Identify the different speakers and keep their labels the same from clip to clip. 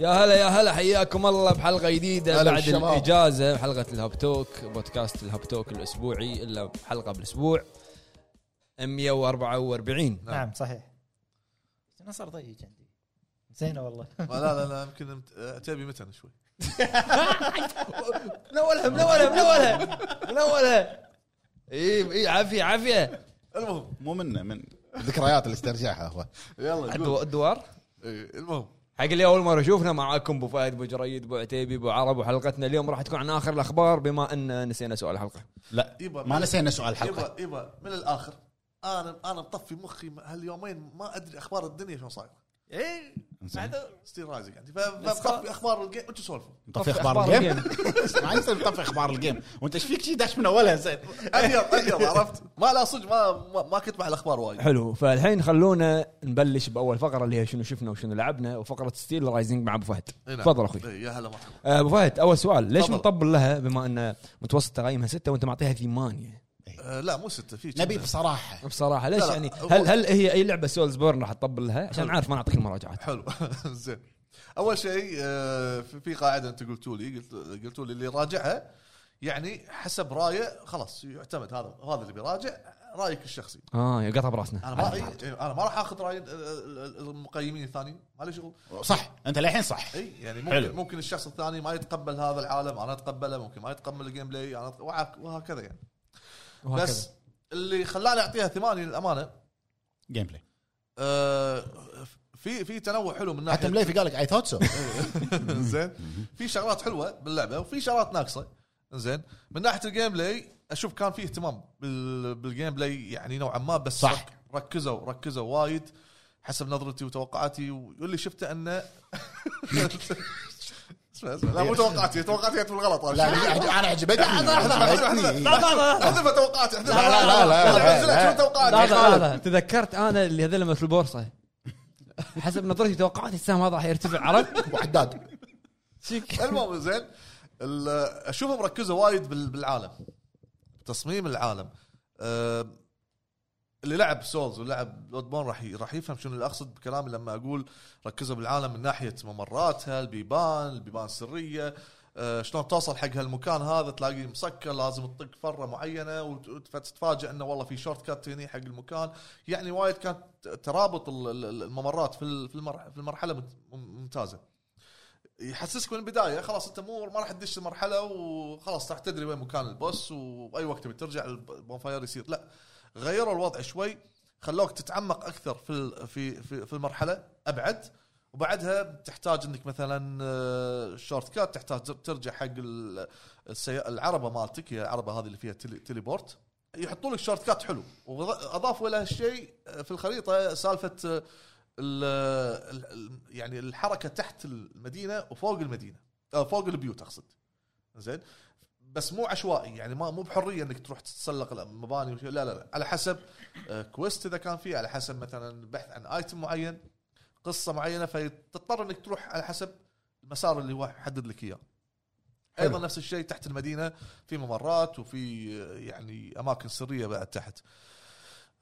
Speaker 1: يا هلا يا هلا حياكم الله بحلقه جديده
Speaker 2: هلا
Speaker 1: بعد
Speaker 2: بالشباب.
Speaker 1: الاجازه حلقه الهاب توك بودكاست الهاب توك الاسبوعي الا حلقه بالاسبوع 144
Speaker 3: نعم صحيح أنا صار ضيق عندي زينه والله
Speaker 2: ما آه، لا لا لا يمكن مت- آه، تبي متى شوي
Speaker 1: منولها منولها منولها منولها اي اي عافيه عافيه
Speaker 2: المهم
Speaker 4: مو منه من ذكريات اللي استرجعها هو
Speaker 2: يلا قول.
Speaker 1: الدو- الدوار
Speaker 2: إيه، المهم
Speaker 1: حق اللي اول مره شوفنا معاكم ابو فهد ابو جريد ابو عتيبي ابو عرب وحلقتنا اليوم راح تكون عن اخر الاخبار بما ان نسينا سؤال الحلقه
Speaker 4: لا
Speaker 2: يبا
Speaker 4: ما نسينا سؤال الحلقه
Speaker 2: يبا يبا من الاخر انا انا مطفي مخي هاليومين ما ادري اخبار الدنيا شلون صايره
Speaker 3: ايه بعد
Speaker 2: ستيل رايزنج عندي ف- فمطفي اخبار الجيم انتم سولفوا
Speaker 4: مطفي اخبار الجيم ما يصير مطفي اخبار الجيم وانت ايش فيك شي داش من اولها زين
Speaker 2: ابيض ابيض عرفت ما لا صدق ما ما, ما كنت مع الاخبار وايد
Speaker 1: حلو فالحين خلونا نبلش باول فقره اللي هي شنو شفنا وشنو لعبنا وفقره ستيل رايزنج مع ابو فهد
Speaker 2: إي نعم.
Speaker 1: تفضل اخوي
Speaker 2: إي، يا هلا مرحبا
Speaker 1: آه، ابو فهد اول سؤال ليش
Speaker 2: تفضل.
Speaker 1: مطبل لها بما ان متوسط تقييمها ستة وانت معطيها ثمانية
Speaker 2: آه، لا مو سته في
Speaker 4: نبي بصراحه
Speaker 1: بصراحه ليش
Speaker 2: لا، لا،
Speaker 1: يعني
Speaker 2: هو-
Speaker 1: هل هل هي اي لعبه سولز بورن راح تطبل لها عشان عارف ما نعطيك المراجعات
Speaker 2: حلو زين اول شيء آه، في في قاعده انت قلتوا لي قلت قلتوا لي اللي راجعها يعني حسب رايه خلاص يعتمد هذا هذا اللي بيراجع رايك الشخصي
Speaker 1: اه يقطع براسنا
Speaker 2: انا ما
Speaker 1: عرفت،
Speaker 2: رايي
Speaker 1: عرفت.
Speaker 2: انا ما راح اخذ راي ال- ال- ال- المقيمين الثانيين ما لي شغل
Speaker 4: صح انت للحين صح
Speaker 2: اي يعني ممكن
Speaker 4: حلو.
Speaker 2: ممكن الشخص الثاني ما يتقبل هذا العالم انا اتقبله ممكن ما يتقبل الجيم بلاي انا أت- وهك- وهكذا يعني
Speaker 1: وهكذا.
Speaker 2: بس اللي خلاني اعطيها ثمانية للامانه
Speaker 4: جيم بلاي
Speaker 2: آه، في في تنوع حلو من
Speaker 4: حتى
Speaker 2: ناحيه
Speaker 4: مليفي قال لك اي ثوت سو
Speaker 2: زين في شغلات حلوه باللعبه وفي شغلات ناقصه زين من ناحيه الجيم بلاي اشوف كان في اهتمام بال- بالجيم بلاي يعني نوعا ما بس
Speaker 4: صح.
Speaker 2: رك- ركزوا ركزوا وايد حسب نظرتي وتوقعاتي واللي شفته انه اسمع اسمع لا مو توقعاتي توقعاتي كانت بالغلط
Speaker 4: لا انا عجبتني عجبتني.
Speaker 2: احذفها توقعاتي احذفها
Speaker 4: لا، لا، لا، لا،
Speaker 2: أنا
Speaker 4: لا،
Speaker 2: بنزلها
Speaker 4: لا.
Speaker 2: شنو توقعاتي
Speaker 1: لحظة لحظة تذكرت انا اللي هذول مثل البورصه حسب نظرتي توقعاتي السهم هذا راح يرتفع عرفت؟
Speaker 4: وحداد
Speaker 2: المهم زين ال- اشوفهم ركزوا وايد بال- بالعالم تصميم العالم أه، اللي لعب سولز ولعب بلود بون راح ي- راح يفهم شنو اللي اقصد بكلامي لما اقول ركزوا بالعالم من ناحيه ممراتها البيبان البيبان السريه أه، شلون توصل حق هالمكان هذا تلاقيه مسكر لازم تطق فره معينه وت- وت- فتتفاجئ انه والله في شورت كات هني حق المكان يعني وايد كان ترابط ال- ال- الممرات في ال- في المرح- في المرحله مت- ممتازه يحسسك من البدايه خلاص انت مو ما راح تدش المرحله وخلاص راح تدري وين مكان البوس وباي وقت بترجع البونفاير يصير لا غيروا الوضع شوي خلوك تتعمق اكثر في ال- في في, في المرحله ابعد وبعدها تحتاج انك مثلا آه، شورت كات تحتاج ترجع حق ال- السي- العربه مالتك هي العربه هذه اللي فيها تيلي- تيليبورت يحطوا لك شورت كات حلو واضافوا له شيء آه، في الخريطه سالفه آه، ال ال- ال- يعني الحركه تحت المدينه وفوق المدينه آه، فوق البيوت اقصد زين بس مو عشوائي يعني ما مو بحريه انك تروح تتسلق المباني وشي لا لا لا على حسب آه، كويست اذا كان فيه على حسب مثلا بحث عن ايتم معين قصه معينه فتضطر انك تروح على حسب المسار اللي هو حدد لك اياه ايضا نفس الشيء تحت المدينه في ممرات وفي آه، يعني اماكن سريه بعد تحت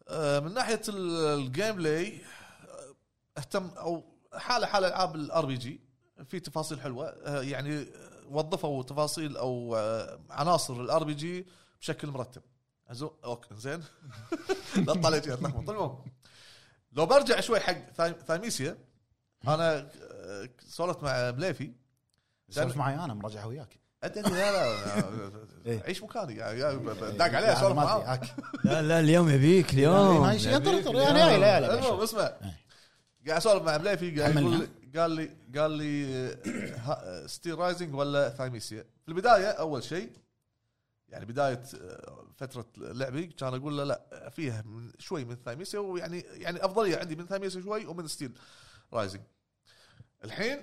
Speaker 2: آه، من ناحيه ال- الجيم بلاي اهتم او حاله حال العاب الار بي جي في تفاصيل حلوه آه، يعني وظفوا تفاصيل او آه، عناصر الار بي جي بشكل مرتب زو اوكي زين لا تطلع جهه تلخبط المهم لو برجع شوي حق ثاي- ثايميسيا انا آه، سولفت مع بليفي
Speaker 4: سولف معي انا مراجعه وياك
Speaker 2: ادري لا لا
Speaker 4: إيه. يعني
Speaker 2: عيش مكاني يا- يا- داق عليه سولف
Speaker 4: ما
Speaker 2: معاه
Speaker 4: ادري هاك
Speaker 1: لا لا اليوم يبيك
Speaker 4: إيه، ما يشي. انطر انطر يعني يلا يلا
Speaker 2: المهم
Speaker 4: يلا.
Speaker 2: اسمع
Speaker 4: إيه.
Speaker 2: قاعد اسولف مع بليفي قاعد يقول
Speaker 4: حملنا.
Speaker 2: لي قال لي آه، قال لي ستيل رايزنج ولا ثايميسيا في البدايه اول شيء يعني بدايه آه، فتره لعبي كان اقول له لا فيها من- شوي من ثايميسيا ويعني يعني افضليه عندي من ثايميسيا شوي ومن ستيل رايزنج الحين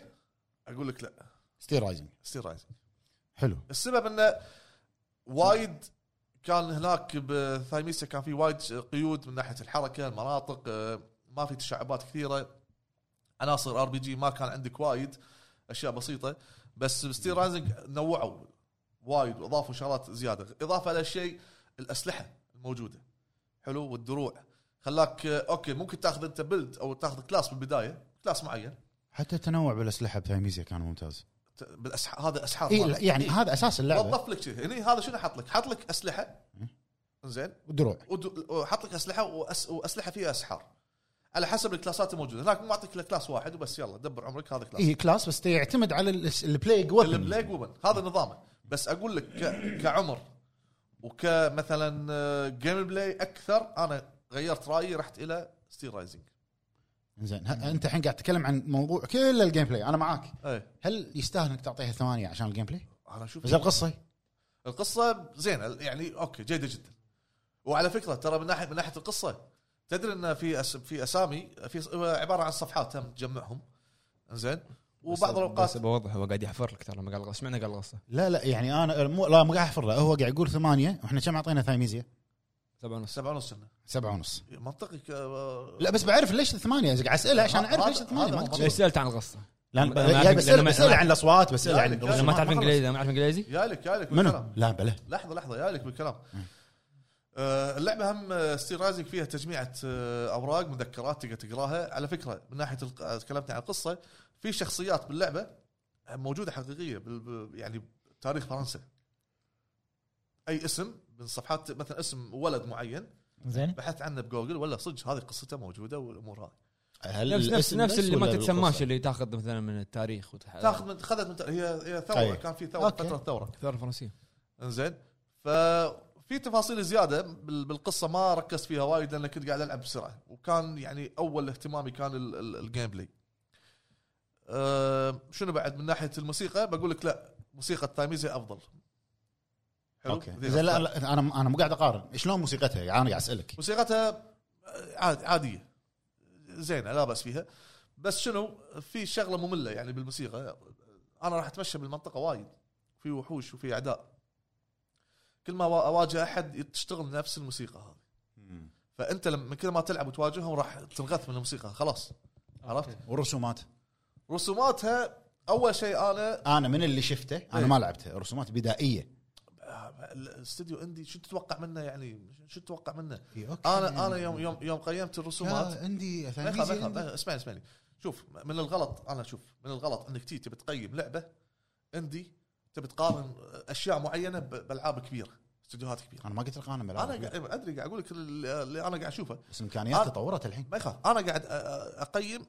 Speaker 2: اقول لك لا
Speaker 4: ستيل رايزنج
Speaker 2: ستيل رايزنج
Speaker 4: حلو
Speaker 2: السبب انه وايد كان هناك بثايميسيا كان في وايد قيود من ناحيه الحركه المناطق آه، ما في تشعبات كثيره عناصر ار بي جي ما كان عندك وايد اشياء بسيطه بس بستيل رايزنج نوعوا وايد واضافوا شغلات زياده اضافه الى شيء الاسلحه الموجوده حلو والدروع خلاك آه، اوكي ممكن تاخذ انت بلد او تاخذ كلاس بالبدايه كلاس معين
Speaker 4: حتى التنوع بالاسلحه بتايميزيا كان ممتاز
Speaker 2: ت- بالاسحار هذا اسحار
Speaker 4: إيه
Speaker 2: مالك.
Speaker 4: لا، يعني هذا اساس اللعبه
Speaker 2: وظف لك شيء هني هذا شنو حط لك؟ حط لك اسلحه زين
Speaker 4: ودروع
Speaker 2: ود- وحط لك اسلحه وأس... واسلحه فيها اسحار على حسب الكلاسات الموجوده هناك ما اعطيك الا كلاس واحد وبس يلا دبر عمرك هذا كلاس
Speaker 4: اي كلاس إيه، بس يعتمد على ال- البلاي ويبن
Speaker 2: البلاك وومن هذا نظامه بس اقول لك ك... كعمر آه، وكمثلا جيم بلاي اكثر انا غيرت رايي رحت الى ستيل رايزنج
Speaker 4: زين ه- انت الحين قاعد تتكلم عن موضوع كل الجيم بلاي انا معاك
Speaker 2: ايه
Speaker 4: هل يستاهل انك تعطيها ثمانيه عشان الجيم بلاي؟
Speaker 2: انا اشوف
Speaker 4: بس القصه
Speaker 2: القصه زينه يعني اوكي جيده جدا وعلى فكره ترى من ناحيه من ناحيه القصه تدري ان في أس... في اسامي في أس- عباره عن صفحات تم تجمعهم زين وبعض الاوقات
Speaker 1: بس بوضح هو قاعد يحفر لك ترى ما قال غصب عنه قال غصه
Speaker 4: لا لا يعني انا مو لا مو قاعد احفر له هو قاعد يقول ثمانيه واحنا كم اعطينا ثايميزيا؟
Speaker 1: سبعة ونص
Speaker 2: سبعة ونص سنة
Speaker 4: سبعه ونص
Speaker 2: منطقي ك- آه،
Speaker 4: لا بس بعرف ليش الثمانيه قاعد اساله عشان
Speaker 2: هذا-
Speaker 4: اعرف ليش الثمانيه
Speaker 2: هذا
Speaker 4: ما
Speaker 2: مو
Speaker 1: ليش
Speaker 4: قلت شيء.
Speaker 1: سالت عن الغصه؟
Speaker 4: لان
Speaker 1: لأن ما
Speaker 4: لا
Speaker 1: أعرف- لأن
Speaker 4: بسأل
Speaker 1: ما-
Speaker 4: بسأل عن الاصوات بسأل
Speaker 2: لا،
Speaker 4: عن
Speaker 2: لا،
Speaker 1: اذا ما
Speaker 2: ما
Speaker 1: تعرف
Speaker 2: خلص.
Speaker 1: انجليزي اذا ما تعرف انجليزي
Speaker 2: جايلك جايلك
Speaker 4: منو؟
Speaker 2: بالكلام.
Speaker 4: لا بلا
Speaker 2: لحظة لحظة جايلك بالكلام آه، اللعبة هم آه، ستيل رايزنج فيها تجميعة آه، أوراق مذكرات تقدر تقراها على فكرة من ناحية الق- آه، تكلمت عن القصة في شخصيات باللعبة موجودة حقيقية بال- ب- يعني تاريخ فرنسا أي اسم من صفحات مثلا اسم ولد معين
Speaker 3: زين
Speaker 2: بحثت عنه بجوجل ولا صدق هذه قصته موجوده والأمور هذه
Speaker 4: هل
Speaker 1: نفس نفس
Speaker 4: الاسم
Speaker 1: نفس
Speaker 4: بس
Speaker 1: اللي
Speaker 4: ولا
Speaker 1: ما تتسماش
Speaker 4: بالقصة؟
Speaker 1: اللي تاخذ مثلا من التاريخ وتح...
Speaker 2: تاخذ من خذت من ت- هي هي ثوره
Speaker 4: أي.
Speaker 2: كان في ثوره
Speaker 3: أوكي.
Speaker 2: فتره ثوره
Speaker 1: ثوره فرنسيه
Speaker 2: انزين ففي تفاصيل زياده بال- بالقصه ما ركزت فيها وايد لان كنت قاعد العب بسرعه وكان يعني اول اهتمامي كان ال- ال- الجيم بلاي أه شنو بعد من ناحيه الموسيقى بقول لك لا موسيقى تايميزي افضل حلو
Speaker 4: اوكي زين لا, لا انا انا مو قاعد اقارن شلون موسيقتها يعني انا قاعد اسالك
Speaker 2: موسيقتها آه، عاد- عاديه زينه لا باس فيها بس شنو في شغله ممله يعني بالموسيقى انا راح اتمشى بالمنطقه وايد في وحوش وفي اعداء كل ما وا- اواجه احد تشتغل نفس الموسيقى هذه فانت لما من كل ما تلعب وتواجههم راح تنغث من الموسيقى خلاص عرفت
Speaker 4: والرسومات
Speaker 2: رسوماتها اول شيء انا
Speaker 4: انا من اللي شفته
Speaker 1: إيه.
Speaker 4: انا ما لعبتها رسومات بدائيه
Speaker 2: الاستديو آه، عندي شو تتوقع منه يعني شو تتوقع منه
Speaker 4: اوكي
Speaker 2: انا انا يوم يوم يوم قيمت الرسومات
Speaker 4: عندي
Speaker 2: ما يخاف- ما يخاف. اسمعني اسمعني شوف من الغلط انا اشوف من الغلط انك تي تبي تقيم لعبه اندي تبي تقارن اشياء معينه ب- بالعاب كبيره استديوهات كبيره
Speaker 4: انا ما قلت لك انا
Speaker 2: انا
Speaker 4: بلعب
Speaker 2: قاعد- ادري قاعد اقول لك اللي اللي انا قاعد اشوفه
Speaker 4: بس امكانياتها
Speaker 2: أنا-
Speaker 4: تطورت الحين
Speaker 2: ما يخاف انا قاعد أ- أ- اقيم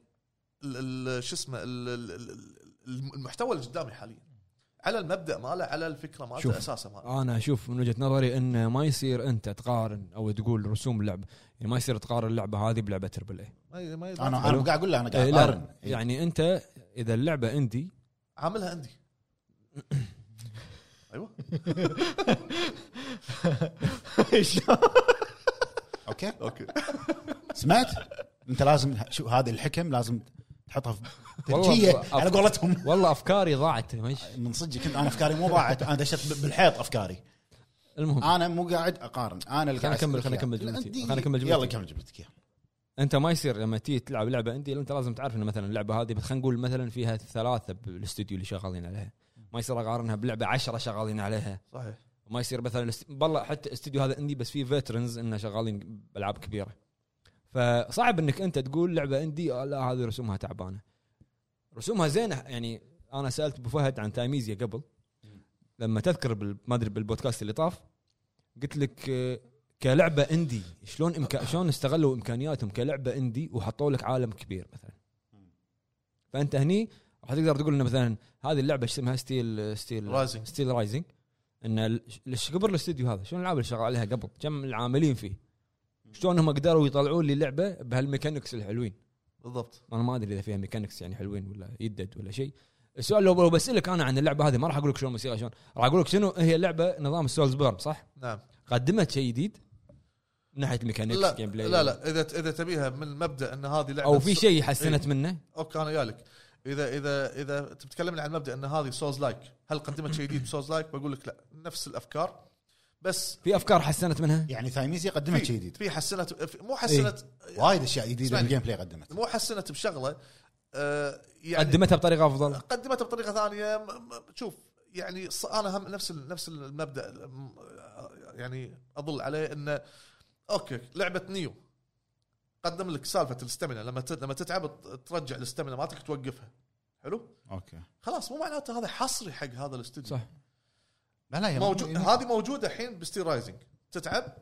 Speaker 2: ال- ال- شو اسمه ال- ال- ال- المحتوى اللي قدامي حاليا على المبدا ماله على الفكره
Speaker 1: شوف.
Speaker 2: مالته اساسه ماله
Speaker 1: انا اشوف من وجهه نظري انه ما يصير انت تقارن او تقول رسوم اللعبه يعني ما يصير تقارن اللعبه هذه بلعبه تربل اي
Speaker 2: ما- ما- ما-
Speaker 4: انا انا قاعد اقول له انا قاعد
Speaker 1: إيه، لا،
Speaker 4: اقارن إيه.
Speaker 1: يعني انت اذا اللعبه عندي
Speaker 2: عاملها عندي ايوه
Speaker 4: اوكي
Speaker 2: اوكي
Speaker 4: سمعت انت لازم شو هذه الحكم لازم تحطها في
Speaker 1: والله
Speaker 4: تنجيه
Speaker 1: أف-
Speaker 4: على قولتهم
Speaker 1: والله افكاري ضاعت مش
Speaker 4: من صدق كنت انا افكاري مو ضاعت انا دشت ب- بالحيط افكاري
Speaker 1: المهم
Speaker 4: انا مو قاعد اقارن انا اللي
Speaker 1: خلنا
Speaker 4: قاعد
Speaker 1: نكمل-
Speaker 4: أسألك
Speaker 1: خلنا
Speaker 4: إياه.
Speaker 1: نكمل
Speaker 4: لا،
Speaker 1: جملتي.
Speaker 4: دقيقة.
Speaker 1: خلنا نكمل
Speaker 4: يلا
Speaker 1: جملتي.
Speaker 4: كمل جملتك إياه.
Speaker 1: انت ما يصير لما تيجي تلعب لعبه عندي انت لازم تعرف ان مثلا اللعبه هذه خلينا نقول مثلا فيها ثلاثه بالاستوديو اللي شغالين عليها ما يصير اقارنها بلعبه عشرة شغالين عليها
Speaker 2: صحيح
Speaker 1: ما يصير مثلا الاست- والله حتى الاستوديو هذا عندي بس فيه فيترنز انه شغالين بالعاب كبيره فصعب انك انت تقول لعبه عندي آه لا هذه رسومها تعبانه رسومها زينه يعني انا سالت ابو فهد عن تايميزيا قبل لما تذكر بال- ما ادري بالبودكاست اللي طاف قلت لك آه، كلعبه اندي شلون إمكا شلون استغلوا امكانياتهم كلعبه اندي وحطوا لك عالم كبير مثلا فانت هني راح تقدر تقول انه مثلا هذه اللعبه ايش اسمها ستيل آه، ستيل
Speaker 2: رايزنج
Speaker 1: ستيل رايزنج ان ال- ايش كبر الاستوديو هذا شنو الالعاب اللي شغال عليها قبل كم العاملين فيه شلون هم قدروا يطلعون لي لعبه بهالميكانكس الحلوين
Speaker 2: بالضبط
Speaker 1: انا ما ادري اذا فيها ميكانكس يعني حلوين ولا يدد ولا شيء السؤال لو لو بسالك انا عن اللعبه هذه ما راح اقول لك شلون موسيقى شلون راح اقول لك شنو هي لعبه نظام سولز بيرن صح
Speaker 2: نعم
Speaker 1: قدمت شيء جديد من ناحيه الميكانكس
Speaker 2: لا
Speaker 1: جيم بلاي
Speaker 2: لا لا اذا اذا تبيها من مبدا ان هذه لعبه
Speaker 1: او في
Speaker 2: سو-
Speaker 1: شيء حسنت
Speaker 4: إيه.
Speaker 1: منه
Speaker 2: اوكي انا جالك اذا اذا اذا تتكلمنا عن مبدا ان هذه سوز لايك هل قدمت شيء جديد سوز لايك بقول لك لا نفس الافكار بس
Speaker 1: في افكار حسنت منها
Speaker 4: يعني ثايميزيا قدمت شيء جديد إيه.
Speaker 2: في حسنت في- مو حسنت
Speaker 4: وايد اشياء جديده
Speaker 2: اسمعني.
Speaker 4: بالجيم بلاي قدمت
Speaker 2: مو حسنت بشغله آه، يعني
Speaker 1: قدمتها بطريقه افضل
Speaker 2: قدمتها بطريقه ثانيه م- م- شوف يعني ص- انا هم نفس ال- نفس المبدا م- يعني اظل عليه انه اوكي لعبه نيو قدم لك سالفه الاستمنه لما تت- لما تتعب ت- ترجع الاستمنه مالتك توقفها حلو
Speaker 4: اوكي
Speaker 2: خلاص مو معناته هذا حصري حق هذا الاستوديو
Speaker 1: صح
Speaker 4: لا لا يا
Speaker 2: موجود
Speaker 4: هذا
Speaker 2: هذه موجوده الحين بستيل رايزنج تتعب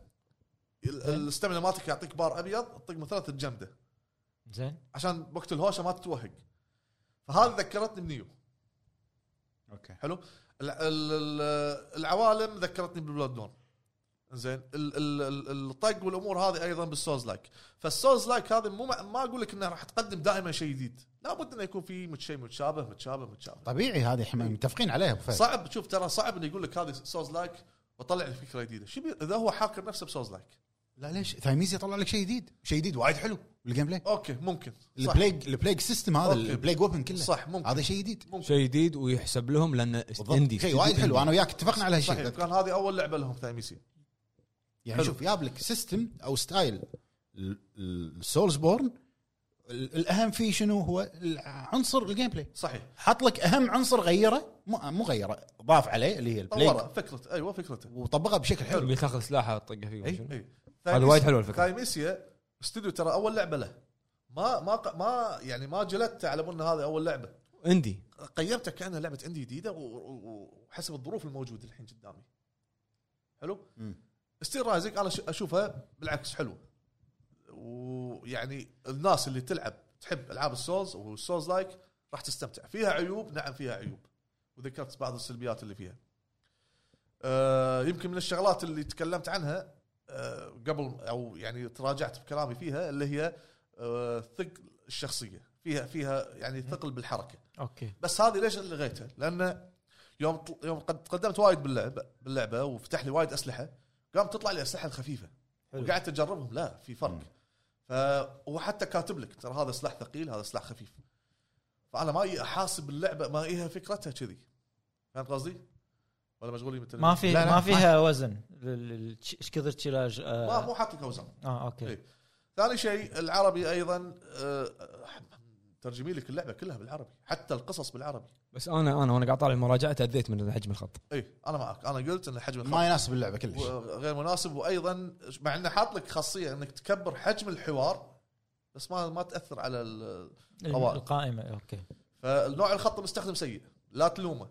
Speaker 2: الاستمنه مالتك يعطيك بار ابيض تطق مثلا تتجمده
Speaker 1: زين
Speaker 2: عشان وقت الهوشه ما تتوهق فهذه ذكرتني بنيو
Speaker 4: اوكي
Speaker 2: حلو ال- ال- ال- العوالم ذكرتني بالبلاد دون زين ال- ال- ال- الطق والامور هذه ايضا بالسوز لايك فالسوز لايك هذه مو مع- ما اقول لك انها راح تقدم دائما شيء جديد لابد انه يكون في مت- شيء متشابه متشابه متشابه
Speaker 4: طبيعي هذه احنا
Speaker 2: إيه.
Speaker 4: متفقين عليها ابو فهد
Speaker 2: صعب شوف ترى صعب انه يقول لك هذه سوز لايك وطلع لك فكره جديده شو بي- اذا هو حاكر نفسه بسوز لايك
Speaker 4: لا ليش تايميز يطلع لك شيء جديد شيء جديد وايد حلو بالجيم بلاي
Speaker 2: اوكي ممكن صح
Speaker 4: البلايج البلايج سيستم هذا
Speaker 2: أوكي.
Speaker 4: البلايج ويبن كله
Speaker 2: صح، ممكن.
Speaker 4: هذا شيء جديد
Speaker 1: شيء جديد ويحسب لهم لان
Speaker 4: بالضبط.
Speaker 1: اندي
Speaker 4: شيء وايد حلو انا وياك اتفقنا على
Speaker 2: صحيح
Speaker 4: هالشيء
Speaker 2: كان هذه اول لعبه لهم تايميسي
Speaker 4: يعني
Speaker 2: حلو.
Speaker 4: شوف جاب لك سيستم او ستايل السولز بورن الاهم فيه شنو هو ال- عنصر الجيم بلاي
Speaker 2: صحيح
Speaker 4: حط لك اهم عنصر غيره مو مو غيره ضاف عليه اللي هي البلاي
Speaker 2: طورها فكرته ايوه فكرته
Speaker 4: وطبقها بشكل حلو إيه.
Speaker 1: اللي تاخذ سلاحه تطقه فيه
Speaker 4: إي.
Speaker 1: شنو؟
Speaker 2: إي.
Speaker 1: هذا وايد حلوة الفكرة.
Speaker 2: تايميسيا استوديو ترى اول لعبه له ما ما ق- ما يعني ما جلدته على ان هذه اول لعبه
Speaker 1: اندي
Speaker 2: قيمتها كانها لعبه عندي جديده و- و- وحسب الظروف الموجوده الحين قدامي حلو
Speaker 4: مم.
Speaker 2: ستيل رايزنج انا ش- اشوفها بالعكس حلوه ويعني الناس اللي تلعب تحب العاب السولز والسولز لايك راح تستمتع فيها عيوب نعم فيها عيوب وذكرت بعض السلبيات اللي فيها آه يمكن من الشغلات اللي تكلمت عنها آه قبل او يعني تراجعت بكلامي فيها اللي هي آه ثقل الشخصيه فيها فيها يعني ثقل بالحركه
Speaker 3: اوكي
Speaker 2: بس هذه ليش لغيتها؟ لان يوم طل- يوم قد تقدمت وايد باللعبه باللعبه وفتح لي وايد اسلحه قام تطلع لي اسلحه الخفيفه
Speaker 1: حلو.
Speaker 2: وقعدت اجربهم لا في فرق
Speaker 4: مم.
Speaker 2: ف وحتى كاتب لك ترى هذا سلاح ثقيل هذا سلاح خفيف فانا ما احاسب اللعبه ما هي فكرتها كذي فهمت قصدي؟ ولا مشغولين بالتلفزيون؟
Speaker 3: ما في
Speaker 4: لا، لا،
Speaker 3: ما
Speaker 4: ما-
Speaker 3: فيها وزن لل- لل- ايش كثر تشيلاج
Speaker 2: ما
Speaker 3: اه
Speaker 2: مو حاط لك اوزان
Speaker 3: آه، اوكي
Speaker 2: إي. ثاني شيء العربي ايضا آه، ترجمي لك اللعبه كلها بالعربي حتى القصص بالعربي
Speaker 1: بس انا انا وانا قاعد طالع المراجعه تاذيت من حجم الخط
Speaker 2: اي انا إيه، معك انا قلت ان حجم الخط
Speaker 4: ما يناسب اللعبه كلش
Speaker 2: غير مناسب وايضا مع انه حاط لك خاصيه انك تكبر حجم الحوار بس ما ما تاثر على ال- أوائل.
Speaker 3: القائمه اوكي
Speaker 2: فالنوع الخط المستخدم سيء لا تلومه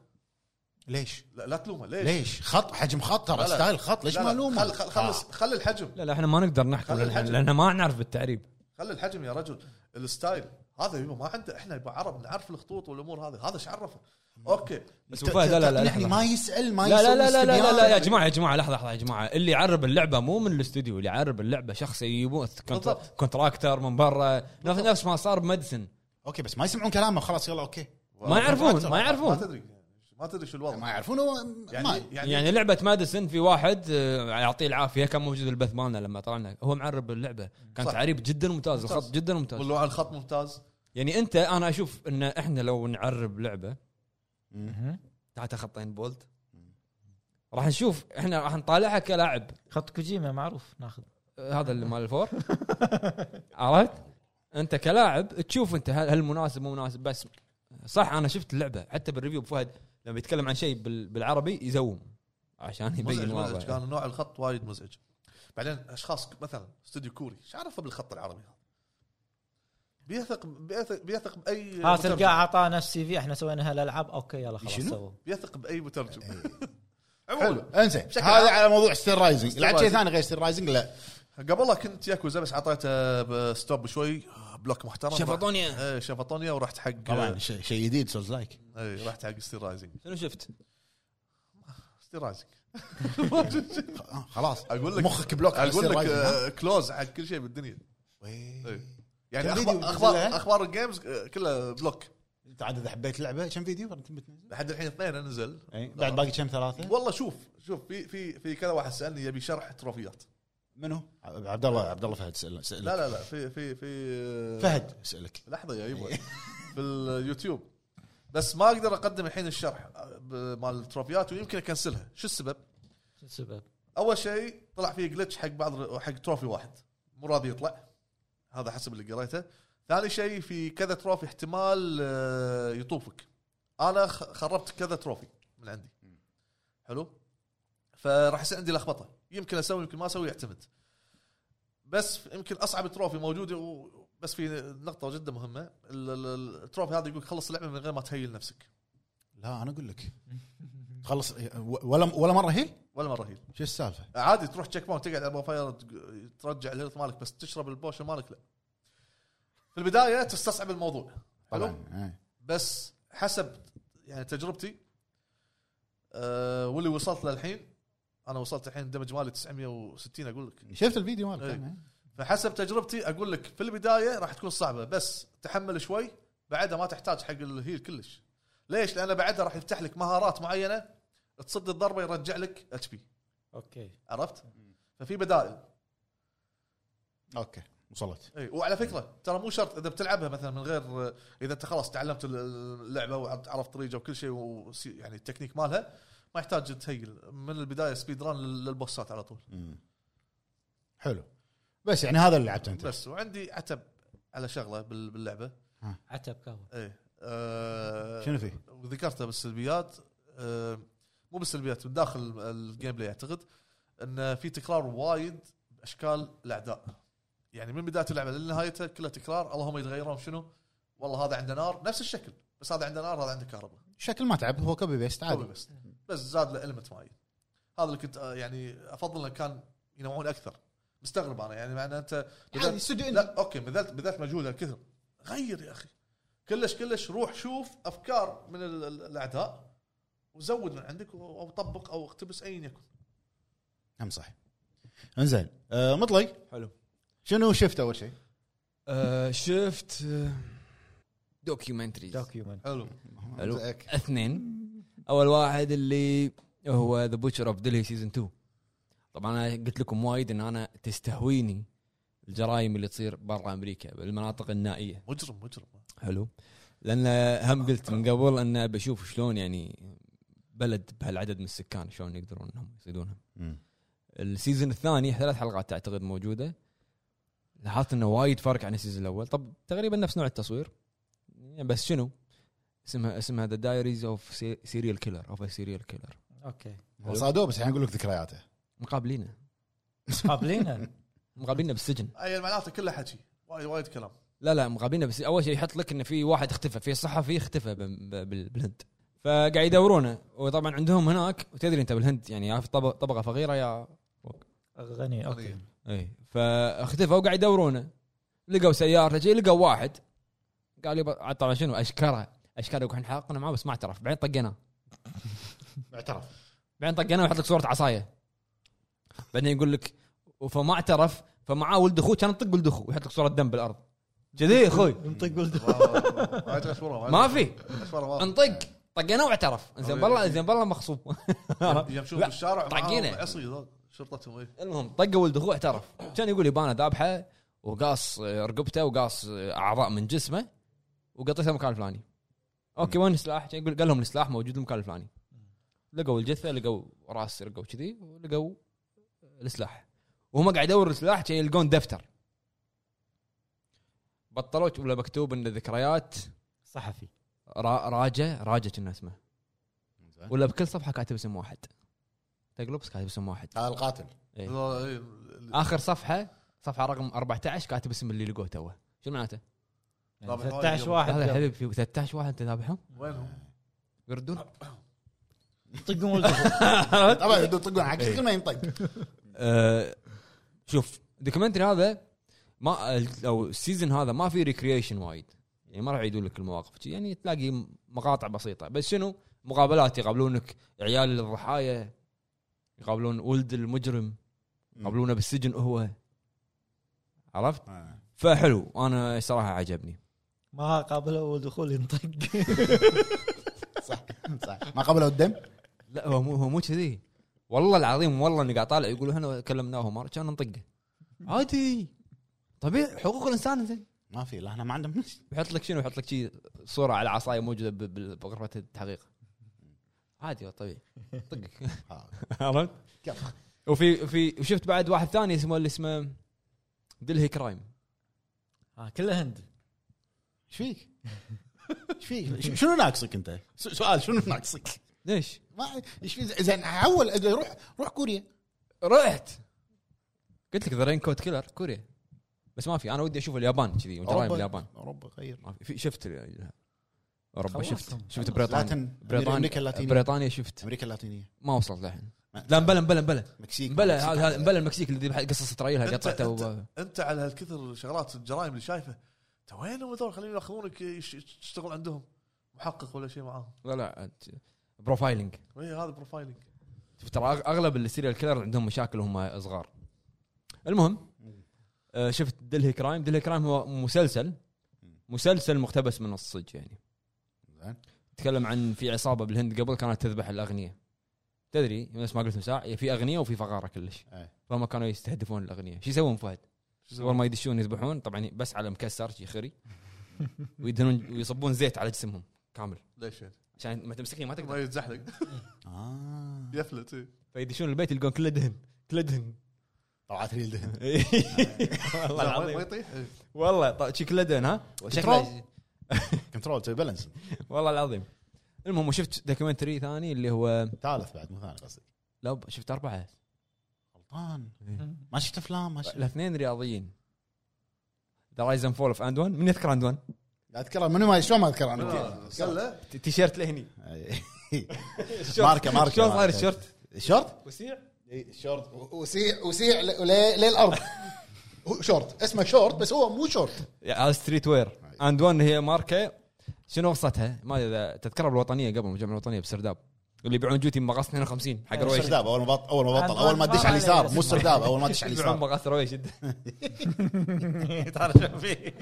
Speaker 4: ليش؟
Speaker 2: لا, لا تلومه ليش؟
Speaker 4: ليش؟ خط حجم خط
Speaker 2: لا،
Speaker 4: ترى
Speaker 2: لا.
Speaker 4: ستايل خط ليش
Speaker 2: لا، لا،
Speaker 4: معلومه؟
Speaker 2: خل خل خل,
Speaker 4: آه.
Speaker 2: خل الحجم
Speaker 1: لا لا احنا ما نقدر نحكم
Speaker 2: خلي
Speaker 1: لأن-
Speaker 2: الحجم.
Speaker 1: لان ما نعرف بالتعريب
Speaker 2: خل الحجم يا رجل الستايل هذا يبا ما عنده احنا يبا عرب نعرف الخطوط والامور هذه هذا ايش عرفه؟ اوكي
Speaker 1: بس
Speaker 4: ت-
Speaker 1: أبو فهد، لا لا لا
Speaker 4: تقنعني
Speaker 1: لحظة.
Speaker 4: ما يسال ما
Speaker 2: آه،
Speaker 1: لا لا
Speaker 4: يسوي
Speaker 1: لا لا لا, لا, لا يا
Speaker 4: استبيان.
Speaker 1: جماعه يا جماعه لحظه لحظه يا جماعه اللي يعرب اللعبه مو من الاستوديو اللي يعرب اللعبه شخص يجيبوه
Speaker 2: بالضبط.
Speaker 1: كونتراكتر من برا نفس نفس ما صار بمدسن
Speaker 4: اوكي بس ما يسمعون كلامه خلاص يلا اوكي
Speaker 1: ما يعرفون ما
Speaker 2: ما
Speaker 1: يعرفون
Speaker 2: تدري يعني ما تدري شو الوضع
Speaker 4: ما يعرفون هو ما-
Speaker 2: يعني يعني,
Speaker 1: طيب. يعني لعبه مادسن في واحد آه، يعطيه العافيه كان موجود البث مالنا لما طلعنا هو معرب اللعبه كان
Speaker 2: صح.
Speaker 1: تعريب جدا ممتاز
Speaker 2: ممتاز.
Speaker 1: الخط جدا ممتاز
Speaker 2: والنوع الخط ممتاز
Speaker 1: يعني انت انا اشوف ان احنا لو نعرب لعبه
Speaker 3: مهم.
Speaker 1: تحت خطين بولت راح نشوف احنا راح نطالعها كلاعب
Speaker 3: خط كوجيما معروف ناخذ
Speaker 1: هذا اللي مال الفور عرفت؟ انت كلاعب تشوف انت هل هل مناسب مو مناسب بس صح انا شفت اللعبه حتى بالريفيو بفهد لما يتكلم عن شيء بال- بالعربي يزوم عشان
Speaker 2: مزعج
Speaker 1: يبين
Speaker 2: مزعج
Speaker 1: الوضع
Speaker 2: كان نوع الخط وايد مزعج بعدين اشخاص مثلا استوديو كوري ايش عرفه بالخط العربي هذا؟ بيثق بيثق بيثق باي
Speaker 3: ها
Speaker 2: إيه، مترجم.
Speaker 3: تلقاه اعطاه نفس سي في احنا سوينا هالالعاب اوكي يلا خلاص
Speaker 4: شنو؟
Speaker 3: سووا
Speaker 2: بيثق باي مترجم
Speaker 4: إيه. حلو
Speaker 2: عموما
Speaker 4: انزين
Speaker 2: بشكل
Speaker 4: هذا
Speaker 2: عام.
Speaker 4: على موضوع ستيل رايزنج
Speaker 2: ستيل
Speaker 4: لعبت شيء
Speaker 2: رايزنج.
Speaker 4: ثاني غير ستيل رايزنج لا
Speaker 2: قبلها كنت ياكوزا بس عطيته بستوب شوي بلوك محترم
Speaker 1: شفطونيا.
Speaker 2: ايه شفطونيا ورحت حق
Speaker 4: طبعا شيء شيء جديد سولز لايك
Speaker 2: ايه رحت حق ستيل رايزنج
Speaker 1: شنو شفت؟
Speaker 2: ستيل رايزنج
Speaker 4: آه، خلاص
Speaker 2: اقول لك
Speaker 4: مخك بلوك على
Speaker 2: اقول
Speaker 4: Steel
Speaker 2: لك
Speaker 4: Rising، ها؟
Speaker 2: آه، كلوز حق كل شيء بالدنيا
Speaker 4: وي.
Speaker 2: إيه.
Speaker 1: طيب.
Speaker 2: يعني
Speaker 4: كم
Speaker 2: اخبار
Speaker 4: فيديو
Speaker 2: اخبار,
Speaker 4: نزلها؟
Speaker 2: أخبار الجيمز آه، كلها بلوك
Speaker 4: انت عاد اذا حبيت لعبه كم فيديو انت بتنزل؟
Speaker 2: لحد الحين اثنين نزل
Speaker 1: إيه.
Speaker 4: إي، بعد باقي كم ثلاثه؟
Speaker 2: والله شوف شوف في في في كذا واحد سالني يبي شرح تروفيات
Speaker 4: منو؟ عبد الله عبد الله فهد سأل سألك.
Speaker 2: لا لا لا في في في
Speaker 4: فهد سألك
Speaker 2: لحظه يا يبا في اليوتيوب بس ما اقدر اقدم الحين الشرح ب- مال التروفيات ويمكن اكنسلها شو السبب؟
Speaker 3: شو السبب؟
Speaker 2: اول شيء طلع فيه جلتش حق بعض حق تروفي واحد مو راضي يطلع هذا حسب اللي قريته ثاني شيء في كذا تروفي احتمال آه، يطوفك انا خ- خربت كذا تروفي من عندي حلو فراح يصير عندي لخبطه يمكن اسوي يمكن ما اسوي يعتمد بس يمكن اصعب تروفي موجود و- بس في نقطه جدا مهمه ال- ال- التروفي هذا يقول خلص اللعبه من غير ما تهيل نفسك
Speaker 4: لا انا اقول لك خلص ولا ولا مره هي
Speaker 2: ولا مره هي
Speaker 4: شو السالفه
Speaker 2: عادي تروح تشيك بوينت تقعد على البوفاير تق- ترجع الهيلث مالك بس تشرب البوشن مالك لا في البدايه تستصعب الموضوع حلو
Speaker 4: طبعا إيه.
Speaker 2: بس حسب يعني تجربتي أه واللي وصلت له الحين انا وصلت الحين دمج مالي 960 اقول لك
Speaker 4: شفت الفيديو مالك
Speaker 2: إيه.
Speaker 4: إيه.
Speaker 2: فحسب تجربتي اقول لك في البدايه راح تكون صعبه بس تحمل شوي بعدها ما تحتاج حق الهيل كلش ليش؟ لان بعدها راح يفتح لك مهارات معينه تصد الضربه يرجع لك اتش بي
Speaker 3: اوكي
Speaker 2: عرفت؟ ففي بدائل
Speaker 4: اوكي وصلت
Speaker 2: اي إيه، وعلى فكره ترى مو شرط اذا بتلعبها مثلا من غير اذا انت خلاص تعلمت اللعبه وعرفت طريقه وكل شيء وسي- يعني التكنيك مالها ما يحتاج تهيل من البدايه سبيد ران للبوسات على طول
Speaker 4: مم. حلو بس يعني هذا اللي لعبته انت
Speaker 2: بس وعندي عتب على شغله بال- باللعبه
Speaker 3: عتب قهوه
Speaker 2: ايه آه
Speaker 4: شنو فيه؟
Speaker 2: وذكرتها بالسلبيات آه مو بالسلبيات داخل الجيم بلاي اعتقد ان في تكرار وايد اشكال الاعداء يعني من بدايه اللعبه لنهايتها كلها تكرار اللهم يتغيرون شنو والله هذا عنده نار نفس الشكل بس هذا عنده نار هذا عنده كهرباء
Speaker 4: شكل ما تعب هو كوبي بيست عادي
Speaker 2: كوبي بس بس زاد له المنت معين هذا اللي كنت آه، يعني افضل انه كان ينوعون اكثر مستغرب انا يعني معناه انت بدأت-
Speaker 4: عادي استوديو إندي.
Speaker 2: لا اوكي بذلت بذلت مجهودها كثر غير يا اخي كلش كلش روح شوف افكار من ال- ال- الاعداء وزود من عندك و- او طبق او اقتبس ايا يكن
Speaker 4: هم صح انزين نعم، آه مطلق
Speaker 1: حلو
Speaker 4: شنو شفت اول شيء؟
Speaker 1: آه، شفت دوكيومنتريز
Speaker 3: دوكيومنت
Speaker 2: حلو
Speaker 1: حلو.
Speaker 4: أمسك.
Speaker 1: اثنين اول واحد اللي هو ذا بوتشر اوف دلهي سيزون 2 طبعا انا قلت لكم وايد ان انا تستهويني الجرائم اللي تصير برا امريكا بالمناطق النائيه
Speaker 2: مجرم مجرم
Speaker 1: حلو لان هم قلت من قبل ان بشوف شلون يعني بلد بهالعدد من السكان شلون يقدرون انهم يصيدونها
Speaker 4: مم.
Speaker 1: السيزون الثاني ثلاث حلقات تعتقد موجوده لاحظت انه وايد فرق عن السيزون الاول طب تقريبا نفس نوع التصوير يعني بس شنو اسمها اسمها ذا دايريز اوف سيريال كيلر اوف سيريال كيلر
Speaker 3: اوكي
Speaker 4: هو صادوه بس الحين اقول لك ذكرياته
Speaker 1: مقابلينه
Speaker 3: قابلينها
Speaker 1: مقابلينه بالسجن
Speaker 2: هاي المعناته كلها حكي وايد وايد كلام
Speaker 1: لا لا مقابلينه بس اول شيء يحط لك ان في واحد اختفى في صحفي اختفى ب- ب- بال- بالهند فقاعد يدورونه وطبعا عندهم هناك وتدري انت بالهند يعني يا في طبق- طبقه فقيره يا
Speaker 3: غني اوكي
Speaker 1: اي فاختفى وقاعد يدورونه لقوا سيارته شي لقوا واحد قال يبا عاد طبعا شنو اشكره اشكره يقول احنا حققنا معاه بس ما اعترف بعدين طقيناه
Speaker 4: اعترف
Speaker 1: بعدين طقيناه ويحط لك صوره عصايه بعدين يقول لك فما اعترف فمعاه ولد اخوه كان يطق ولد اخوه ويحط لك صوره دم بالارض كذي يا اخوي
Speaker 3: انطق ولد
Speaker 2: وايد اشوره
Speaker 1: ما في
Speaker 2: اشوره
Speaker 1: انطق طقيناه واعترف زين والله زين والله مغصوب
Speaker 2: يمشون
Speaker 1: لا،
Speaker 2: بالشارع
Speaker 1: طاقينه.
Speaker 2: معاهم عصي ذول، شرطتهم ايه
Speaker 1: المهم طقه ولد اخوه اعترف كان يقول يبانا ذابحه وقاص آه، رقبته وقاص آه، اعضاء من جسمه وقطيته المكان الفلاني اوكي وين السلاح؟ كان يقول قال لهم السلاح موجود المكان الفلاني لقوا الجثه لقوا راس لقوا كذي ولقوا السلاح وهم قاعد يدور السلاح كان يلقون دفتر بطلوا ولا مكتوب ان ذكريات
Speaker 3: صحفي
Speaker 1: را- راجه راجه كنا اسمه ولا بكل صفحه كاتب اسم واحد تقلب بس كاتب اسم واحد
Speaker 4: هذا آه، القاتل
Speaker 1: إيه.
Speaker 2: هذول، إيه، ال-
Speaker 1: اخر صفحه صفحه رقم 14 كاتب اسم اللي لقوه توه شو معناته؟
Speaker 3: يعني
Speaker 2: طبعاً.
Speaker 3: 13 واحد
Speaker 1: هذا يا حبيبي في 13 واحد تذابحهم
Speaker 2: وينهم؟
Speaker 1: يردون
Speaker 3: يطقون ولده
Speaker 4: طبعا يطقون على كل ما ينطق
Speaker 1: آه، شوف الدوكيومنتري هذا ما او السيزون هذا ما في ريكريشن وايد يعني ما راح يعيدون لك المواقف شي، يعني تلاقي مقاطع بسيطه بس شنو مقابلات يقابلونك عيال الضحايا يقابلون ولد المجرم يقابلونه بالسجن هو عرفت
Speaker 4: آه.
Speaker 1: فحلو انا صراحه عجبني
Speaker 3: ما قابله ولد اخوه اللي ينطق
Speaker 4: صح صح ما قبلوا الدم
Speaker 1: لا هو مو هو مو كذي والله العظيم والله اني قاعد طالع يقول احنا كلمناه مره كان نطقه عادي طبيعي حقوق الانسان زين
Speaker 4: ما في لا احنا ما عندهم
Speaker 1: يحط لك شنو يحط لك شي صوره على عصايه موجوده ب- ب- بغرفه التحقيق عادي طبيعي طقك
Speaker 4: آه.
Speaker 1: عرفت؟
Speaker 4: كفو.
Speaker 1: وفي في شفت بعد واحد ثاني اسمه اللي اسمه دلهي كرايم
Speaker 3: ها آه، كله هند
Speaker 4: ايش فيك؟ ايش فيك؟ ش- شنو ناقصك انت؟ س- سؤال شنو ناقصك؟
Speaker 1: ليش؟
Speaker 4: ما ايش في زين اول روح روح كوريا
Speaker 1: رحت قلت لك ذا رين كود كيلر كوريا بس ما في انا ودي اشوف اليابان كذي جرايم اليابان
Speaker 4: اوروبا غير
Speaker 1: ما في- في شفت ال- اوروبا
Speaker 3: خلاص.
Speaker 1: شفت شفت
Speaker 3: خلاص.
Speaker 1: بريطانيا
Speaker 4: لاتن امريكا
Speaker 1: بريطانيا
Speaker 4: اللاتينيه
Speaker 1: بريطانيا شفت
Speaker 4: امريكا اللاتينيه
Speaker 1: ما وصلت للحين
Speaker 4: ما-
Speaker 1: لا مبلا مبلا مبلا
Speaker 4: مكسيك
Speaker 1: مبلا
Speaker 4: مكسيك.
Speaker 1: هذا هذا مبلا المكسيك اللي ذبح- قصصت رايلها
Speaker 2: أنت-
Speaker 1: قطعته و-
Speaker 2: انت على هالكثر شغلات الجرائم اللي شايفه انت وينهم هذول خليهم ياخذونك يش- تشتغل عندهم محقق ولا شيء معاهم
Speaker 1: لا لا بروفايلنج
Speaker 2: اي هذا بروفايلنج
Speaker 1: شوف ترى أغ- اغلب السيريال كيلر عندهم مشاكل وهم صغار المهم آه، شفت دلهي كرايم دلهي كرايم هو مسلسل مسلسل مقتبس من الصج يعني
Speaker 4: زين.
Speaker 1: تكلم عن في عصابه بالهند قبل كانت تذبح الاغنياء تدري نفس ما قلت من ساعه في اغنياء وفي فقاره كلش
Speaker 4: إيه.
Speaker 1: فهم كانوا يستهدفون الاغنياء شو يسوون فهد؟ اول ما يدشون يذبحون طبعا بس على مكسر شي خري ويدهنون ويصبون زيت على جسمهم كامل
Speaker 2: ليش يعني؟
Speaker 1: عشان ما تمسكني ما تقدر
Speaker 2: ما يتزحلق
Speaker 4: اه
Speaker 2: يفلت إيه. إي.
Speaker 1: فيدشون البيت يلقون كله دهن كله دهن
Speaker 4: طلعت لي الدهن
Speaker 1: والله
Speaker 2: لا، ما- ما
Speaker 1: العظيم
Speaker 2: يطيح إيه. إي.
Speaker 1: إيه. والله طيب، طا- شكله دهن ها
Speaker 4: كنترول. كنترول تسوي بالانس
Speaker 1: والله العظيم المهم وشفت دوكيومنتري ثاني اللي هو
Speaker 4: ثالث بعد مو ثاني قصدي
Speaker 1: لا ب- شفت اربعه
Speaker 4: غلطان ما شفت افلام ما شفت
Speaker 1: الاثنين رياضيين ذا رايز اند فول اوف اندوان من يذكر اندوان؟
Speaker 4: لا اذكرها منو ما شلون ما اذكر
Speaker 2: آه. لا،
Speaker 4: انا
Speaker 2: كلا
Speaker 1: ت- تيشيرت لهني
Speaker 4: أي.
Speaker 1: الشورت.
Speaker 4: ماركه ماركه
Speaker 1: شلون صاير
Speaker 4: ماركة.
Speaker 1: الشورت؟
Speaker 4: الشورت
Speaker 1: وسيع
Speaker 4: الشورت وسيع وسيع للارض هو شورت اسمه شورت بس هو مو شورت
Speaker 1: هذا ستريت وير اندوان هي ماركه شنو قصتها؟ ما ادري اذا تذكرها بالوطنيه قبل الجامعه الوطنيه بسرداب اللي يبيعون جوتي بمغاص 52 حق رويش
Speaker 4: السرداب اول ما بط- اول ما بطل
Speaker 3: عاد
Speaker 4: اول ما
Speaker 3: ما
Speaker 4: تدش على
Speaker 3: عليه
Speaker 4: اليسار
Speaker 3: اسم.
Speaker 4: مو السرداب اول ما تدش على
Speaker 1: يبيعون
Speaker 4: اليسار
Speaker 1: مغاص رويش
Speaker 3: تعال شو فيه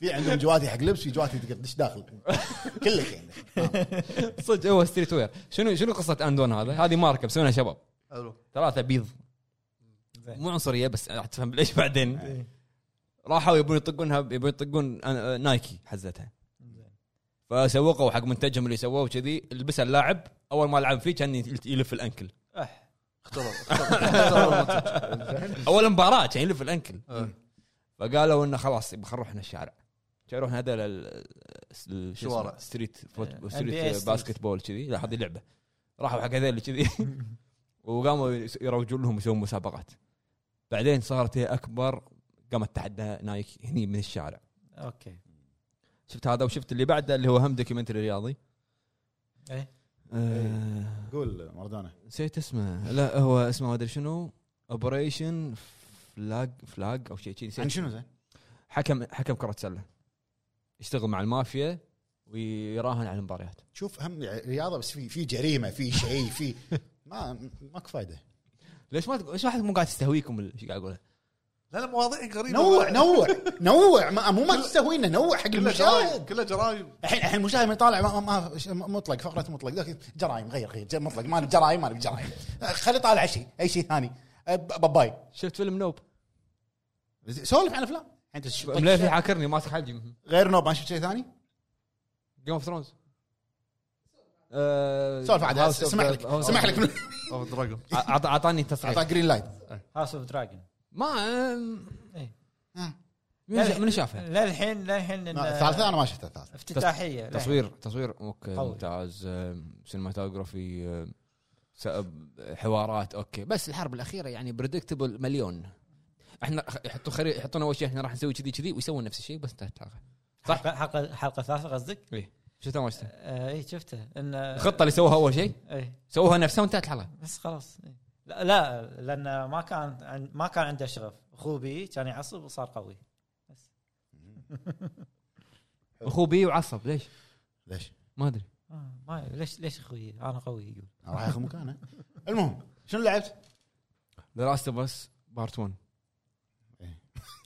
Speaker 4: في عندهم جواتي حق لبس في جواتي تقدر تدش داخل كلك يعني
Speaker 1: صدق هو ستريت وير شنو شنو قصه اندون هذا؟ هذه ماركه مسوينها شباب
Speaker 2: حلو
Speaker 1: ثلاثه بيض
Speaker 3: زين.
Speaker 1: مو عنصريه بس راح تفهم ليش بعدين راحوا يبون يطقونها يبون يطقون آه، نايكي حزتها فسوقوا حق منتجهم اللي سووه كذي لبسها اللاعب اول ما لعب فيه كان يلف الانكل
Speaker 2: اختبر اختبر آه.
Speaker 1: اول مباراه كان يلف الانكل
Speaker 2: المنتج.
Speaker 1: فقالوا انه خلاص يبقى خلينا نروح احنا الشارع كان يروح هذا
Speaker 2: شوارع.
Speaker 1: الشوارع إيه. ستريت
Speaker 3: آه،
Speaker 1: فوت
Speaker 3: NBA
Speaker 1: ستريت
Speaker 3: street.
Speaker 1: باسكت بول كذي لا هذه لعبه راحوا حق هذول كذي وقاموا يس- يروجون لهم يسوون مسابقات بعدين صارت هي اكبر قامت تحدى نايك هني من الشارع
Speaker 3: اوكي
Speaker 1: شفت هذا وشفت اللي بعده اللي هو هم دوكيومنتري رياضي
Speaker 3: إيه.
Speaker 1: آه،
Speaker 4: قول مارادونا
Speaker 1: نسيت اسمه لا هو اسمه ما ادري شنو اوبريشن فلاج فلاج او شيء شيء
Speaker 4: عن
Speaker 1: نسيت
Speaker 4: يعني شنو زين؟
Speaker 1: حكم حكم كره سله يشتغل مع المافيا ويراهن على المباريات
Speaker 4: شوف هم رياضه بس في في جريمه في شيء في ما ماكو فايده
Speaker 1: ليش ما تق- ليش واحد مو قاعد تستهويكم ال- ايش قاعد اقوله؟
Speaker 2: لا لا مواضيع غريبه
Speaker 4: نوع نوع نوع ما مو ما تستهوينا نوع حق
Speaker 2: كلها
Speaker 4: المشاهد
Speaker 2: جرايم كلها جرايم
Speaker 4: الحين الحين المشاهد من طالع ما, ما, ما مطلق فقره مطلق ذاك جرايم غير غير جر- مطلق ما جرايم ما جرايم خلي طالع شيء اي شيء ثاني أه، ب- باباي
Speaker 1: شفت فيلم نوب
Speaker 4: سولف عن افلام انت طيب، شو-
Speaker 1: مليفي حاكرني ماسك حلقي جيم
Speaker 4: غير نوب ما شفت شيء ثاني
Speaker 1: اوف ثرونز آه،
Speaker 4: سولف عاد اسمح لك اسمح لك من-
Speaker 2: او دراجون
Speaker 1: اعطاني
Speaker 4: اعطاه
Speaker 1: تصريح
Speaker 4: جرين لايت
Speaker 3: هاوس اوف دراجون
Speaker 1: ما
Speaker 3: إيه.
Speaker 1: من من شافها؟
Speaker 3: للحين للحين إن-
Speaker 4: الثالثه انا ما شفتها الثالثه
Speaker 3: افتتاحيه للحين.
Speaker 1: تصوير تصوير اوكي
Speaker 3: قوي.
Speaker 1: ممتاز آم، سينماتوجرافي آم، سأب- حوارات اوكي بس الحرب الاخيره يعني بريدكتبل مليون احنا خ- يحطوا خري يحطون اول شيء احنا راح نسوي كذي كذي ويسوون نفس الشيء بس انتهت الحلقه صح.
Speaker 3: حلقه حلقه, حلقة ثالثه قصدك؟
Speaker 1: شو تم وجهته؟
Speaker 3: آه، اي شفته انه
Speaker 1: الخطه اللي سووها اول شيء
Speaker 3: اي
Speaker 1: سووها نفسها وانتهت الحلقه
Speaker 3: بس خلاص إي. لا, لا لان ما كان عن- ما كان عنده شغف اخوه بي كان يعصب وصار قوي
Speaker 1: اخو بي وعصب ليش؟
Speaker 4: ليش؟
Speaker 1: ما ادري
Speaker 3: آه، ما ليش ليش اخوي انا قوي يقول
Speaker 4: أنا راح ياخذ مكانه المهم شنو لعبت؟
Speaker 1: ذا لاست اوف اس بارت 1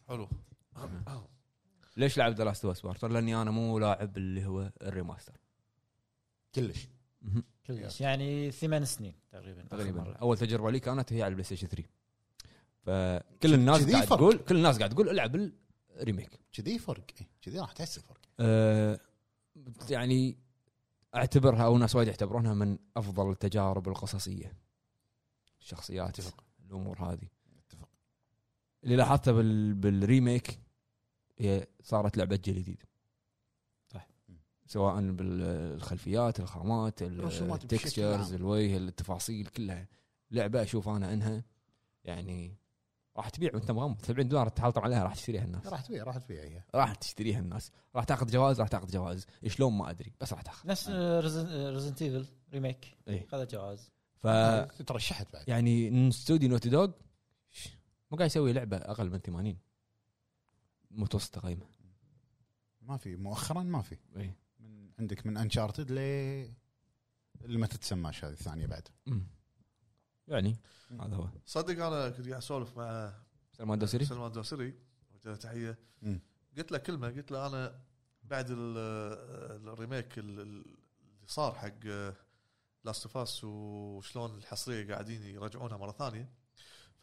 Speaker 2: حلو
Speaker 1: ليش لعب ذا لاست اوف اس بارت 1 لاني انا مو لاعب اللي هو الريماستر
Speaker 4: كلش
Speaker 1: مهم.
Speaker 3: كلش يعني ثمان سنين تقريبا آخر
Speaker 1: تقريبا
Speaker 3: مرة.
Speaker 1: اول تجربه لي كانت هي على البلاي ستيشن 3 فكل الناس
Speaker 4: كذي
Speaker 1: قاعد
Speaker 4: فرق.
Speaker 1: تقول كل الناس قاعد تقول العب الريميك
Speaker 4: كذي فرق إيه، كذي راح تحس الفرق
Speaker 1: أه يعني اعتبرها او ناس وايد يعتبرونها من افضل التجارب القصصيه الشخصيات الامور هذه
Speaker 4: اتفق
Speaker 1: اللي لاحظته بال... بالريميك هي صارت لعبه جيل جديد
Speaker 3: صح.
Speaker 1: سواء بالخلفيات الخامات ال-
Speaker 4: الرسومات بشكل
Speaker 1: التكستشرز
Speaker 4: عام.
Speaker 1: الوجه التفاصيل كلها لعبه اشوف انا انها يعني راح تبيع وانت مغمض 70 دولار تحلطم عليها راح تشتريها الناس
Speaker 4: راح تبيع راح تبيع هي
Speaker 1: راح تشتريها الناس راح تاخذ جوائز راح تاخذ جوائز شلون ما ادري بس راح تاخذ
Speaker 3: نفس ريزنت ايفل ريميك
Speaker 1: إيه.
Speaker 3: خذ جواز
Speaker 1: ف
Speaker 4: ترشحت بعد
Speaker 1: يعني من استوديو نوتي دوغ مو قاعد يسوي لعبه اقل من 80 متوسط تقييمه
Speaker 4: ما في مؤخرا ما في
Speaker 1: إيه.
Speaker 4: من عندك من انشارتد ل اللي ما تتسماش هذه الثانيه بعد
Speaker 1: أمم. يعني هذا هو
Speaker 2: صدق انا كنت قاعد اسولف مع
Speaker 1: سلمان الدوسري
Speaker 2: سلمان الدوسري وجه له تحيه
Speaker 4: مم.
Speaker 2: قلت له كلمه قلت له انا بعد ال- الريميك ال- ال- اللي صار حق لاست اوف اس وشلون الحصريه قاعدين يرجعونها مره ثانيه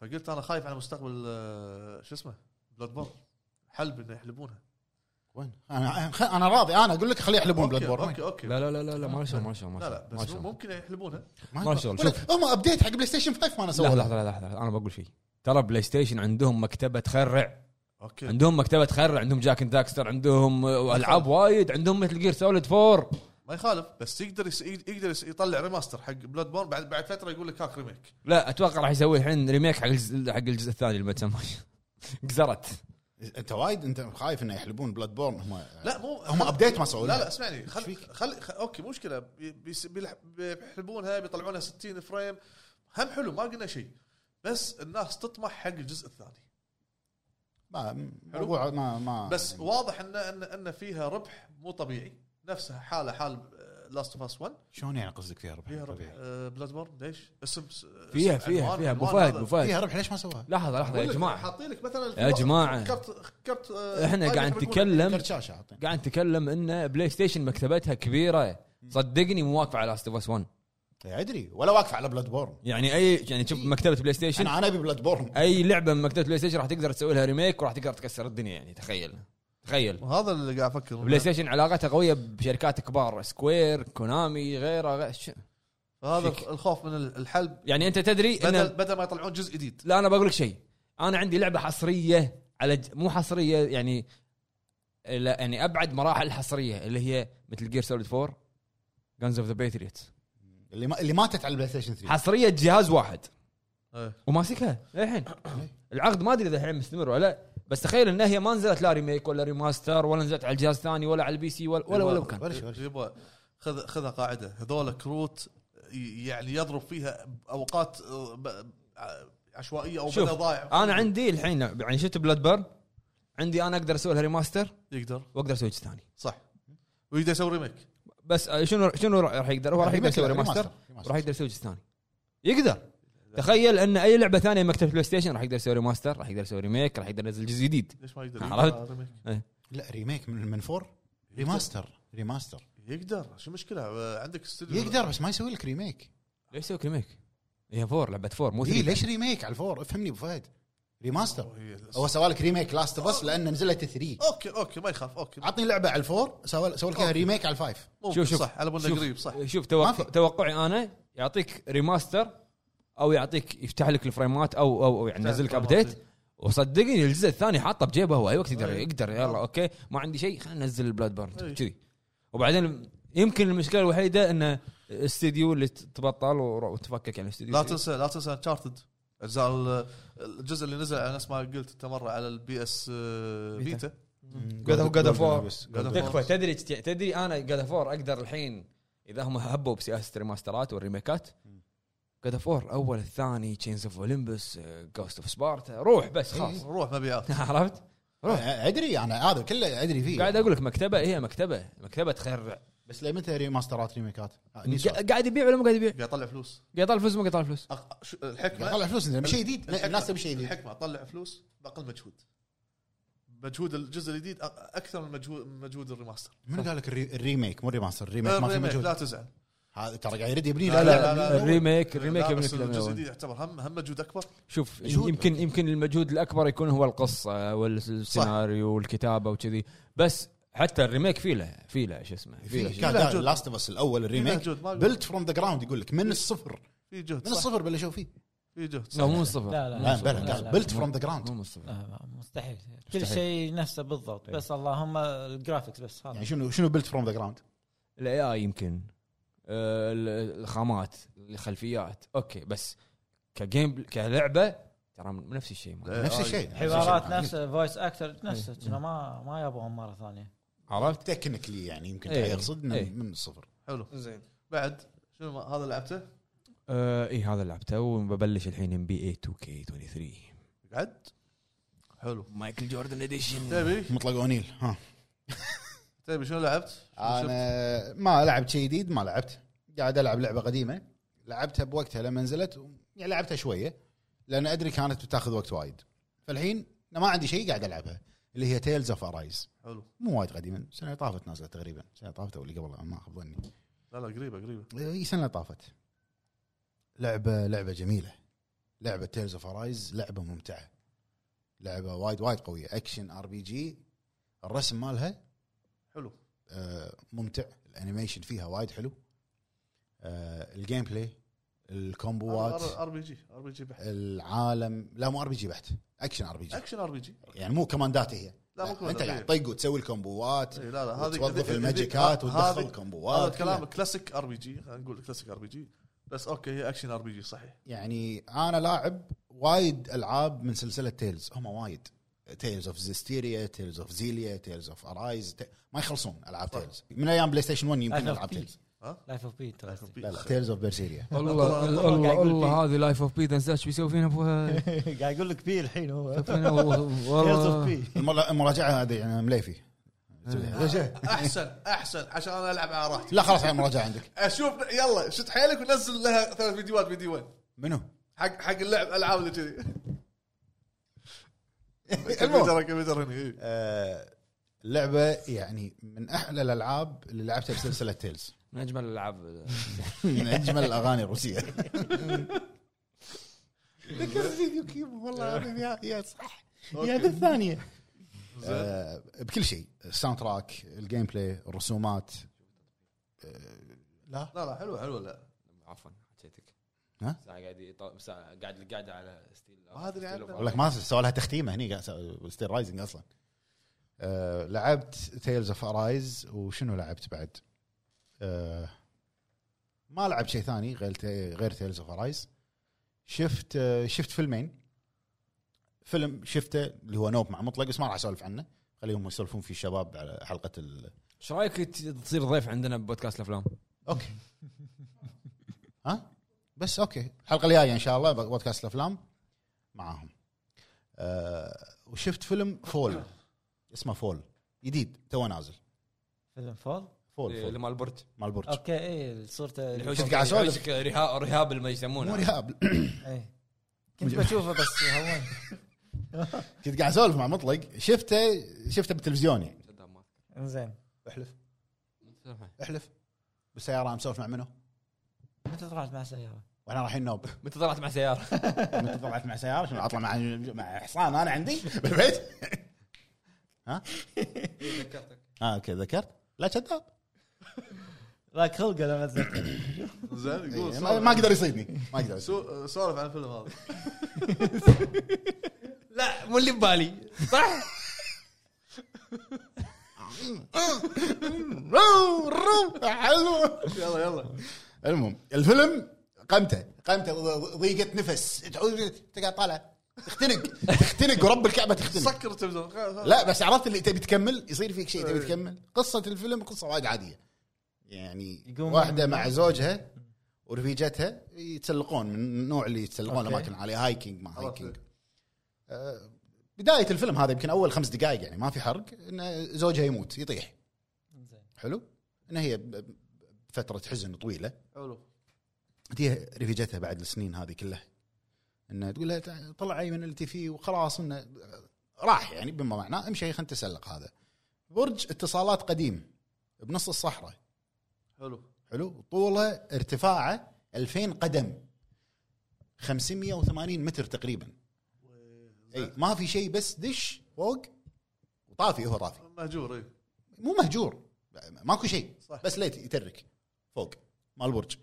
Speaker 2: فقلت انا خايف على مستقبل آه، شو اسمه بلاد بورن حلب انه يحلبونها
Speaker 4: وين انا خ- انا راضي انا اقول لك خليه يحلبون بلاد
Speaker 2: اوكي
Speaker 4: بورن
Speaker 2: اوكي اوكي
Speaker 1: لا لا لا لا لا ما له شغل ما له شغل ما له
Speaker 2: لا لا
Speaker 1: شغل، ما له
Speaker 2: بس
Speaker 1: شغل.
Speaker 2: ممكن يحلبون
Speaker 1: ما شغل،
Speaker 4: ولا-
Speaker 1: شوف.
Speaker 4: هم ابديت حق بلاي ستيشن 5 ما انا
Speaker 1: لحظه
Speaker 4: سووه
Speaker 1: لحظه لحظه لحظة، انا بقول شيء ترى بلاي ستيشن عندهم مكتبه تخرع
Speaker 2: اوكي
Speaker 1: عندهم مكتبه تخرع عندهم جاك اند داكستر عندهم آه، العاب وايد عندهم مثل جير سوليد 4
Speaker 2: ما يخالف بس يقدر يس- يقدر يس- يطلع ريماستر حق بلاد بورن بعد بعد فتره يقول لك هاك ريميك
Speaker 1: لا اتوقع راح يسوي الحين ريميك حق الجزء حق الجزء الثاني اللي ما تسماش قزرت
Speaker 4: انت وايد انت خايف انه يحلبون بلاد بورن هم
Speaker 2: لا مو
Speaker 4: هم update ما سووا
Speaker 2: لا
Speaker 4: لها.
Speaker 2: لا اسمعني خل خل خل- اوكي مشكله بي- بيس- بيلح- بيحلبونها بيطلعونها 60 فريم هم حلو ما قلنا شيء بس الناس تطمح حق الجزء الثاني
Speaker 4: ما
Speaker 2: حلو.
Speaker 4: موضوع ما ما يعني
Speaker 2: بس واضح ان ان ان فيها ربح مو طبيعي نفسها حاله حال آه، لاست اوف اس 1
Speaker 4: شلون يعني قصدك فيها ربح؟
Speaker 2: فيها
Speaker 4: طبيعي.
Speaker 2: بلاد بورن ليش؟ اسم س-
Speaker 1: فيها
Speaker 2: اسم
Speaker 1: فيها
Speaker 2: عنوان-
Speaker 1: فيها ابو
Speaker 2: عنوان
Speaker 1: فهد
Speaker 2: هذا.
Speaker 1: ابو فهد
Speaker 4: فيها ربح ليش ما سووها؟
Speaker 1: لحظه لحظه يا
Speaker 2: أقول لك،
Speaker 1: جماعه
Speaker 2: حاطين لك مثلا
Speaker 1: يا جماعة.
Speaker 2: كرت كرت آه،
Speaker 1: احنا
Speaker 2: طاقة
Speaker 1: قاعد
Speaker 2: يحبون-
Speaker 1: نتكلم
Speaker 4: كرت شاشه اعطينا
Speaker 1: قاعد نتكلم ان بلاي ستيشن مكتبتها كبيره صدقني مو واقفه على لاست اوف اس 1
Speaker 4: ادري ولا واقف على بلاد بورن
Speaker 1: يعني اي يعني شوف
Speaker 2: إيه.
Speaker 1: مكتبه بلاي ستيشن
Speaker 4: انا انا ابي بلاد بورن
Speaker 1: اي لعبه من مكتبه بلاي ستيشن راح تقدر تسوي لها ريميك وراح تقدر تكسر الدنيا يعني تخيل تخيل
Speaker 2: وهذا اللي قاعد افكر
Speaker 1: بلاي ستيشن علاقتها قويه بشركات كبار سكوير كونامي غيره غير ش-
Speaker 2: هذا
Speaker 1: شيك.
Speaker 2: الخوف من الحلب
Speaker 1: يعني انت تدري
Speaker 2: بدل
Speaker 1: ان
Speaker 2: بدل ما يطلعون جزء جديد
Speaker 1: لا انا بقول لك شيء انا عندي لعبه حصريه على ج... مو حصريه يعني لا يعني ابعد مراحل الحصريه اللي هي مثل جير سوليد 4 جانز اوف ذا باتريوتس
Speaker 4: اللي ما اللي ماتت على البلاي ستيشن 3
Speaker 1: حصريه جهاز واحد
Speaker 2: إيه.
Speaker 1: وماسكها للحين العقد ما ادري اذا الحين مستمر ولا لا بس تخيل انها هي ما نزلت لا ريميك ولا ريماستر ولا نزلت على الجهاز الثاني ولا على البي سي ولا ولا, ولا مكان
Speaker 4: ولا شيء ولا شيء.
Speaker 2: يبا خذ خذها قاعده هذول كروت ي- يعني يضرب فيها اوقات آه، ب- ع- عشوائيه او
Speaker 1: شوف،
Speaker 2: بلا ضايع
Speaker 1: انا عندي الحين يعني شفت بلاد بيرن عندي انا اقدر اسوي لها ريماستر
Speaker 2: يقدر
Speaker 1: واقدر اسوي جزء ثاني
Speaker 2: صح ويقدر يسوي ريميك
Speaker 1: بس آه، شنو شنو راح يقدر هو راح
Speaker 4: يعني
Speaker 1: يقدر يسوي ريماستر
Speaker 4: ريماستر.
Speaker 1: راح يقدر يسوي جزء ثاني يقدر تخيل ان اي لعبه ثانيه مكتب بلاي ستيشن راح يقدر يسوي ريماستر راح يقدر يسوي ريميك راح يقدر ينزل جزء جديد
Speaker 2: ليش ما يقدر
Speaker 1: نعم. عرفت؟
Speaker 2: يقدر ريميك
Speaker 4: لا ريميك من من فور ريماستر ريماستر
Speaker 2: يقدر شو المشكله آه، عندك استوديو
Speaker 4: يقدر بس ما يسوي لك ريميك
Speaker 1: ليش يسوي ريميك؟ هي فور لعبه فور مو
Speaker 4: اي
Speaker 1: ثري
Speaker 4: إيه، ليش ريميك على الفور افهمني ابو فهد ريماستر
Speaker 2: هي-
Speaker 4: هو سوى لك ريميك لاست اوف اس لانه نزلت 3
Speaker 2: اوكي اوكي ما يخاف اوكي
Speaker 4: عطني لعبه على الفور سوى سوى لك إياها ريميك على الفايف
Speaker 2: ممكن
Speaker 1: شوف- شوف.
Speaker 2: صح على بالنا
Speaker 1: شوف.
Speaker 2: قريب صح
Speaker 1: شوف
Speaker 4: ما
Speaker 1: توقع
Speaker 4: في.
Speaker 1: توقعي انا يعطيك ريماستر او يعطيك يفتح لك الفريمات او او, أو يعني
Speaker 2: يفتح
Speaker 1: ينزل لك
Speaker 2: الفريمات. إيه.
Speaker 1: ابديت وصدقني الجزء الثاني حاطه بجيبه هو اي وقت يقدر
Speaker 2: أي.
Speaker 1: يقدر يلا اوكي ما عندي شيء خلينا ننزل البلاد
Speaker 2: أي.
Speaker 1: بورن كذي وبعدين يمكن المشكله الوحيده انه الاستديو اللي تبطل ور- وتفكك يعني عن الاستديو
Speaker 2: لا تنسى لا تنسى انشارتد اجزاء ال- الجزء اللي نزل على نفس ما قلت انت مره على البي اس آه، بيتا
Speaker 1: God of- God of War.
Speaker 2: God of War.
Speaker 1: تكفى تدري تدري انا جاد فور اقدر الحين اذا هم هبوا بسياسه الريماسترات والريميكات جاد فور اول الثاني تشينز اوف اولمبس جوست اوف سبارتا روح بس
Speaker 3: إيه.
Speaker 1: خلاص
Speaker 4: إيه.
Speaker 2: روح مبيعات
Speaker 1: عرفت؟ روح
Speaker 4: ادري انا هذا كله ادري
Speaker 1: قاعد
Speaker 4: فيه
Speaker 1: اقول لك مكتبه هي مكتبه مكتبه تخرع
Speaker 4: بس ليه متى ريماسترات ريميكات؟ آه، لي سؤال.
Speaker 1: قاعد يبيع ولا مو قاعد يبيع؟
Speaker 2: قاعد يطلع فلوس
Speaker 1: قاعد يطلع فلوس مو قاعد يطلع فلوس
Speaker 2: أق- شو- الحكمه
Speaker 4: قاعد يطلع فلوس زين، شيء جديد
Speaker 2: الحكمة-
Speaker 4: الناس تبي شيء جديد
Speaker 2: الحكمه اطلع فلوس باقل مجهود مجهود الجزء الجديد أ- اكثر من مجهود مجهود الريماستر
Speaker 4: من قال لك الري- الريميك مو الريماستر الريميك ما في
Speaker 2: الريميك لا
Speaker 4: مجهود
Speaker 2: تزعل
Speaker 4: هذا ترى قاعد يرد يبني
Speaker 1: لا
Speaker 4: لا
Speaker 1: لا
Speaker 4: لا
Speaker 2: لا، لا.
Speaker 1: الريميك الريميك
Speaker 2: لا،
Speaker 1: يبني
Speaker 2: بس
Speaker 1: لك
Speaker 2: الجزء
Speaker 1: الأول.
Speaker 2: الجديد يعتبر هم هم مجهود اكبر
Speaker 1: شوف
Speaker 4: مجهود.
Speaker 1: يمكن يمكن المجهود الاكبر يكون هو القص والسيناريو والكتابه وكذي بس حتى الريميك في له في له شو اسمه في له
Speaker 4: في
Speaker 1: شيء.
Speaker 4: كان
Speaker 2: في مجهود.
Speaker 4: لاست اوف اس الاول
Speaker 1: إيه،
Speaker 4: الريميك
Speaker 2: مجهود، ما-
Speaker 4: بلت فروم ذا جراوند يقول لك من الصفر
Speaker 2: في جهد
Speaker 4: من
Speaker 2: صح
Speaker 4: الصفر بلشوا فيه
Speaker 2: في جهد
Speaker 1: لا
Speaker 2: صح
Speaker 1: مو من الصفر
Speaker 3: لا، لا،
Speaker 1: مو
Speaker 3: لا،
Speaker 1: من
Speaker 4: لا
Speaker 1: الصفر.
Speaker 4: بلا
Speaker 3: لا،
Speaker 4: قال بلت
Speaker 1: مو-
Speaker 4: فروم ذا
Speaker 1: مو
Speaker 4: جراوند
Speaker 1: من الصفر
Speaker 3: آه، مستحيل كل شيء نفسه بالضبط بس اللهم الجرافكس بس
Speaker 4: يعني
Speaker 3: هذا
Speaker 4: شنو شنو بلت فروم ذا جراوند؟
Speaker 1: الاي اي يمكن آه، ال- الخامات الخلفيات اوكي بس كجيم كلعبه ترى من- نفس الشيء ما-
Speaker 2: إيه،
Speaker 4: نفس
Speaker 2: آه،
Speaker 4: الشيء.
Speaker 3: حوارات نفسه فويس
Speaker 4: إيه،
Speaker 3: اكتر نفسه كنا ما ما يبغون مره ثانيه
Speaker 1: عرفت؟
Speaker 4: تكنيكلي يعني يمكن
Speaker 1: إيه.
Speaker 4: يقصد إنه
Speaker 1: إيه.
Speaker 4: من الصفر
Speaker 2: حلو
Speaker 1: زين
Speaker 2: بعد شنو ما- هذا لعبته
Speaker 1: آه اي هذا لعبته وببلش الحين ام بي اي 2 كي 23
Speaker 2: قعد حلو
Speaker 1: مايكل جوردن اديشن
Speaker 3: طيب.
Speaker 2: تبي
Speaker 4: مطلق اونيل ها
Speaker 2: تبي شنو لعبت؟ شنو شفت؟
Speaker 4: انا ما لعبت شيء جديد ما لعبت قاعد العب لعبه قديمه لعبتها بوقتها لما نزلت و- يعني لعبتها شويه لان ادري كانت بتاخذ وقت وايد فالحين أنا ما عندي شيء قاعد العبها اللي هي تيلز اوف ارايز
Speaker 2: حلو
Speaker 4: مو وايد قديمه سنه طافت نازله تقريبا سنه طافت او اللي قبل ما اخذ ظني
Speaker 2: لا لا قريبه قريبه
Speaker 4: اي سنه إيه، طافت لعبه لعبه جميله لعبه تيلز اوف ارايز لعبه ممتعه لعبه وايد وايد قويه اكشن ار بي جي الرسم مالها
Speaker 2: حلو
Speaker 4: آه، ممتع الانيميشن فيها وايد حلو آه، الجيم بلاي الكومبوات
Speaker 2: ار بي جي ار بي جي بحت
Speaker 4: العالم لا مو ار بي جي بحت اكشن ار بي جي
Speaker 2: اكشن ار بي جي
Speaker 4: يعني مو كماندات هي
Speaker 2: لا مو كمان
Speaker 4: انت
Speaker 2: إيه.
Speaker 4: قاعد تطق وتسوي الكومبوات
Speaker 2: إيه، لا لا هذه
Speaker 4: وتوظف
Speaker 2: هذه-
Speaker 4: الماجيكات
Speaker 2: هذه-
Speaker 4: وتدخل
Speaker 2: هذه-
Speaker 4: الكومبوات
Speaker 2: هذا كلام
Speaker 4: كلها.
Speaker 2: كلاسيك ار بي جي خلينا نقول كلاسيك ار بي جي بس اوكي هي اكشن ار بي جي صحيح
Speaker 4: يعني انا لاعب وايد العاب من سلسله تيلز هم وايد تيلز اوف زيستيريا تيلز اوف زيليا تيلز اوف ارايز ما يخلصون العاب
Speaker 2: صح.
Speaker 4: تيلز من ايام بلاي ستيشن 1 يمكن
Speaker 3: طيب. أنا
Speaker 4: العاب
Speaker 3: في-
Speaker 4: تيلز
Speaker 3: لايف اوف بي
Speaker 4: لا لا تيلز اوف برسيريا
Speaker 1: الله
Speaker 2: أطلع-
Speaker 3: أطلع قاعد
Speaker 1: الله
Speaker 3: يقول
Speaker 1: الله
Speaker 3: فيه.
Speaker 1: هذه لايف اوف بي انسى ايش بيسوي فينا ابوها
Speaker 3: قاعد يقول لك بي الحين هو
Speaker 1: فينا والله-
Speaker 3: تيلز اوف
Speaker 1: والله
Speaker 3: بي
Speaker 4: المرا- المراجعه هذه يعني مليفي
Speaker 2: احسن احسن عشان انا العب على راحتي
Speaker 4: لا خلاص هاي المراجعه عندك
Speaker 2: اشوف يلا شد حيلك ونزل لها ثلاث فيديوهات فيديوين
Speaker 4: منو؟
Speaker 2: حق حق اللعب العاب اللي كذي
Speaker 4: المهم
Speaker 2: كمبيوتر كمبيوتر هنا إيه.
Speaker 4: آه، اللعبه يعني من احلى الالعاب اللي لعبتها بسلسله تيلز
Speaker 1: من آه، اجمل الالعاب
Speaker 4: من اجمل الاغاني الروسيه ذكرت فيديو كيب والله العظيم يا يا صح يا ذي الثانيه
Speaker 2: زين.
Speaker 4: آه، بكل شيء الساوند تراك الجيم بلاي الرسومات آه، لا
Speaker 2: لا لا حلوه حلوه لا
Speaker 1: عفوا حكيتك
Speaker 4: ها؟
Speaker 1: ساعه قاعد يط- ساعة قاعد قاعد على ستيل
Speaker 2: ما أدري عنه.
Speaker 4: اقول لك ما سوى لها تختيمه هني قاعد أسوي- ستيل رايزنج اصلا آه لعبت تيلز اوف ارايز وشنو لعبت بعد؟ آه ما لعبت شيء ثاني غير تي- غير تيلز اوف ارايز شفت آه شفت فيلمين فيلم شفته اللي هو نوب مع مطلق بس ما راح اسولف عنه خليهم يسولفون فيه الشباب على حلقه ال
Speaker 1: ايش رايك ت- تصير ضيف عندنا ببودكاست الافلام؟
Speaker 4: اوكي ها بس اوكي الحلقه الجايه ان شاء الله بودكاست الافلام معاهم آه وشفت فيلم فول اسمه فول جديد تو نازل
Speaker 3: فيلم فول
Speaker 4: فول,
Speaker 1: اللي
Speaker 4: فول.
Speaker 1: مال البرج
Speaker 4: مال برج
Speaker 3: اوكي اي إيه، صورته
Speaker 4: شفت قاعد أسولف؟
Speaker 1: يحوشك رهاب رهاب اللي ما
Speaker 4: مو
Speaker 1: يسمونه
Speaker 4: رهاب
Speaker 3: إيه. كنت بشوفه بس هون
Speaker 4: كنت قاعد اسولف مع مطلق شفته شفته بالتلفزيون يعني
Speaker 3: انزين
Speaker 4: احلف احلف بالسياره عم سولف مع منو؟
Speaker 3: متى طلعت مع سياره؟
Speaker 4: واحنا رايحين نوب
Speaker 1: متى طلعت مع سياره؟
Speaker 4: متى طلعت مع سياره شنو اطلع مع مع حصان انا عندي بالبيت ها؟ اه اوكي ذكرت لا كذاب
Speaker 3: لا خلقه لما اتذكر
Speaker 2: زين يقول
Speaker 4: إيه، ما
Speaker 2: سولف-
Speaker 4: ما قدر يصيدني ما قدر يصيدني.
Speaker 2: سو- سولف عن الفيلم هذا
Speaker 1: لا مو اللي ببالي صح؟
Speaker 4: رو رو حلو
Speaker 2: يلا يلا
Speaker 4: المهم الفيلم قمته قمته ضيقت نفس تعود انت قاعد طالع تختنق تختنق ورب الكعبه تختنق
Speaker 2: سكر التلفزيون لا
Speaker 4: لا بس عرفت اللي تبي تكمل يصير فيك شيء
Speaker 3: أيوة.
Speaker 4: تبي تكمل قصه الفيلم قصه وايد عاديه يعني
Speaker 3: يقوم
Speaker 4: واحده
Speaker 3: من-
Speaker 4: مع زوجها ورفيجتها يتسلقون من النوع اللي يتسلقون
Speaker 3: أوكي.
Speaker 4: اماكن عاليه هايكينج ما
Speaker 2: عرفت.
Speaker 4: هايكينج آه، بدايه الفيلم هذا يمكن اول خمس دقائق يعني ما في حرق ان زوجها يموت يطيح
Speaker 3: إنزين.
Speaker 4: حلو ان هي ب- ب- بفتره حزن طويله
Speaker 2: حلو
Speaker 4: تجيها رفيجتها بعد السنين هذه كلها انها تقول لها تع- طلعي من اللي انت فيه وخلاص انه راح يعني بما معناه امشي خلينا نتسلق هذا برج اتصالات قديم بنص الصحراء
Speaker 2: حلو
Speaker 4: حلو طوله ارتفاعه 2000 قدم 580 متر تقريبا اي ما في شيء بس دش فوق وطافي هو طافي
Speaker 2: مهجور إيه. اي
Speaker 4: مو مهجور ماكو شيء
Speaker 2: صح.
Speaker 4: بس ليت يترك فوق مال برج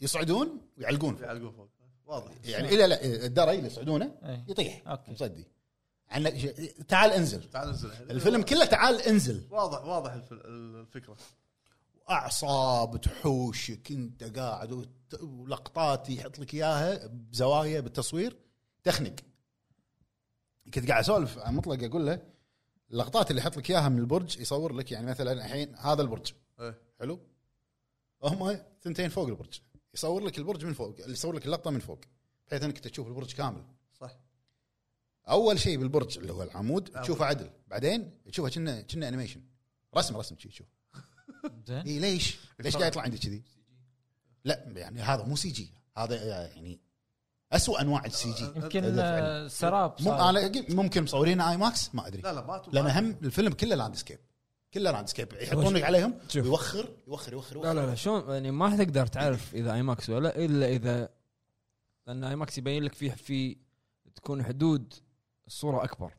Speaker 4: يصعدون ويعلقون فوق.
Speaker 2: يعلقون فوق واضح
Speaker 4: يعني الى لا الدرج اللي يصعدونه
Speaker 3: إيه.
Speaker 4: يطيح
Speaker 3: أوكي.
Speaker 4: مصدي عنا ش- تعال انزل
Speaker 2: تعال ننزل
Speaker 4: الفيلم كله تعال انزل
Speaker 2: واضح واضح الف- الفكره
Speaker 4: اعصاب تحوشك انت قاعد وت- ولقطات يحط لك اياها بزوايا بالتصوير تخنق كنت قاعد اسولف عن مطلق اقول له اللقطات اللي يحط لك اياها من البرج يصور لك يعني مثلا الحين هذا البرج
Speaker 2: إيه.
Speaker 4: حلو هم ثنتين فوق البرج يصور لك البرج من فوق يصور لك اللقطه من فوق بحيث انك تشوف البرج كامل
Speaker 2: صح
Speaker 4: اول شيء بالبرج اللي هو العمود
Speaker 2: آه.
Speaker 4: تشوفه عدل بعدين تشوفه كنا كنا انيميشن رسم رسم شي تشوف
Speaker 3: زين
Speaker 4: اي إيه، ليش؟ ليش قاعد يطلع عندي كذي؟ لا يعني هذا مو سي جي هذا يعني اسوء انواع السي جي
Speaker 3: يمكن
Speaker 4: هذا فعلا.
Speaker 3: آه، سراب
Speaker 4: مم
Speaker 3: صار.
Speaker 4: انا ممكن مصورين اي ماكس ما ادري
Speaker 2: لا لا ما
Speaker 4: لان هم الفيلم كله لاند سكيب كله لاند سكيب يحطون لك عليهم
Speaker 1: شوف.
Speaker 4: يوخر يوخر يوخر
Speaker 1: لا لا لا شلون يعني ما تقدر تعرف اذا اي ماكس ولا الا اذا لان اي ماكس يبين لك فيه في تكون حدود الصوره اكبر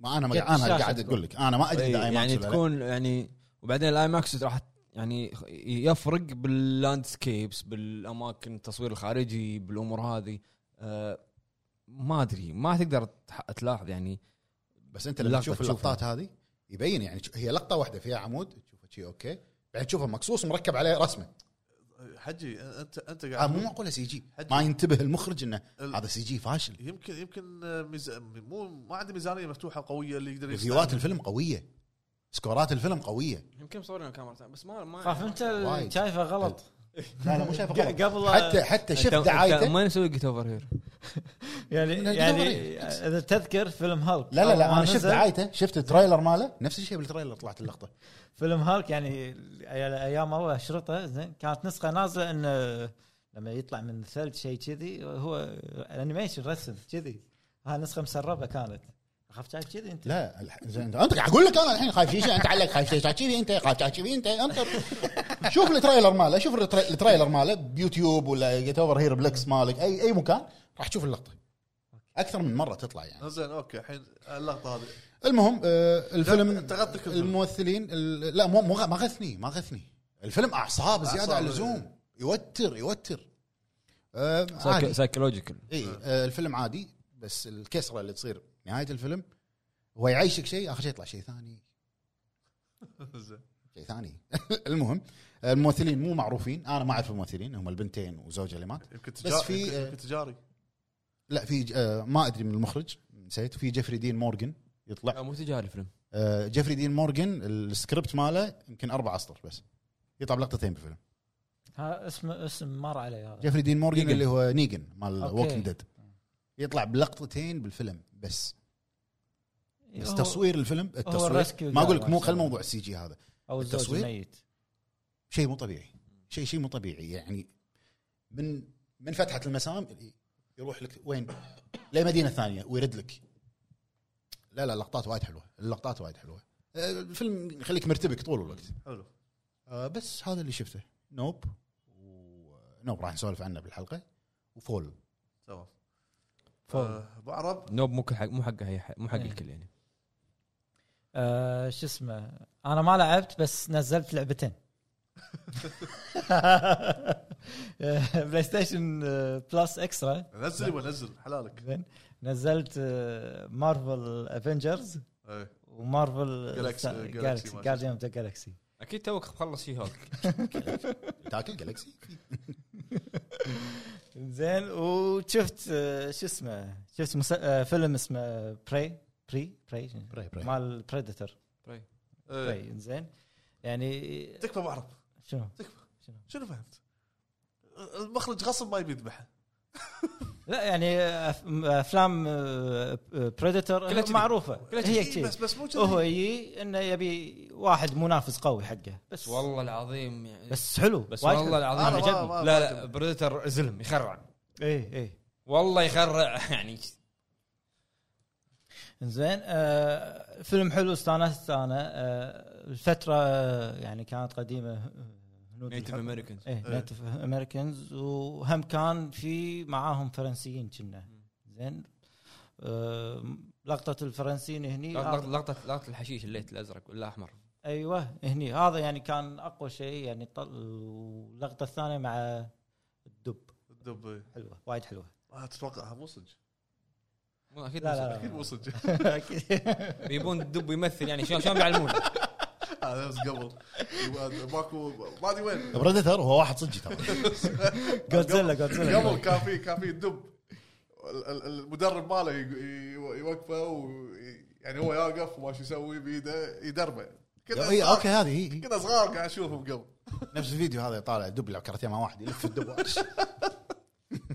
Speaker 4: ما انا ما
Speaker 3: قد
Speaker 4: انا
Speaker 3: الشاشة
Speaker 4: قاعد اقول لك انا ما ادري
Speaker 1: إي،
Speaker 4: اذا اي ماكس
Speaker 1: يعني
Speaker 4: ولا لا.
Speaker 1: تكون يعني وبعدين الاي ماكس راح يعني يفرق باللاندسكيبس بالاماكن التصوير الخارجي بالامور هذه آه، ما ادري ما تقدر تح- تلاحظ يعني
Speaker 4: بس انت لما
Speaker 1: اللقطة
Speaker 4: تشوف
Speaker 1: تشوفها.
Speaker 4: اللقطات هذه يبين يعني هي لقطه واحده فيها عمود تشوفه شي اوكي بعدين تشوفه مقصوص مركب عليه رسمه
Speaker 2: حجي انت انت
Speaker 4: آه،
Speaker 2: قاعد
Speaker 4: مو معقوله سي جي
Speaker 2: حجي.
Speaker 4: ما ينتبه المخرج انه
Speaker 2: ال-
Speaker 4: هذا سي جي فاشل
Speaker 2: يمكن يمكن ميز... مو ما عنده ميزانيه مفتوحه قويه اللي يقدر
Speaker 4: ريفيوات الفيلم قويه سكورات الفيلم قويه
Speaker 1: يمكن مصورين كاميرا بس ما ما يعني
Speaker 3: خاف انت اللي
Speaker 4: وايد.
Speaker 3: شايفه غلط
Speaker 4: لا لا مو شايفه
Speaker 3: ق-
Speaker 4: غلط.
Speaker 3: قبل
Speaker 4: حتى حتى شفت دعايته
Speaker 1: ما نسوي جيت اوفر هير
Speaker 3: يعني
Speaker 4: إنه
Speaker 3: يعني
Speaker 4: دوري.
Speaker 3: اذا تذكر فيلم هالك
Speaker 4: لا لا
Speaker 3: أول
Speaker 4: لا
Speaker 3: ما
Speaker 4: انا شفت
Speaker 3: نزل،
Speaker 4: دعايته شفت التريلر ماله نفس الشيء بالتريلر طلعت اللقطه
Speaker 3: فيلم هالك يعني أي- ايام اول شرطه زين كانت نسخه نازله انه آه، لما يطلع من الثلج شيء كذي هو انيميشن رسم كذي هاي نسخه مسربه كانت خفت شايف كذي انت
Speaker 4: لا الح- زين انت أنت قاعد اقول لك انا الحين خايف شيء انت عليك خايف شيء تشاتشيفي انت خايف تشاتشيفي انت انطر شوف التريلر ماله شوف التري- التريلر ماله بيوتيوب ولا جيت اوفر هير بلكس مالك اي اي مكان راح تشوف اللقطه اكثر من مره تطلع يعني
Speaker 2: زين اوكي الحين اللقطه هذه
Speaker 4: المهم آه، الفيلم
Speaker 2: أنت غطي كل فيلم.
Speaker 4: الممثلين ال- لا مو مو غ- ما غثني ما غثني الفيلم اعصاب
Speaker 2: أعصاب.
Speaker 4: زياده على اللزوم يوتر يوتر آه، عادي
Speaker 1: سايكولوجيكال
Speaker 4: اي آه، الفيلم عادي بس الكسره اللي تصير نهايه الفيلم هو يعيشك شيء اخر شيء يطلع شيء ثاني
Speaker 2: زين
Speaker 4: شيء ثاني المهم آه، الممثلين مو معروفين انا ما اعرف الممثلين هم البنتين وزوجها اللي مات
Speaker 2: يمكن تجاري بس
Speaker 4: في-
Speaker 2: في يمكن تجاري
Speaker 4: لا في ج- آه، ما ادري من المخرج نسيت في جيفري دين مورجن يطلع
Speaker 1: مو تجاري الفيلم
Speaker 4: آه، جيفري دين مورجن السكريبت ماله يمكن اربع اسطر بس يطلع بلقطتين بالفيلم
Speaker 3: ها اسم اسم مر علي هذا
Speaker 4: جيفري دين مورجن
Speaker 1: نيجن.
Speaker 4: اللي هو نيجن مال
Speaker 3: آه. أوكي.
Speaker 4: ووكينج ديد يطلع بلقطتين بالفيلم بس بس
Speaker 3: هو-
Speaker 4: تصوير الفيلم
Speaker 3: الريسكيو
Speaker 4: التصوير ما اقول لك
Speaker 3: جاي
Speaker 4: مو
Speaker 3: نفسه.
Speaker 4: خل موضوع السي جي هذا
Speaker 3: او الزوج
Speaker 4: التصوير؟
Speaker 3: الميت
Speaker 4: شيء مو طبيعي شيء شيء مو طبيعي يعني من من فتحه المسام يروح لك وين؟ لمدينه ثانيه ويرد لك لا لا لقطات وايد حلوه اللقطات وايد حلوه آه، الفيلم يخليك مرتبك طول الوقت
Speaker 2: حلو
Speaker 4: آه، بس هذا اللي شفته نوب ونوب راح نسولف عنه بالحلقه وفول
Speaker 2: تمام
Speaker 1: فول.
Speaker 2: آه، ابو عرب
Speaker 1: نوب مو كل حق مو حق هي- مو حق
Speaker 3: إيه.
Speaker 1: الكل يعني
Speaker 3: آه، شو اسمه انا ما لعبت بس نزلت لعبتين بلاي ستيشن آه، بلس اكسترا
Speaker 2: نزل يبا نزل حلالك
Speaker 3: زين نزلت آه، مارفل افنجرز
Speaker 2: إيه.
Speaker 3: ومارفل
Speaker 2: جالاكسي-
Speaker 3: سا-
Speaker 2: جالاكسي
Speaker 3: جالاكسي
Speaker 2: ما شاء
Speaker 3: جارديان اوف ذا جالاكسي
Speaker 1: اكيد توك خلص شي هولك
Speaker 4: تاكل جالكسي
Speaker 3: زين وشفت آه، شو اسمه شفت مس- آه، فيلم اسمه بري بري بري
Speaker 4: براي براي
Speaker 3: مال بريدتر
Speaker 2: إيه.
Speaker 3: بري زين يعني
Speaker 2: تكفى ابو عرب
Speaker 3: شنو
Speaker 2: شنو فهمت؟ المخرج غصب ما يبي يذبحه
Speaker 3: لا يعني أف- آه، افلام
Speaker 1: كلها
Speaker 3: بريدتور
Speaker 1: كذي.
Speaker 3: معروفه هي
Speaker 2: إيه، بس
Speaker 3: كذي
Speaker 2: بس مو
Speaker 3: هو
Speaker 2: كذي
Speaker 3: يجي انه يبي واحد منافس قوي حقه بس
Speaker 1: والله العظيم يعني
Speaker 3: بس حلو
Speaker 1: بس
Speaker 3: وايد
Speaker 1: والله
Speaker 3: حلو.
Speaker 1: العظيم
Speaker 2: أنا ما-
Speaker 1: عجبني
Speaker 2: ما-
Speaker 1: لا
Speaker 2: ما
Speaker 1: لا بريدتر زلم يخرع
Speaker 3: اي اي
Speaker 1: والله يخرع يعني
Speaker 3: زين آه فيلم حلو استانست انا آه الفتره آه، يعني كانت قديمه آه، هنود
Speaker 1: نيتف
Speaker 3: الحرب.
Speaker 1: امريكانز
Speaker 3: ايه
Speaker 2: إيه.
Speaker 3: نيتف امريكانز وهم كان في معاهم فرنسيين كنا زين آه لقطه الفرنسيين هني
Speaker 1: لقطه لقطه الحشيش الليت الازرق والاحمر
Speaker 3: ايوه هني هذا يعني كان اقوى شيء يعني طل... اللقطه الثانيه مع الدب
Speaker 2: الدب إيه.
Speaker 3: حلوه وايد حلوه
Speaker 2: ما اتوقعها مو صدق
Speaker 1: مو اكيد
Speaker 3: لا،
Speaker 1: مو
Speaker 3: لا،
Speaker 1: صدق.
Speaker 2: اكيد مو صدق
Speaker 3: أكيد.
Speaker 1: يبون الدب يمثل يعني شلون شلون بيعلمون
Speaker 2: هذا امس قبل ماكو ما ادري وين
Speaker 4: بريدتر هو واحد صجي ترى
Speaker 3: جودزيلا
Speaker 2: قبل
Speaker 3: جودزيلا
Speaker 2: كان في كان في دب ال- ال- المدرب ماله ي- ي- يوقفه و- يعني هو يوقف وما شو يسوي بايده يدربه كنا
Speaker 1: إيه،
Speaker 4: اي
Speaker 2: صغار-
Speaker 4: اوكي هذه هي- هي.
Speaker 2: كنا صغار قاعد اشوفهم قبل
Speaker 4: نفس الفيديو هذا طالع دب يلعب كاراتيه مع واحد يلف الدب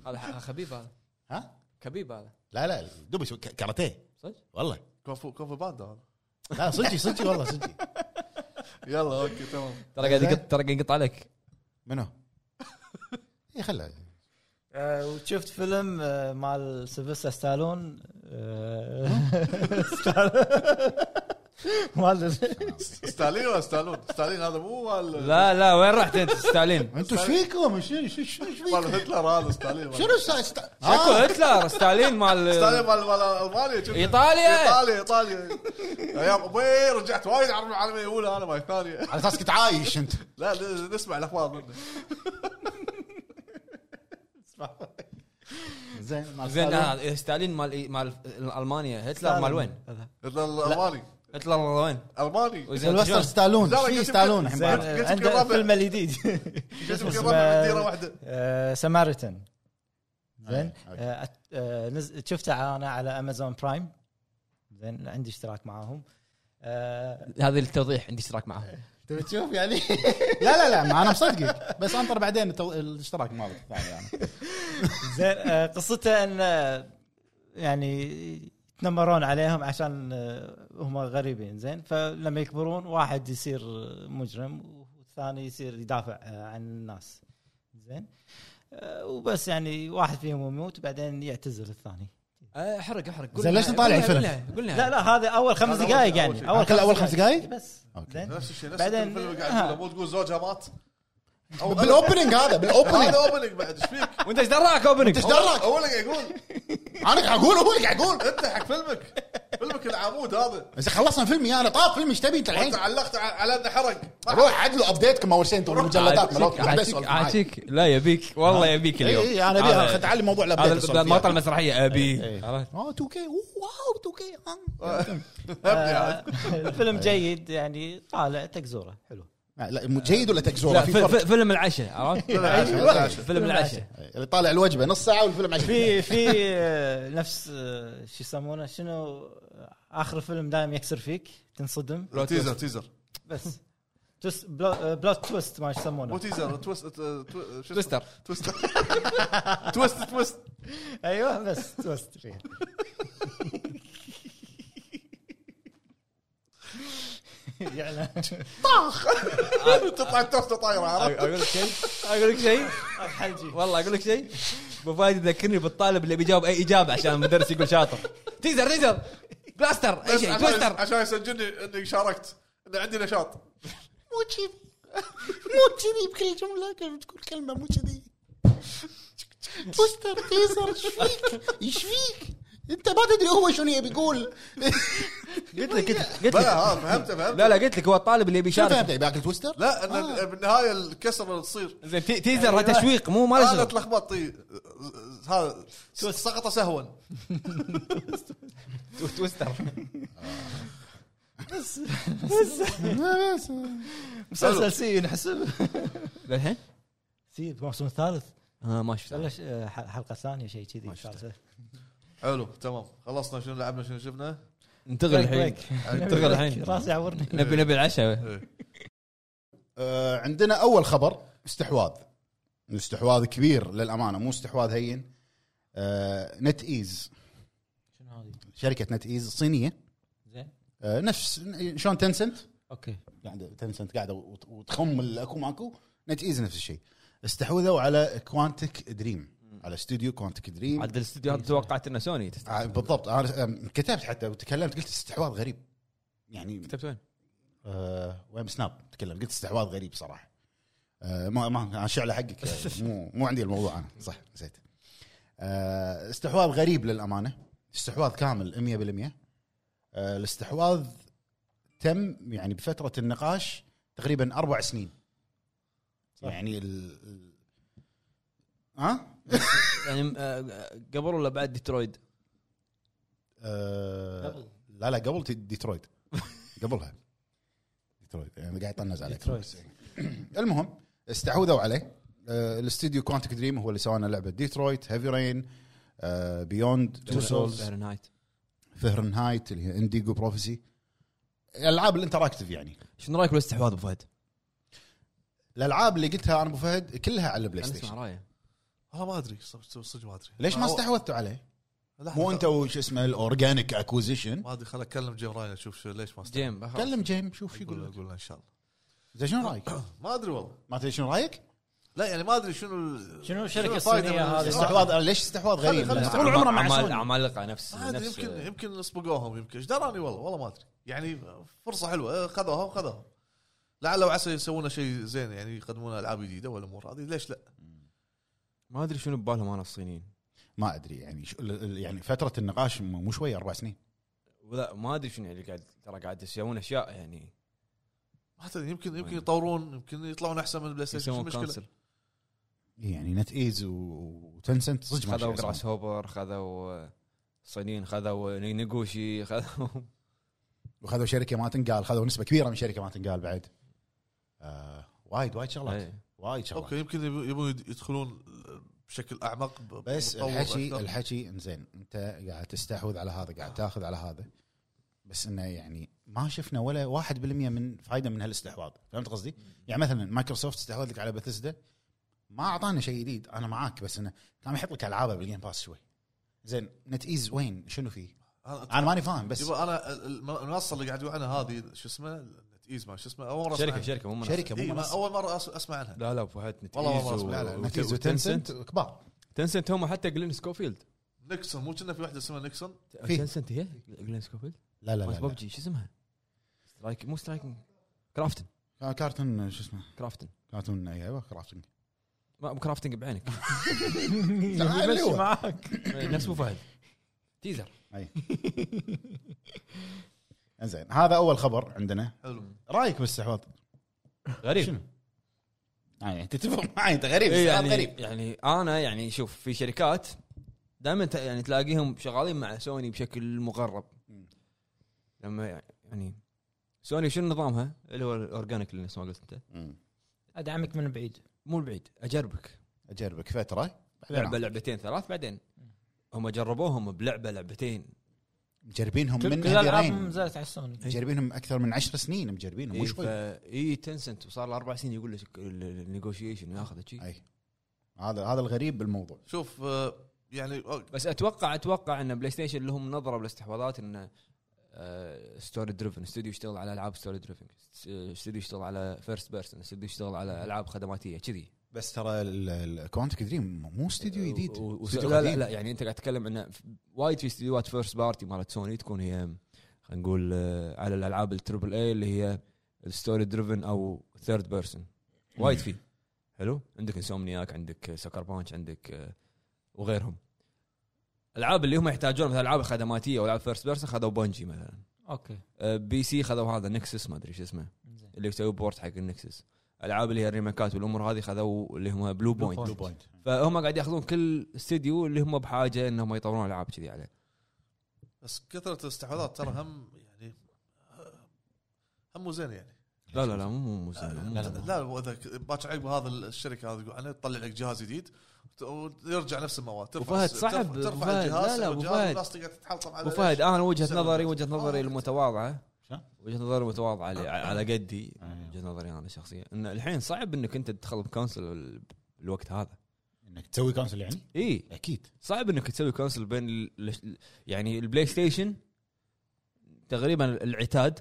Speaker 5: هذا ح- خبيب هذا
Speaker 4: ها؟
Speaker 5: كبيب هذا
Speaker 4: لا لا الدب يسوي ك- كاراتيه
Speaker 5: صدق؟
Speaker 4: والله
Speaker 2: كونفو كونفو باندا هذا
Speaker 4: لا صجي صجي والله صجي
Speaker 2: يلا اوكي تمام
Speaker 1: ترى قاعد يقط ترى قاعد يقط عليك
Speaker 4: منو؟ اي خله
Speaker 3: آه، وشفت فيلم آه، مال سيفستا ستالون آه، مال
Speaker 2: ستالين ولا ستالون؟ ستالين هذا مو مال
Speaker 1: لا لا وين رحت انت ستالين؟
Speaker 4: انتوا ايش فيكم؟ شنو ايش فيكم؟
Speaker 2: مال هتلر هذا ستالين مال-
Speaker 4: شنو آه. السايس؟
Speaker 1: شكو هتلر ستالين مال
Speaker 2: ستالين مال مال المانيا شوف.
Speaker 1: إيطاليا.
Speaker 2: ايطاليا ايطاليا ايام ابوي رجعت وايد على العالميه الاولى انا مال الثانيه
Speaker 4: على اساس كنت عايش انت
Speaker 2: لا ن- نسمع الاخبار منه
Speaker 4: زين مع
Speaker 1: زين
Speaker 4: السالفة.
Speaker 1: آه، ستالين مال مال المانيا هتلر مال وين؟
Speaker 2: الالماني
Speaker 1: هتلر مال وين؟
Speaker 2: الماني
Speaker 1: وزين
Speaker 4: سيلفستر
Speaker 1: شلون؟
Speaker 4: ستالون
Speaker 2: لا،
Speaker 4: ايش
Speaker 2: قلت-
Speaker 4: في ستالون الحين
Speaker 2: زين.
Speaker 4: بعد؟
Speaker 2: قلت لك
Speaker 3: عنده
Speaker 2: الربع.
Speaker 3: فيلم الجديد اسمه-
Speaker 2: جسمك يضرب مديره واحده
Speaker 3: سماريتن زين
Speaker 4: أوكي.
Speaker 3: آه، أت- آه، نز- شفته انا على امازون برايم زين عندي اشتراك معاهم آه،
Speaker 1: هذا التوضيح عندي اشتراك معاه
Speaker 4: تبي تشوف يعني لا لا لا ما انا مصدقك بس انطر بعدين التو- الاشتراك مالك الثاني يعني
Speaker 3: زين آه، قصته ان آه، يعني يتنمرون عليهم عشان آه، هم غريبين زين فلما يكبرون واحد يصير آه، مجرم والثاني يصير يدافع آه، عن الناس زين آه، وبس يعني واحد فيهم يموت وبعدين يعتزل الثاني
Speaker 1: آه، احرق احرق قول
Speaker 4: زين،
Speaker 1: لنا-
Speaker 4: ليش
Speaker 1: قول
Speaker 4: نطالع
Speaker 1: لنا-
Speaker 4: الفيلم؟
Speaker 1: قول لنا- قول لنا.
Speaker 3: لا لا هذا اول خمس
Speaker 2: يعني هذا أول-
Speaker 3: دقائق
Speaker 2: أول
Speaker 3: يعني
Speaker 2: شيء.
Speaker 3: اول
Speaker 4: كل أول خمس دقايق؟
Speaker 3: بس
Speaker 4: أوكي.
Speaker 3: زين
Speaker 2: نفس الشيء نفس
Speaker 3: بعدين-
Speaker 2: الفيلم اللي
Speaker 3: آه.
Speaker 2: قاعد تقول مو تقول زوجها مات أو-
Speaker 4: بالاوبننج هذا بالاوبننج
Speaker 2: هذا اوبننج بعد ايش فيك؟
Speaker 1: وانت ايش دراك اوبننج؟
Speaker 4: إيش دراك؟
Speaker 2: هو اللي قاعد يقول
Speaker 4: انا قاعد اقول هو اللي قاعد يقول
Speaker 2: انت حق فيلمك فيلمك العمود هذا
Speaker 4: بس خلصنا فيلمي انا طاب فيلمي ايش تبي انت الحين آه.
Speaker 2: وانت علقت على على انه حرق
Speaker 4: روح عدلوا ابديتكم اول شيء انتم المجلدات مالوك بعد
Speaker 1: عاتيك
Speaker 4: اسولف معاي.
Speaker 1: عاتيك لا يبيك والله يبيك
Speaker 4: اي
Speaker 1: اليوم
Speaker 4: اي انا ابي
Speaker 1: هذا-
Speaker 4: أخذ- تعال لي موضوع الابديت
Speaker 1: هذا
Speaker 4: أسولف
Speaker 1: المقطع
Speaker 4: فيه.
Speaker 1: المسرحيه ابي
Speaker 4: إيه.
Speaker 1: عرفت؟
Speaker 4: اه 2 كي واو 2 كي
Speaker 2: هبني
Speaker 3: الفيلم آه، جيد يعني طالع تكزوره حلو
Speaker 4: لا مو جيد ولا تكزوره
Speaker 1: لا
Speaker 4: في
Speaker 1: في-
Speaker 4: فرق
Speaker 1: في- فيلم العشاء عرفت؟
Speaker 3: أيوة.
Speaker 4: العشاء.
Speaker 1: فيلم العشاء
Speaker 4: اللي طالع الوجبه نص ساعه والفيلم 20
Speaker 3: في في آه، نفس آه، شو يسمونه شنو آه، اخر فيلم دائم يكسر فيك تنصدم
Speaker 2: عاد تيزر تيزر
Speaker 3: بس توس بلو- آه، بلوت تويست ما
Speaker 2: مو
Speaker 3: يسمونه
Speaker 2: تيزر تويست تو- تو- شو اسمه؟
Speaker 1: تويستر
Speaker 2: تويست تويست تويست
Speaker 3: ايوه بس تويست فيها يعني
Speaker 2: تطلع التوست طايره
Speaker 3: أيوة.
Speaker 2: عرفت؟
Speaker 1: اقول لك شيء اقول لك شيء
Speaker 3: حلجي
Speaker 1: والله اقول لك شيء ابو فايد يذكرني بالطالب اللي بيجاوب اي اجابه عشان المدرس يقول شاطر تيزر تيزر بلاستر اي شيء
Speaker 2: عشان-
Speaker 1: تويستر
Speaker 2: عشان يسجلني اني شاركت ان عندي نشاط
Speaker 4: مو كذي مو كذي بكل جمله كان بتقول كلمه مو كذي بوستر تيزر ايش فيك؟ ايش فيك؟ انت ما تدري هو شنو يبي يقول
Speaker 1: قلت لك قلت
Speaker 2: بلا
Speaker 1: لك
Speaker 2: ها فهمت فهمت
Speaker 1: لا لا قلت لك هو الطالب اللي
Speaker 4: شنو
Speaker 1: بيشارك
Speaker 4: فهمت يبي ياكل تويستر؟
Speaker 2: لا ان بالنهايه الكسر اللي تصير
Speaker 1: زين تي- تيزر هذا تشويق مو ما له
Speaker 2: انا
Speaker 1: شغل
Speaker 2: اتلخبط إي. هذا سقط سهوا
Speaker 1: تويستر
Speaker 3: مسلسل سي نحسب
Speaker 1: للحين؟
Speaker 3: سي الموسم الثالث
Speaker 1: اه ما شفت
Speaker 3: بلش آه، ح- حلقه ثانيه شيء كذي ثالثه
Speaker 2: حلو تمام خلصنا شنو لعبنا شنو شفنا
Speaker 1: انتقل الحين
Speaker 3: بريك.
Speaker 1: انتقل الحين
Speaker 3: راسي عورني
Speaker 1: نبي نبي العشاء
Speaker 4: آه، عندنا اول خبر استحواذ استحواذ كبير للامانه مو استحواذ هين آه، نت ايز
Speaker 3: شنو هذه؟
Speaker 4: شركه نت ايز صينيه
Speaker 3: زين
Speaker 4: آه، نفس شلون تنسنت
Speaker 3: اوكي
Speaker 4: قاعده تنسنت قاعده وت- وتخم الاكو ماكو نت ايز نفس الشيء استحوذوا على كوانتك دريم على استوديو كوانتك دريم
Speaker 1: عاد الاستديو هذا توقعت انه سوني تست-
Speaker 4: ع- بالضبط انا أم، كتبت حتى وتكلمت قلت استحواذ غريب يعني
Speaker 1: كتبت وين؟
Speaker 4: آه وين سناب تكلم قلت استحواذ غريب صراحه آه ما ما أنا شعله حقك آه، مو مو عندي الموضوع انا صح نسيت آه استحواذ غريب للامانه استحواذ كامل 100% آه الاستحواذ تم يعني بفتره النقاش تقريبا اربع سنين صح.
Speaker 3: صح.
Speaker 4: يعني ال ال- آه؟ ها
Speaker 1: يعني آه، قبل ولا بعد ديترويد؟
Speaker 4: آه
Speaker 3: قبل.
Speaker 4: لا لا قبل ديترويت قبلها ديترويد يعني قاعد يطنز عليك
Speaker 3: ديترويد.
Speaker 4: المهم استحوذوا عليه آه، الاستديو كوانتك دريم هو اللي سوانا لعبه ديترويت آه، هيفي رين بيوند تو سولز
Speaker 1: فهرنهايت
Speaker 4: فهرنهايت اللي هي انديجو بروفيسي الالعاب الانتراكتيف يعني
Speaker 1: شنو رايك بالاستحواذ ابو فهد؟
Speaker 4: الالعاب اللي قلتها انا ابو فهد كلها على البلاي
Speaker 1: انا اسمع
Speaker 4: ستيشن
Speaker 1: رايه
Speaker 2: والله آه، ما ادري صدق صدق ما آه، ادري
Speaker 4: ليش ما
Speaker 2: هو-
Speaker 4: استحوذتوا عليه؟
Speaker 2: لحظة،
Speaker 4: مو انت وش اسمه الاورجانيك اكوزيشن
Speaker 2: ما ادري خل اكلم جيم راين اشوف شو ليش ما استحوذ
Speaker 1: جيم
Speaker 4: كلم جيم شوف شو
Speaker 2: اقول
Speaker 4: يقول
Speaker 2: له
Speaker 4: لك
Speaker 2: اقول له ان شاء الله
Speaker 4: زين شنو رايك؟
Speaker 2: ما ادري والله
Speaker 4: ما تدري شنو رايك؟
Speaker 2: لا يعني ما ادري شنو ال-
Speaker 3: شنو الشركه
Speaker 2: الفايدة
Speaker 3: الصينيه
Speaker 2: من
Speaker 3: هذه؟
Speaker 4: استحواذ ليش آه. استحواذ غريب؟
Speaker 2: خلي- خلي-
Speaker 4: طول عمره مع
Speaker 1: اعمال
Speaker 4: سوني
Speaker 1: عمالقه نفس
Speaker 2: ما ادري
Speaker 1: نفس
Speaker 2: يمكن يمكن سبقوهم يمكن ايش دراني والله والله ما ادري يعني فرصه حلوه خذوها وخذوها لعل وعسى يسوون شيء زين يعني يقدمون العاب جديده والامور هذه ليش لا؟
Speaker 1: ما ادري شنو ببالهم انا الصينيين
Speaker 4: ما ادري يعني شو يعني فتره النقاش مو مو شويه اربع سنين
Speaker 1: ولا ما ادري شنو اللي قاعد ترى قاعد يسوون اشياء يعني
Speaker 2: ما تدري يمكن يمكن
Speaker 1: وين؟
Speaker 2: يطورون يمكن يطلعون احسن من البلاي ستيشن شو
Speaker 1: يسوون
Speaker 2: المشكله؟
Speaker 1: كونسل
Speaker 4: يعني نت ايز و- وتنسنت صدق ما
Speaker 1: خذوا
Speaker 4: شيء
Speaker 1: جراس
Speaker 4: أصلاً.
Speaker 1: هوبر خذوا الصينيين خذوا نيغوشي خذوا
Speaker 4: وخذوا شركه ما تنقال خذوا نسبه كبيره من شركه ما تنقال بعد آه وايد وايد شغلات
Speaker 1: إيه.
Speaker 4: وايد شغلات
Speaker 2: اوكي يمكن يبون يبون يدخلون بشكل اعمق ب-
Speaker 4: بس
Speaker 2: بتطور
Speaker 4: الحكي
Speaker 2: أكثر. آه.
Speaker 4: الحكي انزين انت قاعد تستحوذ على هذا قاعد تاخذ على هذا بس انه يعني ما شفنا ولا 1% من فائده من هالاستحواذ فهمت قصدي؟ يعني مثلا مايكروسوفت استحوذ لك على بثسدا ما اعطانا شيء جديد انا معاك بس انه كان يحط لك العابه بالجيم باس شوي زين نت ايز وين شنو فيه؟
Speaker 2: انا
Speaker 4: انا ماني فاهم بس
Speaker 2: يبا انا الم- المنصه اللي قاعد يقول عنها هذه شو اسمها؟ ايز ما شو اسمها؟ اول مره
Speaker 1: شركه
Speaker 2: أسمع
Speaker 1: شركه مو منصة.
Speaker 4: شركه
Speaker 2: عنها. إيه،
Speaker 4: مو
Speaker 2: ما
Speaker 4: منصة.
Speaker 2: اول مره أس- اسمع عنها
Speaker 1: لا لا ابو فهد نتيز
Speaker 2: والله والله
Speaker 1: و-
Speaker 4: لا لا
Speaker 1: و-
Speaker 4: نت ايز
Speaker 1: وت-
Speaker 4: وتنسنت
Speaker 1: وتنسنت
Speaker 4: كبار
Speaker 1: تنسنت هم حتى جلين سكوفيلد
Speaker 2: نيكسون مو كنا في واحده اسمها نيكسون
Speaker 4: في.
Speaker 1: تنسنت هي جلين سكوفيلد
Speaker 4: لا لا
Speaker 1: مالت
Speaker 4: لا,
Speaker 1: ببجي شو اسمها؟ سترايك مو سترايكنج كرافتن
Speaker 4: لا. كارتون شو اسمه
Speaker 1: كرافتن
Speaker 4: كارتون ايوه كرافتنج
Speaker 1: ما مو كرافتنج بعينك
Speaker 3: يمشي
Speaker 4: أيوة.
Speaker 3: معاك
Speaker 1: نفس ابو فهد تيزر
Speaker 4: انزين هذا اول خبر عندنا
Speaker 2: حلو
Speaker 4: رايك بالاستحواذ؟
Speaker 1: غريب
Speaker 4: شنو؟ يعني تتفق معي انت غريب
Speaker 1: إيه
Speaker 4: استحواذ
Speaker 1: يعني
Speaker 4: غريب
Speaker 1: يعني انا يعني شوف في شركات دائما يعني تلاقيهم شغالين مع سوني بشكل مقرب
Speaker 4: مم.
Speaker 1: لما يعني سوني شنو نظامها اللي هو الاورجانيك اللي نفس ما قلت انت
Speaker 3: ادعمك من بعيد
Speaker 1: مو البعيد اجربك
Speaker 4: اجربك فتره
Speaker 1: لعبه
Speaker 4: بعدين
Speaker 1: لعبتين ثلاث بعدين هم جربوهم بلعبه لعبتين
Speaker 4: مجربينهم
Speaker 3: كل
Speaker 4: من
Speaker 3: كل الالعاب
Speaker 4: هذيرين
Speaker 3: نزلت على السوني
Speaker 1: إيه.
Speaker 4: مجربينهم اكثر من عشر سنين مجربينهم مو
Speaker 1: اي
Speaker 4: شوي
Speaker 1: فا اي تنسنت إيه، وصار له اربع سنين يقول لك النيغوشيشن ياخذ شيء
Speaker 4: اي هذا هذا الغريب بالموضوع
Speaker 2: شوف آه، يعني أوك-
Speaker 1: بس اتوقع اتوقع ان بلاي ستيشن لهم نظره بالاستحواذات آه، انه ستوري دريفن استوديو يشتغل على العاب ستوري دريفن استوديو يشتغل على فيرست بيرسون استوديو يشتغل على العاب خدماتيه كذي
Speaker 4: بس ترى الكوانتك دريم مو استوديو جديد
Speaker 1: و- و-
Speaker 4: استوديو
Speaker 1: لا لا
Speaker 4: قديم.
Speaker 1: لا يعني انت قاعد تتكلم انه ف- وايد في استديوهات فيرست بارتي مالت سوني تكون هي خلينا نقول آه، على الالعاب التربل اي اللي هي الستوري دريفن او ثيرد بيرسون وايد في حلو عندك انسومنياك عندك سكر بانش عندك آه، وغيرهم الالعاب اللي هم يحتاجون مثلا العاب خدماتيه والعاب فيرست بيرسون خذوا بونجي مثلا
Speaker 3: اوكي
Speaker 1: آه، بي سي خذوا هذا نكسس ما ادري شو اسمه
Speaker 3: زين
Speaker 1: اللي يسوي بورت حق النكسس العاب اللي هي الريميكات والامور هذه خذوا اللي هم بلو بوينت
Speaker 4: بلو بوينت
Speaker 1: فهم قاعد ياخذون كل استديو اللي هم بحاجه انهم يطورون العاب كذي عليه
Speaker 2: بس كثره الاستحواذات ترى هم يعني آه، هم مو زين يعني
Speaker 1: لا لا لا مو مو مو زين، مو
Speaker 2: لا
Speaker 1: مو زين.
Speaker 2: لا واذا باكر عقب هذا الشركه هذه يقول انا تطلع لك جهاز جديد وت- ويرجع نفس المواد ترفع
Speaker 1: وفهد
Speaker 2: الس-
Speaker 1: صعب،
Speaker 2: ترفع- ترفع
Speaker 1: وفهد،
Speaker 2: الجهاز
Speaker 1: لا لا،
Speaker 2: والجهاز
Speaker 1: وفهد.
Speaker 2: والناس تقعد تتحلطم على
Speaker 1: ابو فهد
Speaker 2: ليش؟
Speaker 1: انا وجهه
Speaker 2: سوي
Speaker 1: نظري
Speaker 2: نفس-
Speaker 1: وجهه
Speaker 2: آه،
Speaker 1: نظري
Speaker 2: أنت-
Speaker 1: المتواضعه
Speaker 4: شنو؟
Speaker 1: وجهه نظري المتواضعه على,
Speaker 2: آه.
Speaker 1: على قدي
Speaker 4: أيوة.
Speaker 1: وجهه نظري انا شخصيا ان الحين صعب انك انت تدخل بكونسل ال- بالوقت هذا
Speaker 4: انك تسوي كونسل يعني
Speaker 1: اي
Speaker 4: اكيد
Speaker 1: صعب انك تسوي كونسل بين ال- ال- يعني البلاي ستيشن تقريبا العتاد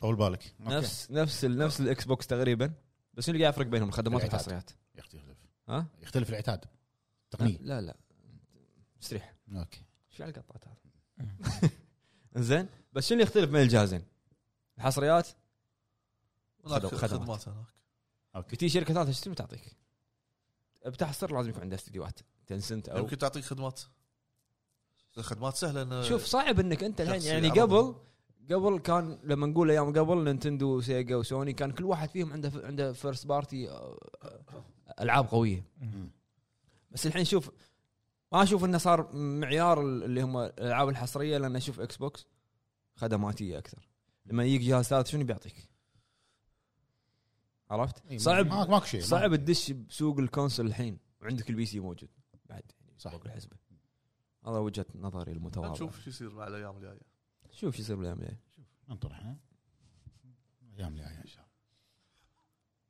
Speaker 4: طول بالك أوكي.
Speaker 1: نفس نفس ال- نفس الاكس بوكس تقريبا بس شنو اللي قاعد يفرق بينهم الخدمات
Speaker 4: العتاد.
Speaker 1: والتصريحات
Speaker 4: يختلف
Speaker 1: ها؟
Speaker 4: يختلف العتاد تقنيه
Speaker 1: لا لا استريح
Speaker 4: اوكي
Speaker 1: ايش هالقطات هذا؟ زين بس شنو اللي يختلف بين الجهازين؟ الحصريات
Speaker 2: هناك
Speaker 1: خدمات.
Speaker 2: خدمات هناك
Speaker 1: بتي شركه ثالثه شو تسوي تعطيك؟ بتحصر لازم يكون عندها استديوهات تنسنت او
Speaker 2: يمكن تعطيك خدمات الخدمات سهله إن-
Speaker 1: شوف صعب انك انت الحين
Speaker 2: شخصي
Speaker 1: يعني
Speaker 2: عرضي.
Speaker 1: قبل قبل كان لما نقول ايام قبل نينتندو وسيجا وسوني كان كل واحد فيهم عنده عنده آه، فيرست بارتي العاب قويه
Speaker 4: مم.
Speaker 1: بس الحين شوف ما اشوف انه صار معيار اللي هم الالعاب الحصريه لان اشوف اكس بوكس خدماتيه اكثر لما يجيك جهاز ثالث شنو بيعطيك؟ عرفت؟ صعب
Speaker 4: ماك- إيه، ماكو شيء
Speaker 1: صعب تدش بسوق الكونسل الحين وعندك البي سي موجود بعد
Speaker 4: صح.
Speaker 1: فوق الحسبه هذا وجهه نظري المتواضعه
Speaker 2: نشوف شو يصير مع الايام الجايه
Speaker 1: شوف شو يصير بالايام الجايه
Speaker 4: انطر ها ايام الجايه ان شاء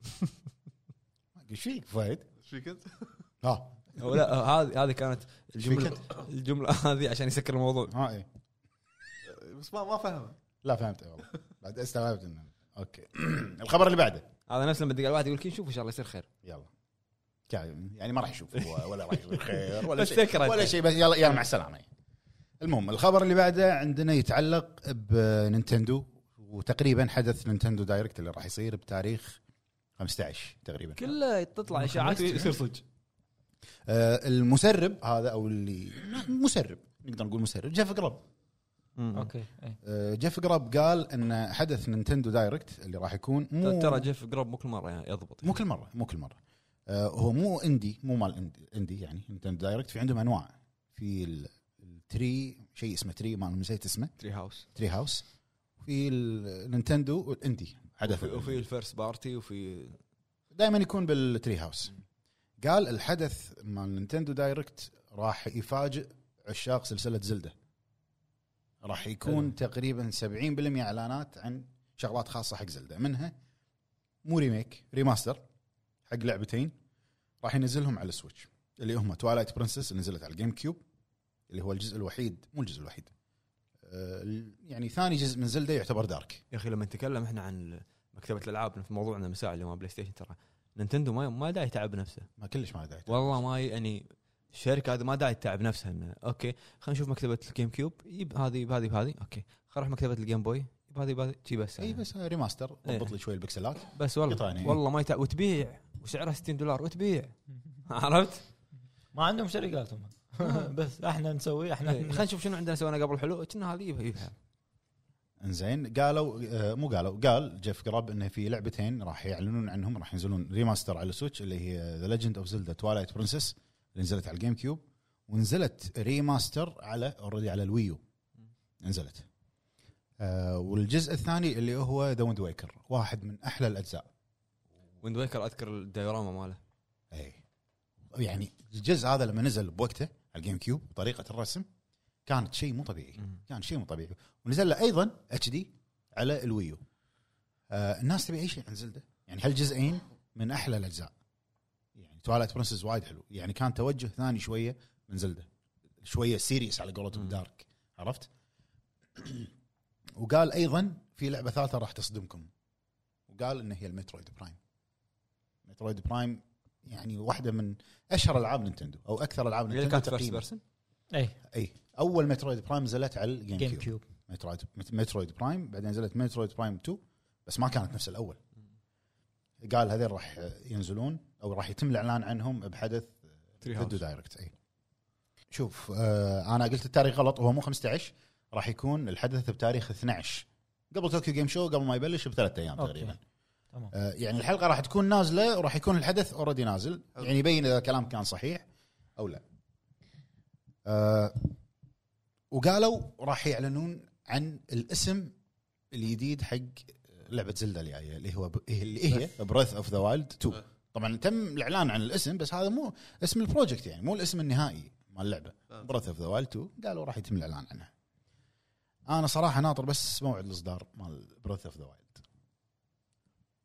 Speaker 4: الله ايش فيك فايد؟
Speaker 2: ايش فيك انت؟
Speaker 4: ها
Speaker 1: أو لا آه، هذه هذه كانت الجمله
Speaker 4: فيك
Speaker 1: الجمله هذه عشان يسكر الموضوع
Speaker 4: ها ايه
Speaker 2: بس ما ما فهمه
Speaker 4: لا فهمت والله بعد استوعبت انه اوكي الخبر اللي بعده
Speaker 1: هذا نفس لما تلقى الواحد يقول لك نشوف ان شاء الله يصير خير
Speaker 4: يلا كا- يعني ما راح يشوف هو ولا راح يشوف خير ولا
Speaker 1: بس
Speaker 4: شيء
Speaker 1: فكرة.
Speaker 4: ولا شيء بس يلا يلا مع السلامه المهم الخبر اللي بعده عندنا يتعلق بنينتندو وتقريبا حدث نينتندو دايركت اللي راح يصير بتاريخ 15 تقريبا
Speaker 1: كله تطلع اشاعات يصير صدق
Speaker 4: آه، المسرب هذا او اللي مسرب نقدر نقول مسرب جيف جراب
Speaker 3: اوكي إيه.
Speaker 4: آه، جيف جراب قال ان حدث نينتندو دايركت اللي راح يكون مو
Speaker 1: ترى جيف جروب مو كل مره يعني يضبط
Speaker 4: إيه. مو كل مره مو كل مره آه، هو مو اندي مو مال اندي, اندي يعني نينتندو دايركت في عندهم انواع في ال- التري شيء اسمه تري ما نسيت اسمه
Speaker 1: تري هاوس
Speaker 4: تري هاوس في النينتندو والاندي حدث
Speaker 1: وفي الفيرست بارتي وفي
Speaker 4: دائما يكون بالتري هاوس قال الحدث مال نينتندو دايركت راح يفاجئ عشاق سلسله زلده راح يكون تقريبا 70% اعلانات عن شغلات خاصه حق زلده منها مو ريميك ريماستر حق لعبتين راح ينزلهم على السويتش اللي هم توالايت برنسس اللي نزلت على الجيم كيوب اللي هو الجزء الوحيد مو الجزء الوحيد آه، ال- يعني ثاني جزء من زلده يعتبر دارك
Speaker 1: يا اخي لما نتكلم احنا عن مكتبه الالعاب في موضوعنا مساء اللي هو بلاي ستيشن ترى نينتندو ما ما داعي يتعب نفسه
Speaker 4: ما كلش ما داعي
Speaker 1: والله ما ي- يعني الشركه هذه ما داعي تتعب نفسها انه اوكي خلينا نشوف مكتبه الجيم كيوب يب هذه بهذه بهذه اوكي خلينا نروح مكتبه الجيم بوي بهذه بهذه شي بس
Speaker 4: اي إيه، بس ريماستر
Speaker 1: إيه.
Speaker 4: ضبط لي شوي البكسلات
Speaker 1: بس والله
Speaker 4: قطعة.
Speaker 1: والله ما يتعب وتبيع وسعرها 60 دولار وتبيع عرفت؟
Speaker 3: ما عندهم شركات هم بس احنا نسوي احنا
Speaker 1: إيه، خلينا نشوف شنو عندنا سوينا قبل حلو كنا هذه يبها- يبها
Speaker 4: انزين قالوا آه، مو قالوا قال جيف جراب انه في لعبتين راح يعلنون عنهم راح ينزلون ريماستر على السويتش اللي هي ذا ليجند اوف زلدا توالايت برنسس اللي نزلت على الجيم كيوب ونزلت ريماستر على اوريدي على الويو نزلت آه والجزء الثاني اللي هو ذا ويند ويكر واحد من احلى الاجزاء
Speaker 1: ويند ويكر اذكر الديوراما ماله
Speaker 4: اي إيه. يعني الجزء هذا لما نزل بوقته على الجيم كيوب طريقه الرسم كانت شيء مو طبيعي كان شيء مو طبيعي ونزل له ايضا اتش دي على الويو آه الناس تبي اي شيء عن زلده يعني هالجزئين من احلى الاجزاء يعني تواليت برنسز وايد حلو يعني كان توجه ثاني شويه من زلده شويه سيريس على قولتهم
Speaker 1: مم.
Speaker 4: دارك عرفت وقال ايضا في لعبه ثالثه راح تصدمكم وقال ان هي المترويد برايم مترويد برايم يعني واحده من اشهر العاب نينتندو او اكثر العاب
Speaker 1: اللي
Speaker 4: نينتندو
Speaker 1: كانت فيرست
Speaker 4: تقييما
Speaker 1: بيرسون
Speaker 3: اي
Speaker 4: اي اول مترويد برايم نزلت على الجيم
Speaker 3: جيم
Speaker 4: كيوب
Speaker 3: كيوب
Speaker 4: مترويد مترويد برايم بعدين نزلت مترويد برايم 2 بس ما كانت نفس الاول قال هذين راح ينزلون او راح يتم الاعلان عنهم بحدث فيديو دايركت اي شوف آه انا قلت التاريخ غلط هو مو 15 راح يكون الحدث بتاريخ 12 قبل طوكيو جيم شو قبل ما يبلش بثلاث ايام
Speaker 3: أوكي.
Speaker 4: تقريبا
Speaker 3: تمام
Speaker 4: آه يعني الحلقه راح تكون نازله وراح يكون الحدث اوريدي نازل يعني يبين اذا الكلام كان صحيح او لا آه وقالوا راح يعلنون عن الاسم الجديد حق لعبه زلدا اللي جايه اللي هو اللي هي بريث اوف ذا وايلد 2 طبعا تم الاعلان عن الاسم بس هذا مو اسم البروجكت يعني مو الاسم النهائي مال اللعبه
Speaker 2: آه.
Speaker 4: بريث اوف ذا وايلد 2 قالوا راح يتم الاعلان عنها انا صراحه ناطر بس موعد الاصدار مال بريث اوف ذا وايلد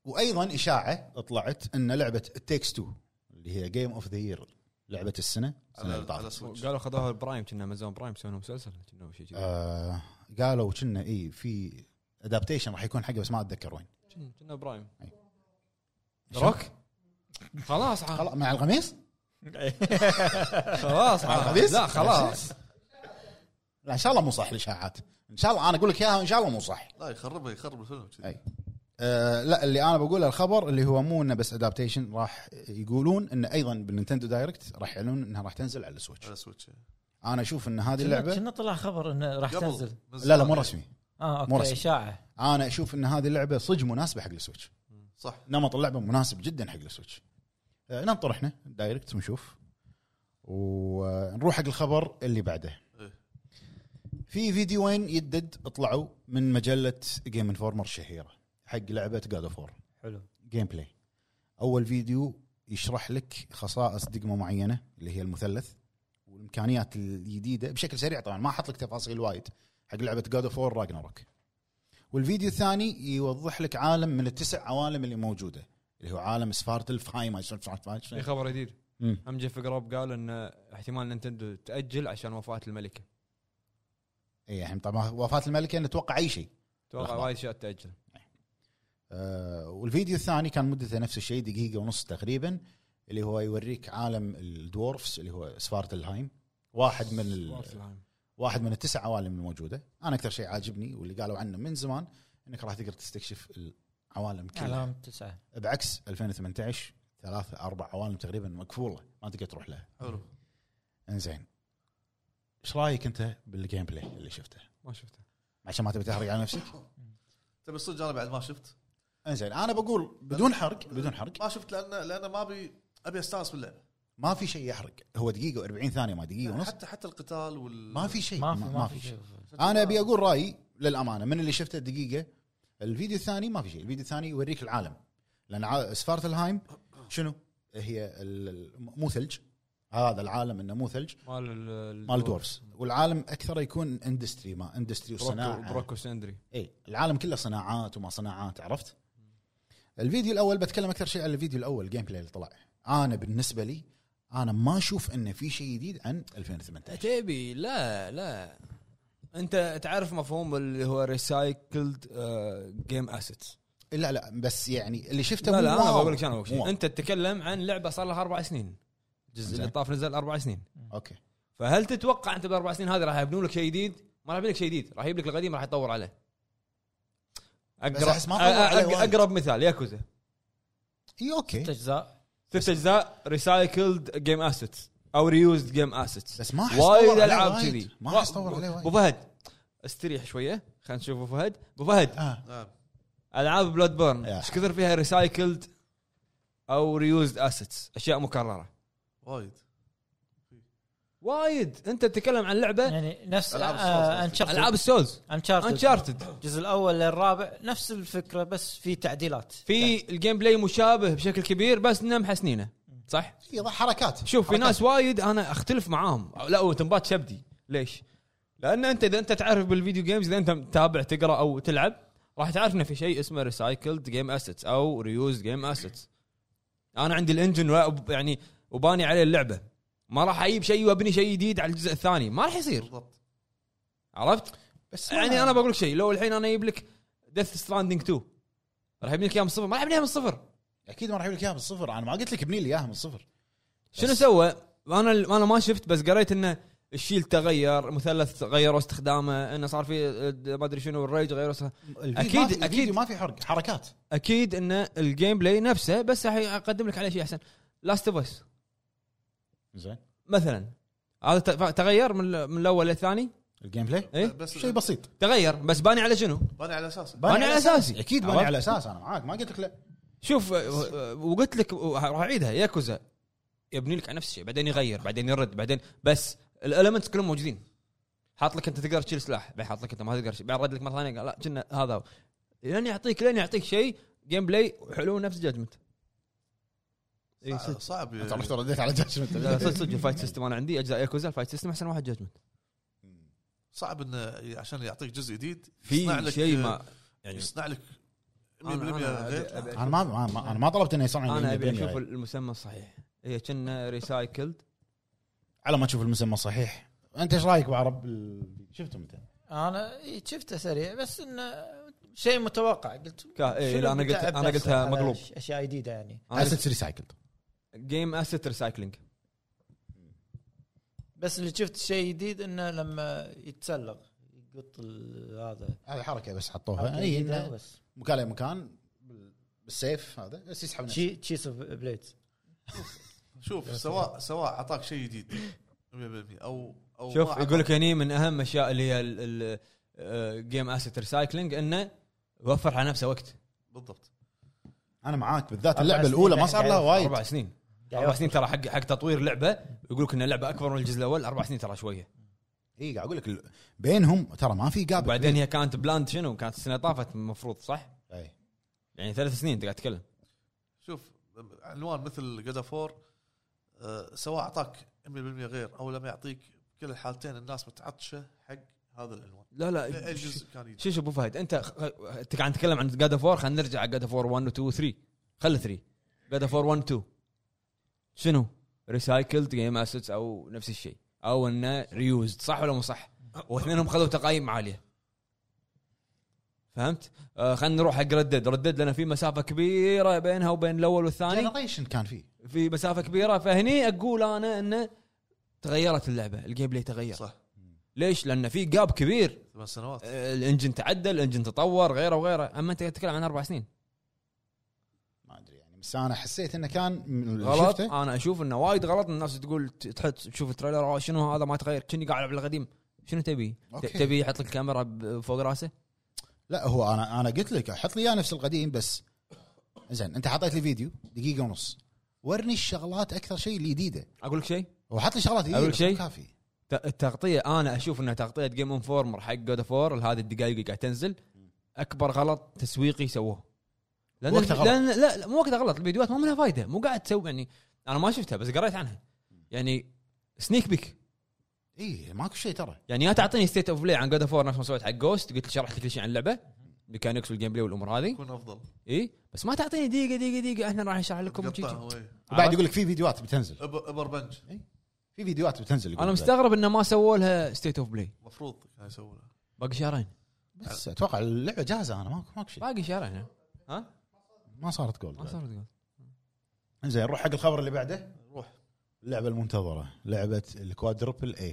Speaker 4: وايضا اشاعه طلعت ان لعبه تيكس 2 اللي هي جيم اوف ذا يير لعبه السنه السنه اللي
Speaker 2: على على
Speaker 4: طافت
Speaker 2: سويتش
Speaker 1: قالوا خذوها برايم كنا امازون برايم سوينا مسلسل كنا شيء كذي
Speaker 4: آه قالوا كنا اي في ادابتيشن راح يكون حقه بس ما اتذكر وين
Speaker 1: كنا- كنا برايم
Speaker 4: أي.
Speaker 1: روك خلاص عاد.
Speaker 4: خلاص آه، مع القميص
Speaker 1: خلاص
Speaker 4: مع
Speaker 1: عاد.
Speaker 4: القميص
Speaker 1: لا خلاص
Speaker 4: لا ان شاء الله مو صح الاشاعات ان شاء الله انا اقول لك اياها ان شاء الله مو صح
Speaker 2: لا يخربها يخرب الفيلم كذي
Speaker 4: أي. آه لا اللي انا بقوله الخبر اللي هو مو انه بس ادابتيشن راح يقولون انه ايضا بالنينتندو دايركت راح يعلنون انها راح تنزل على السويتش
Speaker 2: على سويتش
Speaker 4: انا اشوف ان هذه
Speaker 3: كنا
Speaker 4: اللعبه
Speaker 3: كنا طلع خبر انه راح تنزل
Speaker 2: من
Speaker 4: لا لا
Speaker 2: زمان.
Speaker 4: مو رسمي
Speaker 3: اه
Speaker 4: مو
Speaker 3: اوكي
Speaker 4: رسمي.
Speaker 3: اشاعه
Speaker 4: انا اشوف ان هذه اللعبه صدق مناسبه حق السويتش
Speaker 2: يعني. صح
Speaker 4: نمط اللعبه مناسب جدا حق السويتش آه ننطر احنا دايركت ونشوف ونروح حق الخبر اللي بعده
Speaker 2: إيه.
Speaker 4: في فيديوين يدد طلعوا من مجله جيم انفورمر الشهيره حق لعبه جاد اوف
Speaker 3: حلو
Speaker 4: جيم بلاي اول فيديو يشرح لك خصائص دقمه معينه اللي هي المثلث والامكانيات الجديده بشكل سريع طبعا ما احط لك تفاصيل وايد حق لعبه جاد اوف وور راجناروك والفيديو الثاني يوضح لك عالم من التسع عوالم اللي موجوده اللي هو عالم سفارتل فاي ما يسمون سفارتل
Speaker 1: في
Speaker 4: فاي
Speaker 1: خبر جديد
Speaker 4: مم.
Speaker 1: هم جيف جروب قال ان احتمال نينتندو تاجل عشان وفاه الملكه
Speaker 4: اي إيه، الحين طبعا وفاه الملكه نتوقع اي شيء
Speaker 1: اتوقع
Speaker 4: الأخبار.
Speaker 1: وايد اشياء تاجل
Speaker 4: آه، والفيديو الثاني كان مدته نفس الشيء دقيقه ونص تقريبا اللي هو يوريك عالم الدورفس اللي هو سفارتلهايم واحد من ال... واحد من التسع عوالم الموجوده انا اكثر شيء عاجبني واللي قالوا عنه من زمان انك راح تقدر تستكشف العوالم كلها
Speaker 3: كلام تسعه
Speaker 4: بعكس 2018 ثلاث اربع عوالم تقريبا مقفوله ما تقدر تروح لها
Speaker 2: حلو
Speaker 4: انزين ايش رايك انت بالجيم بلاي اللي شفته
Speaker 1: ما شفته
Speaker 4: عشان ما تبي تحرق على نفسك
Speaker 2: تبي الصدق انا بعد ما شفت
Speaker 4: انزين انا بقول بدون حرق بدون حرق
Speaker 2: ما شفت لان لان ما ابي ابي استانس باللعبه
Speaker 4: ما في شيء يحرق هو دقيقه و40 ثانيه ما
Speaker 1: أيوة،
Speaker 4: دقيقه ونص
Speaker 2: حتى حتى القتال وال
Speaker 4: إيه. ما في شيء
Speaker 3: ما في ما في شيء
Speaker 4: انا ابي اقول رايي للامانه من اللي شفته دقيقه الفيديو الثاني ما في شيء الفيديو الثاني يوريك العالم لان ع- سفارتلهايم شنو هي ال- ال- مو ثلج هذا العالم انه مو ثلج
Speaker 1: مال ال-
Speaker 4: مال دورفس والعالم اكثره يكون اندستري ما اندستري
Speaker 1: بروكو,
Speaker 4: وصناعه
Speaker 1: بروكو سندري
Speaker 4: اي العالم كله صناعات وما صناعات عرفت الفيديو الاول بتكلم اكثر شيء عن الفيديو الاول الجيم بلاي اللي طلع انا بالنسبه لي انا ما اشوف انه في شيء جديد عن 2018
Speaker 1: تبي لا لا انت تعرف مفهوم اللي هو آه، ريسايكلد جيم اسيتس
Speaker 4: لا لا بس يعني اللي شفته
Speaker 1: لا
Speaker 4: مو
Speaker 1: لا انا
Speaker 4: واو.
Speaker 1: بقول لك انا بقول لك
Speaker 4: مو
Speaker 1: شيء.
Speaker 4: واو.
Speaker 1: انت تتكلم عن لعبه صار لها اربع سنين الجزء
Speaker 4: زين.
Speaker 1: اللي طاف نزل اربع سنين
Speaker 4: اوكي
Speaker 1: فهل تتوقع انت بالاربع سنين هذه راح يبنون لك شيء جديد؟ ما راح يبنون لك شيء جديد، راح يجيب لك القديم راح يطور عليه. اقرب
Speaker 4: أحس ما طور عليه
Speaker 1: أ- أ-
Speaker 4: وايد.
Speaker 1: اقرب مثال ياكوزا
Speaker 4: اي اوكي
Speaker 3: اجزاء
Speaker 1: ست اجزاء ريسايكلد جيم اسيتس او ريوزد جيم اسيتس
Speaker 4: بس ما أحس طور
Speaker 1: وايد
Speaker 4: عليه
Speaker 1: العاب
Speaker 4: وايد.
Speaker 1: كذي
Speaker 4: ما احس طور عليه
Speaker 1: ابو
Speaker 4: وايد
Speaker 1: فهد استريح شويه خلينا نشوف ابو فهد ابو فهد
Speaker 4: آه.
Speaker 2: آه.
Speaker 1: العاب بلاد بورن
Speaker 4: يا.
Speaker 1: ايش كثر فيها ريسايكلد او ريوزد اسيتس اشياء مكرره
Speaker 2: وايد
Speaker 1: وايد انت تتكلم عن لعبه
Speaker 3: يعني نفس
Speaker 2: ألعاب الصوت قصدي.
Speaker 1: العاب
Speaker 3: انشارتد
Speaker 1: السولز
Speaker 3: انشارتد
Speaker 1: انشارتد
Speaker 3: الجزء الاول للرابع نفس الفكره بس في تعديلات
Speaker 1: في الجيم بلاي مشابه بشكل كبير بس انه محسنينه صح؟
Speaker 4: في حركات
Speaker 1: شوف في
Speaker 4: حركات.
Speaker 1: ناس وايد انا اختلف معاهم لا وتنبات شبدي ليش؟ لان انت اذا انت تعرف بالفيديو جيمز اذا انت متابع تقرا او تلعب راح تعرف انه في شيء اسمه ريسايكلد جيم اسيتس او ريوز جيم اسيتس انا عندي الانجن و- يعني وباني عليه اللعبه ما راح اجيب شيء وابني شيء جديد على الجزء الثاني ما راح يصير
Speaker 2: بالضبط
Speaker 1: عرفت؟
Speaker 4: بس
Speaker 1: يعني انا بقول لك شيء لو الحين انا اجيب لك ديث ستراندنج 2 راح يبني لك اياه من الصفر ما راح يبنيها من الصفر
Speaker 4: اكيد ما راح اجيب لك اياها من الصفر انا ما قلت لك ابني لي اياها من الصفر
Speaker 1: شنو
Speaker 4: بس-
Speaker 1: سوى؟ انا انا ما شفت بس قريت انه الشيل تغير مثلث غيروا استخدامه انه صار في آه، ما ادري شنو الريج غيروا استخ-
Speaker 4: الفيديو
Speaker 1: أكيد-
Speaker 4: ما في- الفيديو
Speaker 1: أكيد.
Speaker 4: ما في حرق حركات
Speaker 1: اكيد انه الجيم بلاي نفسه بس راح اقدم لك عليه شيء احسن لاست اوف اس
Speaker 4: زين
Speaker 1: مثلا هذا ت- تغير من ال- من الاول للثاني
Speaker 4: الجيم بلاي
Speaker 1: اي
Speaker 2: بس
Speaker 4: إيه؟ شيء بسيط
Speaker 1: تغير بس باني على شنو؟
Speaker 2: بني على اساس
Speaker 1: باني على أساسي.
Speaker 4: اكيد باني
Speaker 1: عرفت؟
Speaker 4: على اساس انا معاك ما قلت لك لا
Speaker 1: شوف آه، آه، وقلت لك آه، راح اعيدها ياكوزا يبني لك على نفس الشيء بعدين يغير بعدين يرد بعدين بس الالمنتس كلهم موجودين حاط لك انت تقدر تشيل سلاح بعدين حاط لك انت ما تقدر تشيل بعدين رد لك مره ثانيه قال لا كنا هذا هو لين يعطيك لين يعطيك شيء جيم بلاي حلو نفس جادجمنت اي
Speaker 2: صعب,
Speaker 1: إيه، صدق
Speaker 2: صعب
Speaker 4: انت رحت رديت على
Speaker 1: لا، صدق
Speaker 4: جاجمنت
Speaker 1: صدق الفايت سيستم انا عندي اجزاء ياكوزا الفايت سيستم احسن واحد جادجمنت
Speaker 2: صعب انه عشان يعطيك جزء جديد يصنع
Speaker 1: في
Speaker 2: لك-
Speaker 1: شيء ما يعني
Speaker 2: يصنع لك 100%
Speaker 1: أنا-
Speaker 2: غير
Speaker 1: أبي-
Speaker 4: انا ما ما- ما- انا ما طلبت انه يصنع
Speaker 1: انا
Speaker 4: لي
Speaker 1: ابي
Speaker 4: الدنيا.
Speaker 1: اشوف المسمى الصحيح هي كنا ريسايكلد
Speaker 4: على ما تشوف المسمى الصحيح انت ايش رايك بعرب شفتهم انت
Speaker 3: انا إي، شفته سريع بس انه شيء متوقع قلت
Speaker 1: إي، إيه، لا، أنا قلت-
Speaker 3: بتعب
Speaker 1: أنا
Speaker 3: نفسه
Speaker 1: قلتها
Speaker 3: على
Speaker 1: مقلوب.
Speaker 3: أش- اشياء جديده يعني
Speaker 4: اسيتس ريسايكلد
Speaker 1: جيم اسيت ريسايكلينج
Speaker 3: بس اللي شفت شيء جديد انه لما يتسلق يقط ال- هذا
Speaker 4: هذه حركه بس
Speaker 3: حركة
Speaker 4: حطوها اي
Speaker 3: جديدة
Speaker 4: إنه
Speaker 3: بس
Speaker 4: مكان لمكان بال- بالسيف هذا بس يسحب نفسه
Speaker 3: تشي تشيس اوف بليد
Speaker 1: آه،
Speaker 2: شوف سواء سواء اعطاك شيء جديد 100% او او
Speaker 1: شوف
Speaker 2: ما
Speaker 1: يقول لك هني من اهم الاشياء اللي هي الجيم اسيت ريسايكلينج انه وفر على نفسه وقت
Speaker 2: بالضبط
Speaker 4: انا معاك بالذات
Speaker 3: أربع
Speaker 4: اللعبه
Speaker 3: سنين
Speaker 4: الاولى ما
Speaker 1: يعني
Speaker 3: بعد
Speaker 4: صار لها
Speaker 3: قاعد-
Speaker 4: وايد
Speaker 1: اربع سنين
Speaker 3: يعني
Speaker 1: اربع سنين ترى حق حق تطوير لعبه يقول لك ان اللعبه اكبر من الجزء الاول اربع سنين ترى شويه
Speaker 4: اي قاعد اقول لك ال- بينهم ترى ما في جاب
Speaker 1: وبعدين هي كانت بلاند شنو كانت السنه طافت المفروض صح؟
Speaker 4: إي.
Speaker 1: يعني ثلاث سنين انت قاعد تتكلم
Speaker 2: شوف عنوان مثل جدا فور آه، سواء اعطاك 100% غير او لم يعطيك كل الحالتين الناس متعطشه حق هذا العنوان
Speaker 1: لا
Speaker 2: اي جزء كان يجي
Speaker 1: شو شو ابو فهد انت خ- انت قاعد تتكلم عن جاد فور خلينا نرجع جاد فور 1 و 2 و 3 خلي 3 جاد فور 1 و 2 شنو؟ ريسايكلد جيم اسيتس او نفس الشيء او انه ريوزد صح ولا مو صح؟ واثنينهم خذوا تقايم عاليه فهمت؟ آه خلينا نروح حق ردد ردد لان في مسافه كبيره بينها وبين الاول والثاني
Speaker 4: جنريشن كان فيه
Speaker 1: في مسافه كبيره فهني اقول انا انه تغيرت اللعبه الجيم بلاي تغير
Speaker 2: صح
Speaker 1: ليش؟ لان في جاب كبير
Speaker 2: ثمان سنوات
Speaker 1: إيه؟ الانجن تعدل الانجن تطور غيره وغيره اما انت قاعد تتكلم عن اربع سنين
Speaker 4: ما ادري يعني بس انا حسيت انه كان من اللي
Speaker 1: غلط
Speaker 4: شفته
Speaker 1: انا اشوف انه وايد غلط إن الناس تقول ت- تحط تشوف التريلر أوه شنو هذا ما تغير كني قاعد العب القديم شنو تبي؟ ت-
Speaker 4: أوكي.
Speaker 1: تبي يحط لك كاميرا ب- فوق راسه؟
Speaker 4: لا هو انا انا قلت لك حط لي اياه نفس القديم بس زين انت حطيت لي فيديو دقيقه ونص ورني الشغلات اكثر شيء الجديده
Speaker 1: اقول لك شيء
Speaker 4: وحط لي شغلات جديده
Speaker 1: أقول لك
Speaker 4: بس
Speaker 1: شيء؟
Speaker 4: مو كافي
Speaker 1: ت- التغطيه انا اشوف انها تغطيه جيم انفورمر حق جود اوف هذه الدقائق اللي قاعد تنزل اكبر غلط تسويقي سووه لان
Speaker 4: وقتها غلط.
Speaker 1: لان لا, لا مو وقتها غلط الفيديوهات ما منها فايده مو قاعد تسوي يعني انا ما شفتها بس قريت عنها يعني سنيك بيك
Speaker 4: اي ماكو شيء ترى
Speaker 1: يعني يا تعطيني ستيت اوف بلاي عن جود اوف نفس ما سويت حق جوست قلت لي شرحت لك كل شيء عن اللعبه ميكانكس والجيم بلاي والامور هذه
Speaker 2: يكون افضل
Speaker 1: اي بس ما تعطيني دقيقه دقيقه دقيقه احنا راح نشرح لكم جي جي.
Speaker 2: قطعها وي.
Speaker 4: وبعد يقول لك في فيديوهات بتنزل
Speaker 2: إب- ابر بنج
Speaker 4: في فيديوهات بتنزل يقول
Speaker 1: انا
Speaker 4: لك.
Speaker 1: مستغرب انه ما سووا لها ستيت اوف بلاي
Speaker 2: المفروض كان يسوونه
Speaker 1: باقي شهرين
Speaker 4: بس اتوقع اللعبه جاهزه انا ماكو ماكو شيء
Speaker 1: باقي شهرين ها
Speaker 4: ما صارت جولد
Speaker 1: ما صار تقول.
Speaker 4: زين نروح حق الخبر اللي بعده
Speaker 2: روح
Speaker 4: اللعبه المنتظره لعبه الكوادربل اي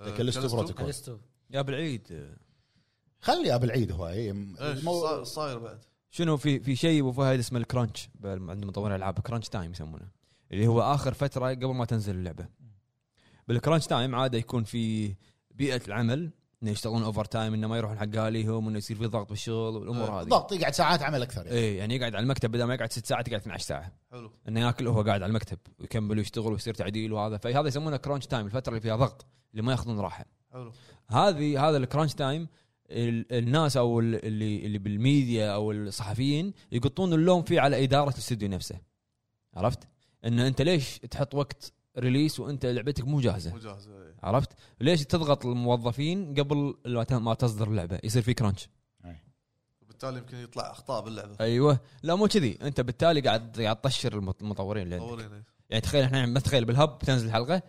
Speaker 2: آه،
Speaker 4: كاليستو
Speaker 2: كاليستو.
Speaker 4: بروتوكول.
Speaker 3: كاليستو
Speaker 1: يا بالعيد
Speaker 4: خلي ابو العيد هو إيه، إي،
Speaker 2: إيش
Speaker 4: المو...
Speaker 2: إيه، صا- صاير بعد
Speaker 1: شنو في في شيء ابو فهد اسمه الكرانش بال- عند مطورين الالعاب كرانش تايم يسمونه اللي هو اخر فتره قبل ما تنزل اللعبه بالكرانش تايم عاده يكون في بيئه العمل انه يشتغلون اوفر تايم انه ما يروحون حق اهاليهم انه يصير في ضغط بالشغل والامور هذه
Speaker 4: آه، ضغط يقعد ساعات عمل اكثر
Speaker 2: إيه،
Speaker 4: يعني.
Speaker 1: ايه يعني يقعد على المكتب بدل ما يقعد ست ساعات يقعد 12 ساعه
Speaker 2: حلو
Speaker 1: انه ياكل وهو قاعد على المكتب ويكمل ويشتغل ويصير تعديل وهذا فهذا يسمونه كرانش تايم الفتره اللي فيها ضغط اللي ما ياخذون راحه
Speaker 2: حلو
Speaker 1: هذه هذا الكرانش تايم ال- الناس او ال- اللي اللي بالميديا او الصحفيين يقطون اللوم فيه على اداره الاستوديو نفسه عرفت ان انت ليش تحط وقت ريليس وانت لعبتك مو جاهزه
Speaker 2: مو جاهزه إي.
Speaker 1: عرفت ليش تضغط الموظفين قبل لا ت- ما تصدر اللعبه يصير في كرانش
Speaker 2: وبالتالي يمكن يطلع اخطاء باللعبه
Speaker 1: ايوه لا مو كذي انت بالتالي قاعد قاعد تطشر المط- المطورين اللي عندك.
Speaker 2: طورين، إي.
Speaker 1: يعني تخيل احنا ما تخيل بالهب تنزل حلقه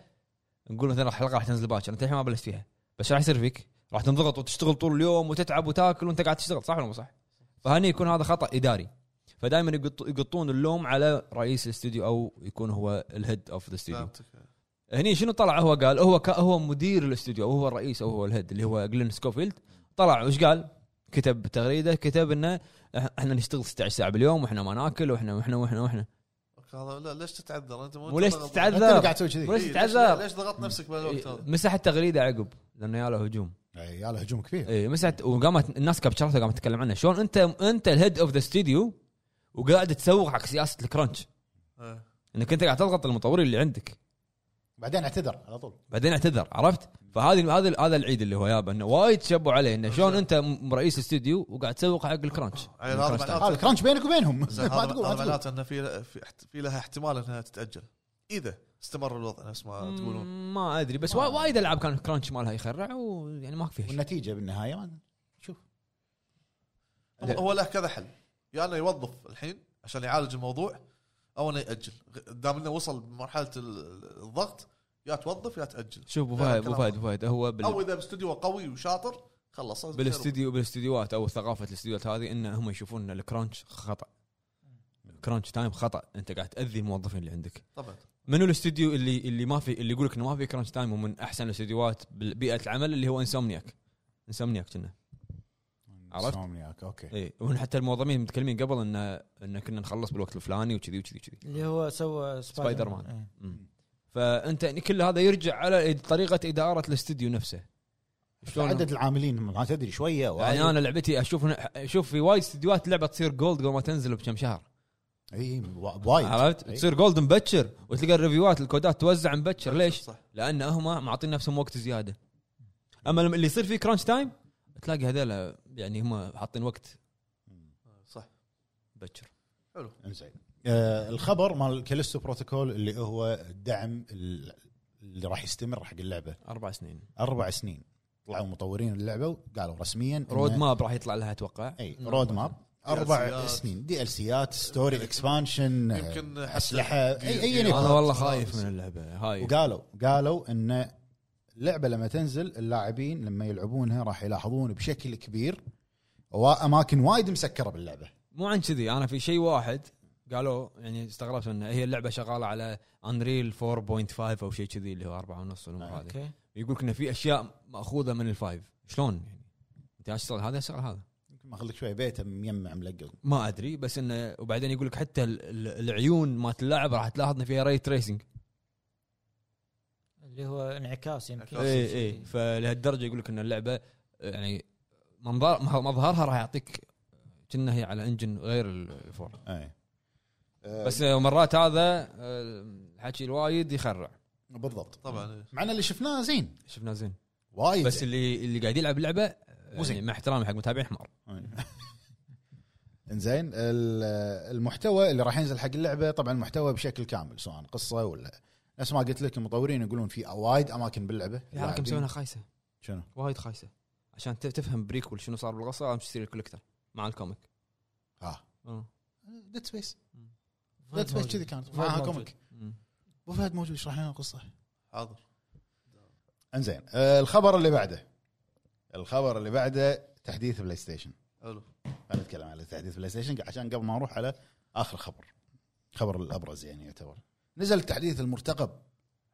Speaker 1: نقول مثلا الحلقه راح تنزل باكر انت الحين ما بلشت فيها بس راح يصير فيك؟ راح تنضغط وتشتغل طول اليوم وتتعب وتاكل وانت قاعد تشتغل صح ولا مو صح؟ فهني يكون هذا خطا اداري فدائما يقط- يقطون اللوم على رئيس الاستوديو او يكون هو الهيد اوف ذا استوديو
Speaker 2: فهمتك إي.
Speaker 1: هني شنو طلع هو قال هو ك... هو مدير الاستوديو او هو الرئيس او هو الهيد اللي هو جلين سكوفيلد طلع وش قال؟ كتب تغريده كتب انه إح- احنا نشتغل 16 ساعه باليوم واحنا ما ناكل واحنا واحنا واحنا واحنا
Speaker 2: هذا لا ليش تتعذر انت مو
Speaker 1: وليش
Speaker 2: تضغط-
Speaker 4: انت
Speaker 1: تتعذر؟
Speaker 4: اللي قاعد تسوي كذي
Speaker 2: إي،
Speaker 1: وليش
Speaker 2: ليش-
Speaker 1: تتعذر؟
Speaker 2: ليش ضغطت نفسك بالوقت هذا
Speaker 1: مسح التغريده عقب لانه إيه، يا له هجوم
Speaker 4: إي، إيه، يا له هجوم
Speaker 2: إيه.
Speaker 4: كبير
Speaker 1: اي مسحت وقامت الناس كابتشرته قامت تتكلم عنه شلون انت انت الهيد اوف ذا استوديو وقاعد تسوق حق سياسه الكرانش
Speaker 2: إي.
Speaker 1: انك انت قاعد تضغط المطورين اللي عندك
Speaker 4: بعدين اعتذر على طول
Speaker 1: بعدين اعتذر عرفت؟ فهذه هذا هذا العيد اللي هو يابا انه وايد شبوا عليه انه شلون انت م- رئيس استوديو وقاعد تسوق حق الكرانش
Speaker 2: يعني هذا
Speaker 1: الكرانش
Speaker 2: معناته
Speaker 4: هذا الكرانش بينك وبينهم ما
Speaker 2: زين، هذا
Speaker 4: تقول ما
Speaker 2: هذا
Speaker 4: تقول
Speaker 2: معناته انه في في احت- في لها احتمال انها تتاجل اذا استمر الوضع نفس ما تقولون
Speaker 1: مم، ما ادري بس وا- وايد العاب كان الكرانش مالها يخرع ويعني ما فيها شيء
Speaker 4: والنتيجه بالنهايه ما شوف
Speaker 2: هو- هو له كذا حل يا انه يوظف الحين عشان يعالج الموضوع او انه ياجل دام انه وصل بمرحله ال- الضغط يا توظف يا تاجل
Speaker 1: شوف ابو
Speaker 2: لا،
Speaker 1: فهد ابو
Speaker 2: كلام
Speaker 1: فهد أبو فهد هو بال...
Speaker 2: او اذا باستوديو قوي وشاطر خلص
Speaker 1: بالاستديو بالاستديوهات او ثقافه الاستديوهات هذه ان هم يشوفون ان الكرانش خطا كرانش تايم خطا انت قاعد تاذي الموظفين اللي عندك
Speaker 2: طبعا
Speaker 1: منو الاستوديو اللي اللي ما في اللي يقول لك انه ما في كرانش تايم ومن احسن الاستديوهات ببيئه العمل اللي هو انسومنياك انسومنياك كنا عرفت؟
Speaker 4: سومنياك، اوكي
Speaker 1: اي وإن حتى الموظفين متكلمين قبل ان ان كنا نخلص بالوقت الفلاني وكذي وكذي وكذي
Speaker 3: اللي هو سوى
Speaker 1: سبايدر مان.
Speaker 3: إيه.
Speaker 1: مم. فانت يعني كل هذا يرجع على طريقه اداره الاستوديو نفسه
Speaker 4: عدد العاملين ما تدري شويه وايد.
Speaker 1: يعني انا لعبتي اشوف اشوف في وايد استديوهات لعبه تصير جولد قبل ما تنزل بكم شهر
Speaker 4: اي وا- وايد
Speaker 1: عرفت
Speaker 4: إي.
Speaker 1: تصير جولد مبكر وتلقى الريفيوات الكودات توزع مبكر ليش؟
Speaker 2: صح
Speaker 1: لان هم معطين نفسهم وقت زياده اما لما اللي يصير فيه كرانش تايم تلاقي هذول يعني هم حاطين وقت
Speaker 2: صح
Speaker 1: بكر
Speaker 2: حلو
Speaker 4: انزين آه الخبر مال كاليستو بروتوكول اللي هو الدعم ال- اللي راح يستمر حق اللعبه
Speaker 1: اربع سنين
Speaker 4: اربع سنين طلعوا مطورين اللعبه وقالوا رسميا إن-
Speaker 1: رود ماب راح يطلع لها اتوقع
Speaker 4: اي رود ماب
Speaker 1: Mm-hmm.
Speaker 4: اربع
Speaker 2: DLC.
Speaker 4: سنين دي ال سيات ستوري اكسبانشن
Speaker 1: نعم.
Speaker 2: يمكن حتى
Speaker 4: اسلحه اي اي
Speaker 2: يعني
Speaker 1: انا
Speaker 4: نبغى.
Speaker 1: والله خايف من اللعبه هاي
Speaker 4: وقالوا قالوا ان اللعبه لما تنزل اللاعبين لما يلعبونها راح يلاحظون بشكل كبير واماكن وايد مسكره باللعبه
Speaker 1: مو عن كذي انا في شيء واحد قالوا يعني استغربت منه هي اللعبه شغاله على انريل 4.5 او شيء كذي اللي هو 4 ونص والامور هذه
Speaker 3: اوكي
Speaker 1: يقول لك انه في اشياء ماخوذه من الفايف شلون يعني انت اشتغل هذا اشتغل هذا
Speaker 4: يمكن ماخذ لك شويه بيته مجمع ملقط
Speaker 1: ما ادري بس انه وبعدين يقول لك حتى ال- ال- العيون مالت اللاعب راح تلاحظ ان فيها ري تريسنج
Speaker 3: اللي هو انعكاس يمكن
Speaker 2: انعكاس.
Speaker 1: اي اي فلهالدرجه يقول لك ان اللعبه يعني منظر مظهرها راح يعطيك كأنها هي على انجن غير الفور
Speaker 4: اي
Speaker 1: بس مرات هذا آه، الحكي الوايد يخرع
Speaker 4: آه، بالضبط
Speaker 2: طبعا
Speaker 4: معنا اللي شفناه زين
Speaker 1: شفنا إيه، زين
Speaker 4: وايد
Speaker 1: بس اللي اللي قاعد يلعب اللعبه
Speaker 4: مو زين.
Speaker 1: يعني مع احترامي حق متابعين حمار
Speaker 4: انزين ال- المحتوى اللي راح ينزل حق اللعبه طبعا المحتوى بشكل كامل سواء قصه ولا نفس ما قلت لك المطورين يقولون في وايد اماكن باللعبه
Speaker 1: في حركه مسوينها خايسه
Speaker 4: شنو؟
Speaker 1: وايد خايسه عشان ت- تفهم بريكول شنو صار بالقصه قام تشتري الكوليكتر مع الكوميك
Speaker 4: ها
Speaker 1: آه.
Speaker 4: ديد سبيس
Speaker 1: مم.
Speaker 4: ديد سبيس
Speaker 3: موجود.
Speaker 4: كذي كانت
Speaker 3: فهد
Speaker 4: معها
Speaker 3: موجود.
Speaker 4: كوميك
Speaker 1: مم.
Speaker 4: ابو فهد موجود يشرح لنا القصه
Speaker 2: حاضر
Speaker 4: انزين آه، الخبر اللي بعده الخبر اللي بعده تحديث بلاي ستيشن
Speaker 2: حلو
Speaker 4: خلينا نتكلم على تحديث بلاي ستيشن عشان قبل ما نروح على اخر خبر خبر الابرز يعني يعتبر نزل التحديث المرتقب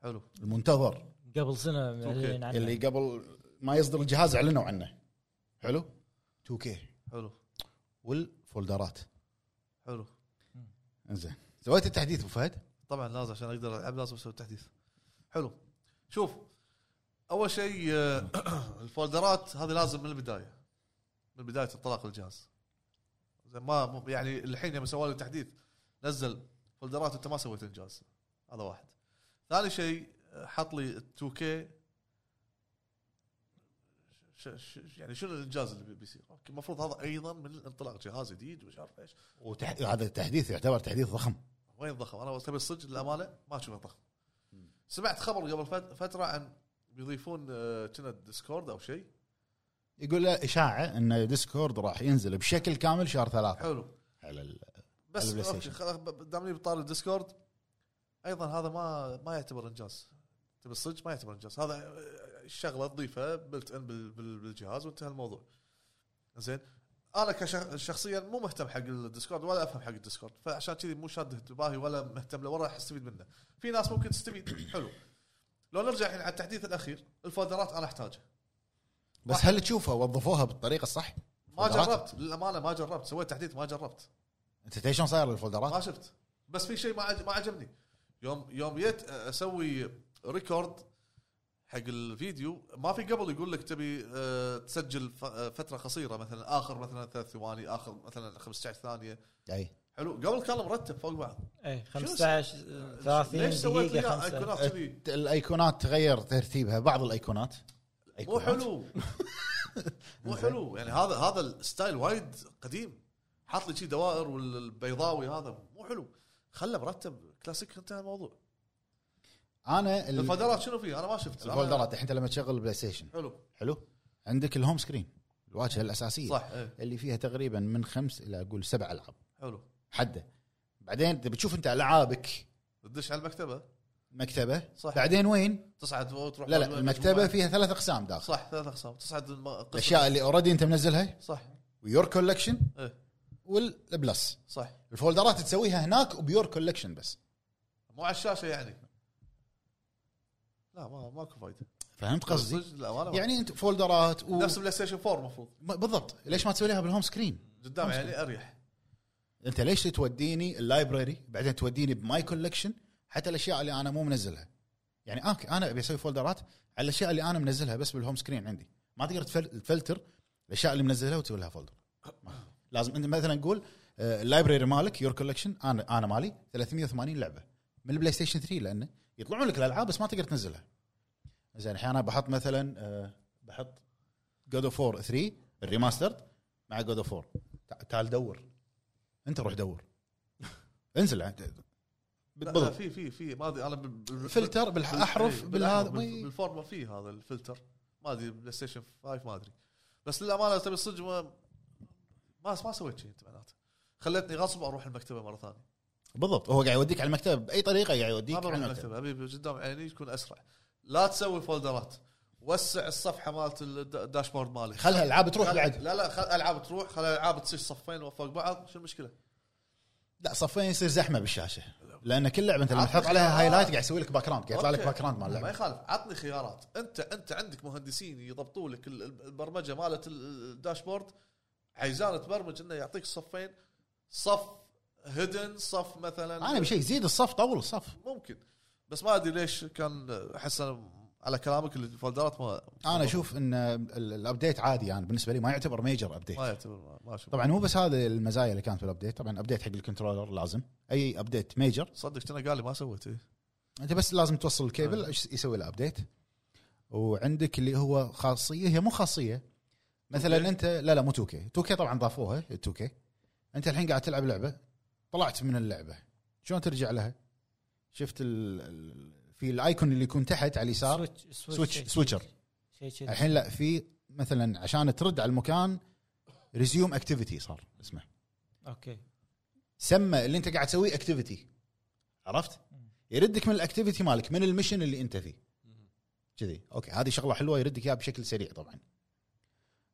Speaker 2: حلو
Speaker 4: المنتظر
Speaker 3: قبل سنه معلنين عنه
Speaker 4: اللي قبل ما يصدر الجهاز اعلنوا عنه حلو 2K
Speaker 2: حلو
Speaker 4: والفولدرات
Speaker 2: حلو
Speaker 4: انزين سويت التحديث ابو فهد
Speaker 2: طبعا لازم عشان اقدر العب لازم اسوي تحديث حلو شوف اول شيء آه، الفولدرات هذه لازم من البدايه من بدايه انطلاق الجهاز زين ما مو- يعني الحين لما سووا له تحديث نزل فولدرات انت ما سويت انجاز هذا واحد ثاني شيء آه، حط لي 2K ش- ش- يعني شنو الانجاز اللي بي- بيصير؟ أوكي، المفروض هذا ايضا من انطلاق جهاز جديد ومش عارف ايش
Speaker 4: وتح... هذا التحديث يعتبر تحديث ضخم
Speaker 2: وين ضخم انا تبي الصدق للامانه ما اشوفه ضخم سمعت خبر قبل فت- فتره عن بيضيفون آه، كنا ديسكورد او شيء
Speaker 4: يقول له اشاعه ان ديسكورد راح ينزل بشكل كامل شهر ثلاثة
Speaker 2: حلو
Speaker 4: على ال- على
Speaker 2: بس
Speaker 4: البلاي
Speaker 2: أوكي،
Speaker 4: ستيشن.
Speaker 2: خلاص، ب- دامني بطار الديسكورد ايضا هذا ما ما يعتبر انجاز تبي الصدق ما يعتبر انجاز هذا آه، الشغله تضيفها بلت ان بال- بال- بالجهاز وانتهى الموضوع زين انا كشخصيا مو مهتم حق الديسكورد ولا افهم حق الديسكورد فعشان كذي مو شاد انتباهي ولا مهتم له ولا راح استفيد منه في ناس ممكن تستفيد حلو لو نرجع الحين على التحديث الاخير الفولدرات انا احتاجها
Speaker 4: بس
Speaker 2: واحد.
Speaker 4: هل تشوفها وظفوها بالطريقه الصح؟
Speaker 2: ما
Speaker 4: فولدرات؟
Speaker 2: جربت للامانه ما جربت سويت تحديث ما جربت
Speaker 4: انت تدري شلون صاير
Speaker 2: ما
Speaker 4: الفولدرات؟
Speaker 2: شفت بس في شيء ما عج- ما عجبني يوم يوم جيت اسوي ريكورد حق الفيديو ما في قبل يقول لك تبي آه، تسجل ف- آه، فتره قصيره مثلا اخر مثلا ثلاث ثواني اخر مثلا 15 ثانيه
Speaker 4: اي
Speaker 2: حلو قبل كان مرتب فوق بعض
Speaker 3: اي
Speaker 2: شنو
Speaker 3: 15 30
Speaker 2: ليش سويت
Speaker 3: دقيقه
Speaker 2: وياه
Speaker 3: خمسة.
Speaker 2: ايقونات
Speaker 1: إيه،
Speaker 2: كذي
Speaker 4: ت- الايقونات تغير ترتيبها بعض الايقونات
Speaker 2: مو
Speaker 4: أيقونات.
Speaker 2: حلو مو حلو يعني هذا هذا الستايل وايد قديم حاط لي شي دوائر والبيضاوي هذا مو حلو خله مرتب كلاسيك انتهى الموضوع
Speaker 4: انا ال-
Speaker 2: الفولدرات شنو فيه انا ما شفت
Speaker 4: الفولدرات الحين أنت لما تشغل البلاي ستيشن
Speaker 2: حلو
Speaker 4: حلو عندك الهوم سكرين الواجهه الاساسيه
Speaker 2: صح ايه
Speaker 4: اللي فيها تقريبا من خمس الى اقول سبع العاب
Speaker 2: حلو
Speaker 4: حده بعدين تبي تشوف انت العابك
Speaker 2: تدش على المكتبه
Speaker 4: مكتبه
Speaker 2: صح.
Speaker 4: بعدين وين؟
Speaker 2: تصعد وتروح
Speaker 4: لا لا المكتبه فيها ثلاث اقسام داخل
Speaker 2: صح ثلاث اقسام تصعد الم- قسم-
Speaker 4: الاشياء اللي اوريدي انت منزلها
Speaker 2: صح
Speaker 4: ويور كولكشن
Speaker 2: ايه
Speaker 4: والبلس
Speaker 2: صح
Speaker 4: الفولدرات تسويها هناك وبيور كولكشن بس
Speaker 2: مو على الشاشه يعني لا ما ماكو فايده
Speaker 4: فهمت قصدي؟
Speaker 2: صدق، للأمانة ما-
Speaker 4: يعني انت فولدرات و...
Speaker 2: نفس بلاي ستيشن 4 المفروض
Speaker 4: ما- بالضبط ليش ما تسوي لها بالهوم سكرين؟
Speaker 2: قدام يعني اريح
Speaker 4: انت ليش توديني اللايبراري بعدين توديني بماي كولكشن حتى الاشياء اللي انا مو منزلها يعني اوكي انا ابي اسوي فولدرات على الاشياء اللي انا منزلها بس بالهوم سكرين عندي ما تقدر تفل- تفلتر الاشياء اللي منزلها وتسوي لها فولدر ما- لازم انت مثلا نقول آه، اللايبراري مالك يور كولكشن انا انا مالي 380 لعبه من البلاي ستيشن 3 لانه يطلعون لك الالعاب بس ما تقدر تنزلها زين الحين انا بحط مثلا آه، بح- بحط جود اوف 4 3 الريماسترد مع جود اوف 4 تع- تعال دور انت روح دور انزل عن-
Speaker 2: لا، لا،
Speaker 4: بالضبط
Speaker 2: في في في ما ادري انا بال- بال-
Speaker 4: فلتر بالاحرف
Speaker 2: إيه،
Speaker 4: بالهذا
Speaker 2: بالأحرف، بال-
Speaker 4: وي.
Speaker 2: بالفورمه في هذا الفلتر ما ادري بلاي ستيشن 5 ما ادري بس للامانه تبي الصدق ما ما ما سويت شيء انت معناته خلتني غصب اروح المكتبه مره ثانيه
Speaker 4: بالضبط هو قاعد يوديك على المكتب باي طريقه قاعد يوديك
Speaker 2: ما
Speaker 4: على
Speaker 2: بروح
Speaker 4: المكتب
Speaker 2: المكتبه ابي قدام عيني يعني يكون اسرع لا تسوي فولدرات وسع الصفحه مالت الدا- الداشبورد مالي
Speaker 4: خلها الالعاب تروح
Speaker 2: خل-
Speaker 4: بعد
Speaker 2: لا لا خل العاب تروح خل العاب تصير صفين فوق بعض شو المشكله؟
Speaker 4: لا صفين يصير زحمه بالشاشه لان كل لعبه انت لما تحط عليها هايلايت قاعد يسوي لك باك جراوند قاعد يطلع لك
Speaker 2: آه. أوكي.
Speaker 4: باك جراوند مال
Speaker 2: ما
Speaker 4: اللعبه
Speaker 2: يخالف عطني خيارات انت انت عندك مهندسين يضبطوا لك ال- ال- البرمجه مالت ال- الداشبورد عايزانه تبرمج انه يعطيك صفين صف هيدن صف مثلا
Speaker 4: انا بشيء زيد الصف طول الصف
Speaker 2: ممكن بس ما ادري ليش كان احس أنا على كلامك الفولدرات ما
Speaker 4: انا اشوف ان ال- الابديت عادي انا يعني بالنسبه لي ما يعتبر ميجر ابديت
Speaker 2: ما يعتبر ما- ما اشوف
Speaker 4: طبعا مو بس هذه المزايا اللي كانت بالابديت طبعا ابديت حق الكنترولر لازم اي ابديت ميجر
Speaker 2: صدق كنا قال لي ما سويت إيه.
Speaker 4: انت بس لازم توصل الكيبل إيش يسوي له ابديت وعندك اللي هو خاصيه هي مو خاصيه مثلا انت لا لا مو 2K 2K طبعا ضافوها 2K انت الحين قاعد تلعب لعبه طلعت من اللعبه شلون ترجع لها؟ شفت ال... ال- في الايكون اللي يكون تحت على اليسار
Speaker 3: سويتش
Speaker 4: سويتش-
Speaker 3: شيء
Speaker 4: سويتشر.
Speaker 3: كذي. شيء كذي
Speaker 4: الحين لا في مثلا عشان ترد على المكان ريزيوم اكتيفيتي صار اسمه
Speaker 3: اوكي
Speaker 4: سمى اللي انت قاعد تسويه اكتيفيتي عرفت؟ يردك من الاكتيفيتي مالك من المشن اللي انت فيه كذي اوكي هذه شغله حلوه يردك اياها بشكل سريع طبعا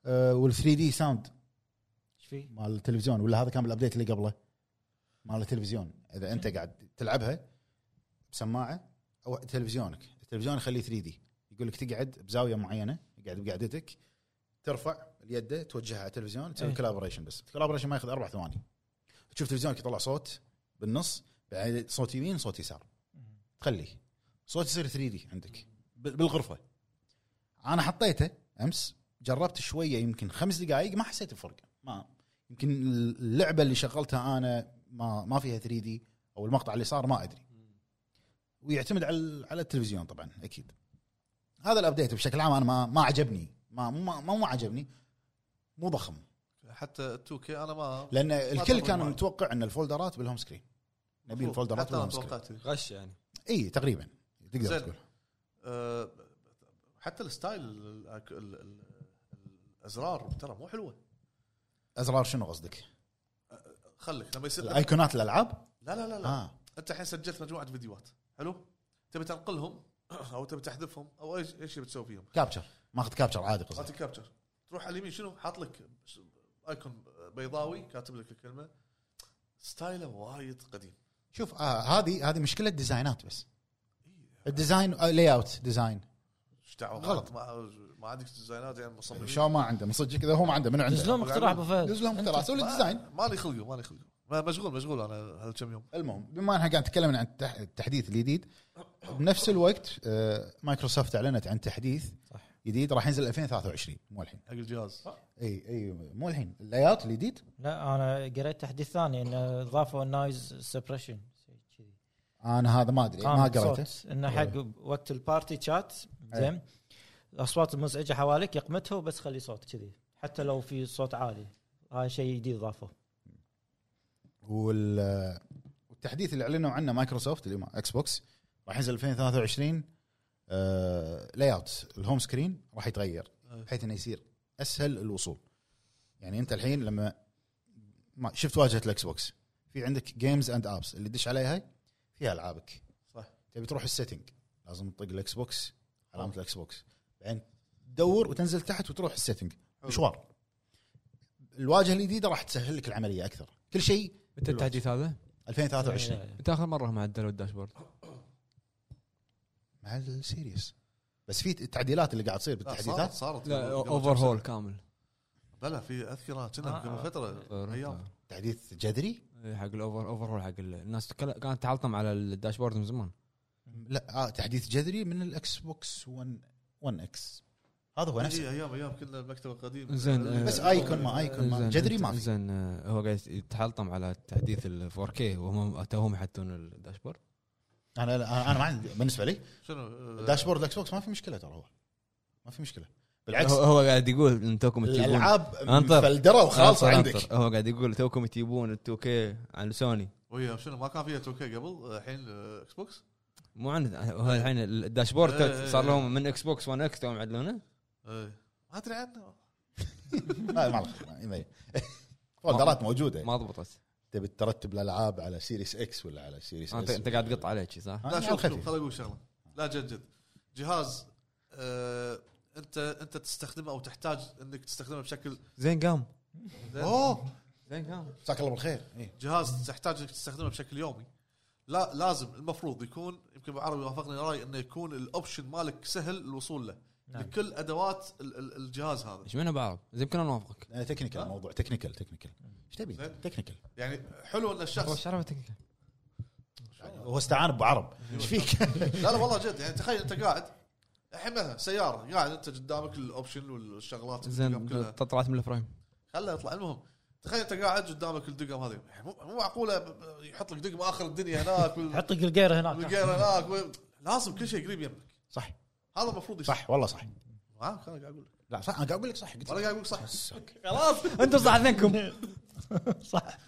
Speaker 4: أه وال 3 دي ساوند
Speaker 3: ايش في؟
Speaker 4: مال التلفزيون ولا هذا كان بالابديت اللي قبله مال التلفزيون اذا انت قاعد تلعبها بسماعه او تلفزيونك التلفزيون يخليه 3 دي يقول لك تقعد بزاويه معينه قاعد بقعدتك ترفع اليد توجهها على التلفزيون تسوي
Speaker 3: إيه.
Speaker 4: كولابوريشن بس الكولابوريشن ما ياخذ اربع ثواني تشوف تلفزيونك يطلع صوت بالنص بعد صوت يمين صوت يسار تخليه صوت يصير 3 دي عندك بال- بالغرفه انا حطيته امس جربت شويه يمكن خمس دقائق ما حسيت بفرق ما يمكن اللعبه اللي شغلتها انا ما ما فيها 3 دي او المقطع اللي صار ما ادري ويعتمد على ال- على التلفزيون طبعا اكيد هذا الابديت بشكل عام انا ما ما عجبني ما ما ما, ما عجبني مو ضخم
Speaker 2: حتى 2 كي انا ما
Speaker 4: لان الكل
Speaker 2: ضخم
Speaker 4: كان
Speaker 2: وايد.
Speaker 4: متوقع ان الفولدرات بالهوم سكرين نبي
Speaker 2: مفروض.
Speaker 4: الفولدرات
Speaker 2: حتى انا
Speaker 4: بالهوم سكرين
Speaker 2: توقعت
Speaker 1: غش يعني
Speaker 4: اي تقريبا تقدر
Speaker 2: زين.
Speaker 4: تقول
Speaker 2: أه، حتى الستايل ال- ال- ال- ال- الازرار ترى مو حلوه
Speaker 4: ازرار شنو قصدك؟
Speaker 2: خليك لما يصير لا
Speaker 4: الايقونات الالعاب؟
Speaker 2: لا لا, لا.
Speaker 4: اه
Speaker 2: انت الحين سجلت مجموعه فيديوهات حلو تبي تنقلهم او تبي تحذفهم او ايش ايش بتسوي فيهم
Speaker 4: كابتشر ماخذ كابتشر عادي
Speaker 2: مالت
Speaker 4: قصدي
Speaker 2: الكابتشر تروح على اليمين شنو حاط لك ش- ايكون بيضاوي كاتب لك الكلمه ستايله وايد قديم
Speaker 4: شوف آه، هذه هذه مشكله ديزاينات بس الديزاين آه، لاي اوت ديزاين
Speaker 2: ايش دعوه
Speaker 4: غلط.
Speaker 2: ما, ما عندك ديزاينات يعني مصممين
Speaker 4: شو ما عنده من صدق كذا هو ما عنده من عنده
Speaker 3: نزلهم اقتراح ابو فهد
Speaker 4: نزلهم
Speaker 3: أنت-
Speaker 4: ترى سوي الديزاين
Speaker 2: ما- مالي خلقه مالي خلقه ما- مشغول مشغول انا هالكم يوم
Speaker 4: المهم بما ان احنا قاعد نتكلم عن التح- التحديث الجديد بنفس الوقت آه، مايكروسوفت اعلنت عن تحديث
Speaker 3: صح.
Speaker 4: جديد راح ينزل 2023 مو الحين
Speaker 2: حق الجهاز آه،
Speaker 4: اي اي مو الحين اللاي اوت الجديد
Speaker 3: لا انا قريت تحديث ثاني انه ضافوا النايز سبريشن
Speaker 4: انا هذا ما ادري إيه، ما قريته إيه.
Speaker 3: انه حق وقت البارتي شات زين الاصوات المزعجه حواليك يقمتها وبس خلي صوت كذي حتى لو في صوت عالي هاي شيء جديد ضافوه
Speaker 4: وال والتحديث اللي اعلنوا عنه مايكروسوفت اللي مع اكس بوكس راح ينزل 2023 آه لاي اوت الهوم سكرين راح يتغير
Speaker 2: أي.
Speaker 4: بحيث انه يصير اسهل الوصول يعني انت الحين لما ما شفت واجهه الاكس بوكس في عندك جيمز اند ابس اللي تدش عليها فيها العابك
Speaker 2: صح.
Speaker 4: تبي تروح السيتنج لازم تطق الاكس بوكس علامه الاكس بوكس بعدين تدور وتنزل تحت وتروح السيتنج مشوار الواجهه الجديده راح تسهل لك العمليه اكثر كل شيء
Speaker 1: متى التحديث هذا؟
Speaker 4: 2023
Speaker 3: إيه.
Speaker 1: متى اخر مره هم عدلوا الداشبورد؟
Speaker 4: مع السيريس بس في التعديلات اللي قاعد تصير
Speaker 2: لا، صارت-
Speaker 4: بالتحديثات
Speaker 2: صارت
Speaker 1: لا
Speaker 2: قبل- قبل
Speaker 1: اوفر
Speaker 2: كم
Speaker 1: هول
Speaker 2: سنة.
Speaker 1: كامل
Speaker 2: لا لا في اذكر أنا كنا
Speaker 3: آه.
Speaker 2: قبل فتره ايام
Speaker 4: تحديث جذري
Speaker 1: إيه، حق الاوفر اوفر هول حق ال- الناس تكل- كانت تعلطم على الداشبورد من زمان
Speaker 4: لا آه تحديث جذري من الاكس بوكس 1 1 اكس هذا هو
Speaker 2: اي
Speaker 4: نفسه
Speaker 2: ايام ايام كنا المكتب القديم
Speaker 1: زين، آه،
Speaker 4: بس ايكون ما ايكون ما
Speaker 1: زين،
Speaker 4: جذري ما في
Speaker 1: زين آه، هو قاعد يتحلطم على تحديث ال 4K وهم توهم يحطون الداشبورد
Speaker 4: انا انا ما عندي بالنسبه لي
Speaker 2: شنو آه،
Speaker 4: داشبورد الاكس بوكس ما في مشكله ترى هو ما في مشكله بالعكس
Speaker 1: هو هو قاعد يقول ان توكم تجيبون
Speaker 4: الالعاب
Speaker 1: انطر.
Speaker 4: مفلدره وخالصه
Speaker 1: أنطر-
Speaker 4: عندك
Speaker 1: أنطر. هو قاعد يقول توكم تجيبون ال 2K عن سوني
Speaker 2: ويا شنو ما كان فيها 2K قبل الحين آه، اكس بوكس
Speaker 1: مو عن هو الحين الداشبورد
Speaker 2: إيه، إيه،
Speaker 1: صار
Speaker 2: إيه.
Speaker 1: لهم من اكس بوكس 1 اكس توهم يعدلونه
Speaker 2: إيه. ما ادري عنه
Speaker 4: لا، ما له خير، ما- ما- فولدرات موجوده
Speaker 1: ما ضبطت
Speaker 4: تبي ترتب الالعاب على سيريس اكس ولا على سيريس آه،
Speaker 1: انت
Speaker 4: اس
Speaker 1: انت قاعد تقط عليه شي صح؟
Speaker 2: لا شوف شوف خليني اقول شغله لا جد جد جهاز آه انت انت تستخدمه او تحتاج انك تستخدمه بشكل
Speaker 1: زين قام
Speaker 2: اوه
Speaker 1: زين قام
Speaker 4: جزاك الله بالخير إيه.
Speaker 2: جهاز تحتاج انك تستخدمه بشكل يومي لا لازم المفروض يكون يمكن بالعربي وافقني راي انه يكون الاوبشن مالك سهل الوصول له
Speaker 3: نعم.
Speaker 2: نعم. لكل ادوات ال- ال- الجهاز هذا
Speaker 1: ايش معنى بعرض؟ زين يمكن انا اوافقك
Speaker 4: أنا تكنيكال الموضوع تكنيكال تكنيكال ايش تبي
Speaker 2: زين.
Speaker 4: تكنيكال
Speaker 2: يعني حلو ان الشخص
Speaker 4: هو استعان بعرب
Speaker 2: أيوة،
Speaker 4: ايش فيك
Speaker 2: لا لا والله جد يعني تخيل انت قاعد الحين مثلا سياره قاعد انت قدامك الاوبشن والشغلات اللي قدامك
Speaker 1: زين
Speaker 2: كلها
Speaker 1: طلعت من الفريم
Speaker 2: خله يطلع المهم تخيل انت قاعد قدامك الدقم هذه يعني مو مو معقوله ب- ب- يحط لك دقم اخر الدنيا هناك وال-
Speaker 3: حط القلقيره هناك
Speaker 2: والقير هناك وال- لازم كل شيء قريب يمك
Speaker 4: صح
Speaker 2: هذا المفروض يصير.
Speaker 4: صح والله صح
Speaker 2: معاك انا قاعد اقول لك
Speaker 4: لا صح انا قاعد اقول لك صح قلت
Speaker 2: انا
Speaker 4: لك.
Speaker 2: قاعد اقول لك صح
Speaker 1: خلاص انتم صح اذنكم
Speaker 4: إيه.
Speaker 3: صح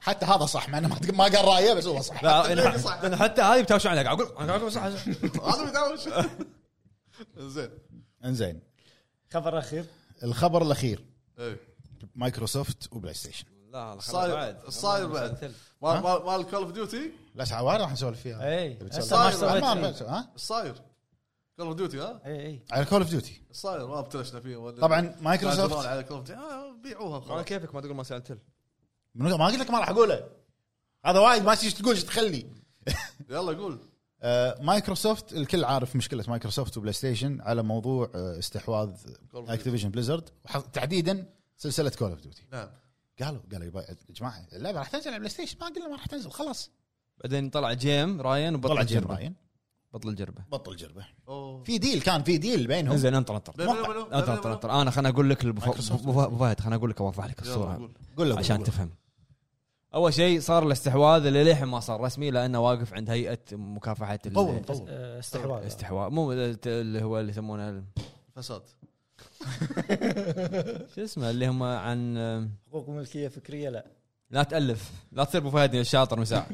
Speaker 4: حتى هذا صح مع انه ما ما قال رايه بس هو صح
Speaker 1: لان حتى هذه بتاوش عليك اقول انا قاعد اقول صح
Speaker 2: هذا اللي يداوش زين
Speaker 4: انزين
Speaker 3: خبر اخير
Speaker 4: الخبر الاخير
Speaker 2: إيه.
Speaker 4: مايكروسوفت وبلاي ستيشن
Speaker 1: لا لا، خلاص
Speaker 2: صاير-
Speaker 1: بعد.
Speaker 2: صاير بعد.
Speaker 1: مسلسل.
Speaker 2: مال مال- مال كول اوف ديوتي
Speaker 4: لا ساعه واحده راح نسولف فيها
Speaker 3: اي
Speaker 4: تبي
Speaker 3: هسه
Speaker 4: تسولف؟
Speaker 3: إيه. ما
Speaker 4: ما-
Speaker 2: صاير.
Speaker 4: ما-
Speaker 3: سويت شيء. إيه،
Speaker 4: ها
Speaker 2: الصاير كول اوف ديوتي ها
Speaker 3: اي اي
Speaker 4: على كول اوف ديوتي
Speaker 2: الصاير ما ابتلشنا فيه ولا-
Speaker 4: طبعاً
Speaker 2: لا
Speaker 4: مايكروسوفت.
Speaker 2: تبغون على كول اوف ديوتي آه، بيعوها
Speaker 1: انا
Speaker 2: خلاص
Speaker 1: كيفك ما تقول ما سالت له.
Speaker 4: من- ما قلت لك ما راح اقوله هذا وايد ما ايش تقول ايش تخلي
Speaker 2: يلا قول
Speaker 4: آه، مايكروسوفت الكل عارف مشكله مايكروسوفت وبلاي ستيشن على موضوع آه، استحواذ
Speaker 2: Duty.
Speaker 4: اكتيفيجن بليزرد تحديدا سلسله كول اوف ديوتي
Speaker 2: نعم
Speaker 4: قالوا قالوا يبا- يا جماعه اللعبه راح تنزل على بلاي ستيشن ما قلنا ما راح تنزل خلاص
Speaker 1: بعدين طلع جيم راين وبطل
Speaker 4: طلع جيم
Speaker 1: الجربه
Speaker 4: راين
Speaker 1: بطل الجربه
Speaker 4: بطل جربه
Speaker 2: أوه.
Speaker 4: في ديل كان في ديل بينهم
Speaker 1: انزين انطر انطر
Speaker 2: بينو-
Speaker 4: موقع.
Speaker 2: بينو-
Speaker 1: انطر
Speaker 2: بينو-
Speaker 1: انطر
Speaker 2: بينو.
Speaker 1: انطر انا خليني اقول لك البف-
Speaker 4: مايكروسوفت.
Speaker 1: بف- ابو فهد خليني اقول لك اوضح لك
Speaker 2: يلا
Speaker 1: الصوره
Speaker 2: قول
Speaker 4: قول له
Speaker 1: عشان
Speaker 4: قول له.
Speaker 1: تفهم اول شيء صار الاستحواذ اللي للحين ما صار رسمي لانه واقف عند هيئه مكافحه ال-
Speaker 4: طول طول
Speaker 3: آه، استحواذ
Speaker 1: الاستحواذ مو اللي هو اللي يسمونه ال-
Speaker 2: فساد
Speaker 1: شو اسمه اللي هم عن
Speaker 3: حقوق ملكيه فكريه لا
Speaker 1: لا تالف لا تصير ابو فهد الشاطر مساع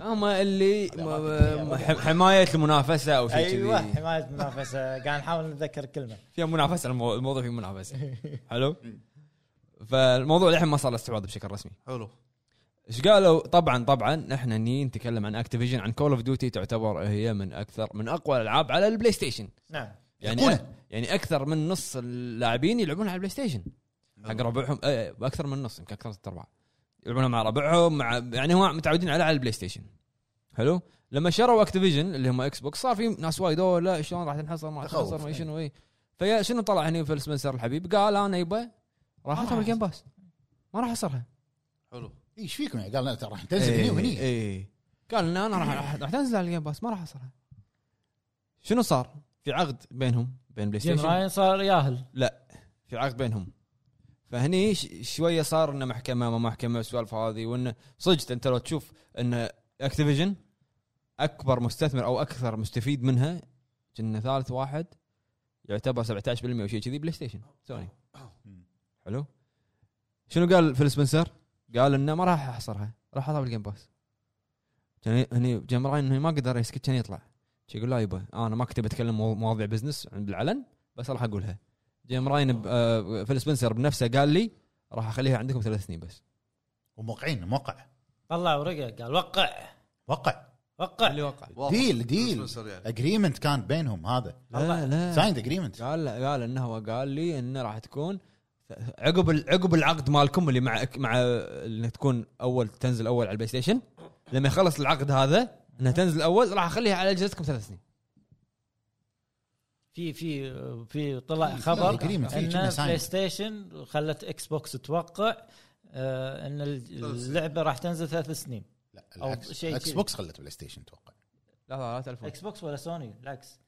Speaker 1: هم اللي م- م- حمايه المنافسه او شيء
Speaker 3: ايوه
Speaker 1: كذي
Speaker 3: حمايه المنافسه قاعد نحاول نتذكر كلمه
Speaker 1: فيها منافسه المو- الموضوع فيه منافسه حلو فالموضوع للحين ما صار له استحواذ بشكل رسمي
Speaker 2: حلو
Speaker 1: ايش قالوا طبعا طبعا احنا ني نتكلم عن اكتيفيجن عن كول اوف ديوتي تعتبر هي من اكثر من اقوى الالعاب على البلاي ستيشن
Speaker 3: نعم
Speaker 1: يعني
Speaker 4: يكونه.
Speaker 1: يعني اكثر من نص اللاعبين يلعبون على البلاي ستيشن حق ربعهم اه، اكثر من نص يمكن اكثر من ارباع يلعبونها مع ربعهم مع يعني هم متعودين على على البلاي ستيشن حلو لما شروا اكتيفيجن اللي هم اكس بوكس صار في ناس وايد اوه لا شلون راح تنحصر ما راح
Speaker 4: تخوف. يعني.
Speaker 1: تنحصر ما شنو اي فيا شنو طلع هني فيل سبنسر الحبيب قال انا يبا راحتها بالجيم باس ما راح احصرها
Speaker 2: حلو
Speaker 4: ايش فيكم يعني قال لا ترى راح تنزل
Speaker 3: إيه.
Speaker 4: هني وهني
Speaker 1: اي قال ان انا راح راح تنزل على الجيم باس ما راح احصلها شنو صار؟ في عقد بينهم بين بلاي
Speaker 3: جيم
Speaker 1: ستيشن
Speaker 3: راين صار ياهل
Speaker 1: لا في عقد بينهم فهني ش- شويه صار انه محكمه ما محكمه السوالف هذه وانه صدق انت لو تشوف ان اكتيفيجن اكبر مستثمر او اكثر مستفيد منها كنا ثالث واحد يعتبر 17% وشيء كذي بلاي ستيشن سوني حلو شنو قال فيل سبنسر؟ قال انه ما راح احصرها راح احطها بالجيم باس كان هني جيم راين هني ما قدر يسكت كان يطلع شي يقول لا يبا انا ما كنت بتكلم مو- مواضيع بزنس بالعلن بس راح اقولها جيم راين ب- آه، فيل سبنسر بنفسه قال لي راح اخليها عندكم ثلاث سنين بس
Speaker 4: وموقعين موقع
Speaker 3: طلع ورقه قال وقع
Speaker 4: موقع
Speaker 3: وقع
Speaker 1: وقع
Speaker 2: واضح.
Speaker 4: ديل ديل
Speaker 2: بالنسبة لي يعني.
Speaker 4: اجريمنت كان بينهم هذا
Speaker 1: لا لا
Speaker 4: سايند اجريمنت
Speaker 1: قال لا قال انه هو قال لي انه راح تكون عقب ال- عقب العقد مالكم اللي مع مع انك تكون اول تنزل اول على البلاي ستيشن لما يخلص العقد هذا انها تنزل اول راح اخليها على اجهزتكم ثلاث سنين
Speaker 3: في في في طلع
Speaker 4: في- في
Speaker 3: خبر
Speaker 4: agreement، في
Speaker 3: ان
Speaker 4: كنا sign.
Speaker 3: بلاي ستيشن خلت اكس بوكس توقع آه، ان اللعبه راح تنزل ثلاث سنين
Speaker 4: لا
Speaker 3: أو
Speaker 4: العكس
Speaker 3: شيء
Speaker 4: اكس
Speaker 3: كذي.
Speaker 4: بوكس خلت بلاي ستيشن اتوقع
Speaker 1: لا لا لا تلفون
Speaker 3: اكس بوكس ولا سوني العكس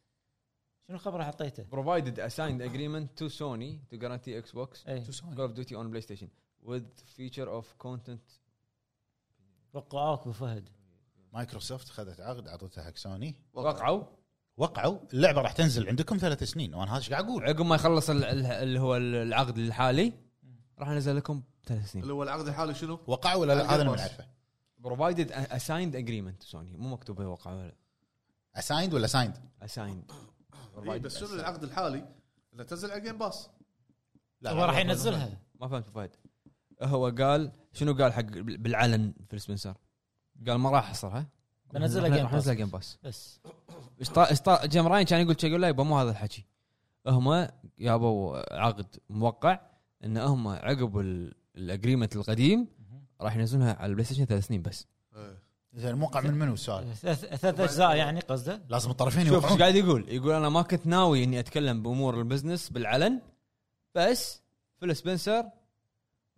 Speaker 3: شنو الخبر اللي حطيته؟
Speaker 1: provided a signed agreement to Sony to guarantee Xbox
Speaker 3: اي
Speaker 1: Call of Duty on PlayStation with feature of content
Speaker 3: وقعوك بفهد
Speaker 4: مايكروسوفت خذت عقد اعطتها حق سوني
Speaker 1: وقعوا
Speaker 4: وقعوا اللعبه راح تنزل عندكم ثلاث سنين وانا هذا ايش قاعد اقول
Speaker 1: عقب ما يخلص ال- ال- اللي هو العقد الحالي راح انزل لكم ثلاث سنين
Speaker 2: اللي هو العقد الحالي شنو؟
Speaker 4: وقع ولا لا هذا
Speaker 2: على
Speaker 4: انا ما
Speaker 2: Game Pass.
Speaker 4: نعرفه
Speaker 1: بروفايدد اسايند اجريمنت سوني مو مكتوب هي وقع ولا
Speaker 4: اسايند ولا سايند
Speaker 1: اسايند
Speaker 2: إيه بس شنو العقد الحالي؟ انه تنزل على جيم باس
Speaker 3: هو راح ينزلها
Speaker 1: ما فهمت الفائده هو قال شنو قال حق بالعلن في السبنسر قال ما راح احصرها
Speaker 3: بنزلها
Speaker 1: راح-
Speaker 3: Game
Speaker 1: راح
Speaker 3: Pass.
Speaker 1: انزلها جيم باس
Speaker 3: بس
Speaker 1: إيش طا- إيش طا- جيم راين كان يقول شي، يقول لا يبا مو هذا الحكي هم جابوا عقد موقع ان هم عقب ال- الاجريمنت القديم راح ينزلونها على البلاي ستيشن ثلاث سنين بس
Speaker 2: إيه.
Speaker 4: زين موقع من منو السؤال؟
Speaker 3: ثلاث ثلاث اجزاء يعني قصده
Speaker 4: لازم الطرفين
Speaker 1: شوف ايش
Speaker 4: يوقعون
Speaker 1: قاعد يقول يقول انا ما كنت ناوي اني اتكلم بامور البزنس بالعلن بس فيل سبنسر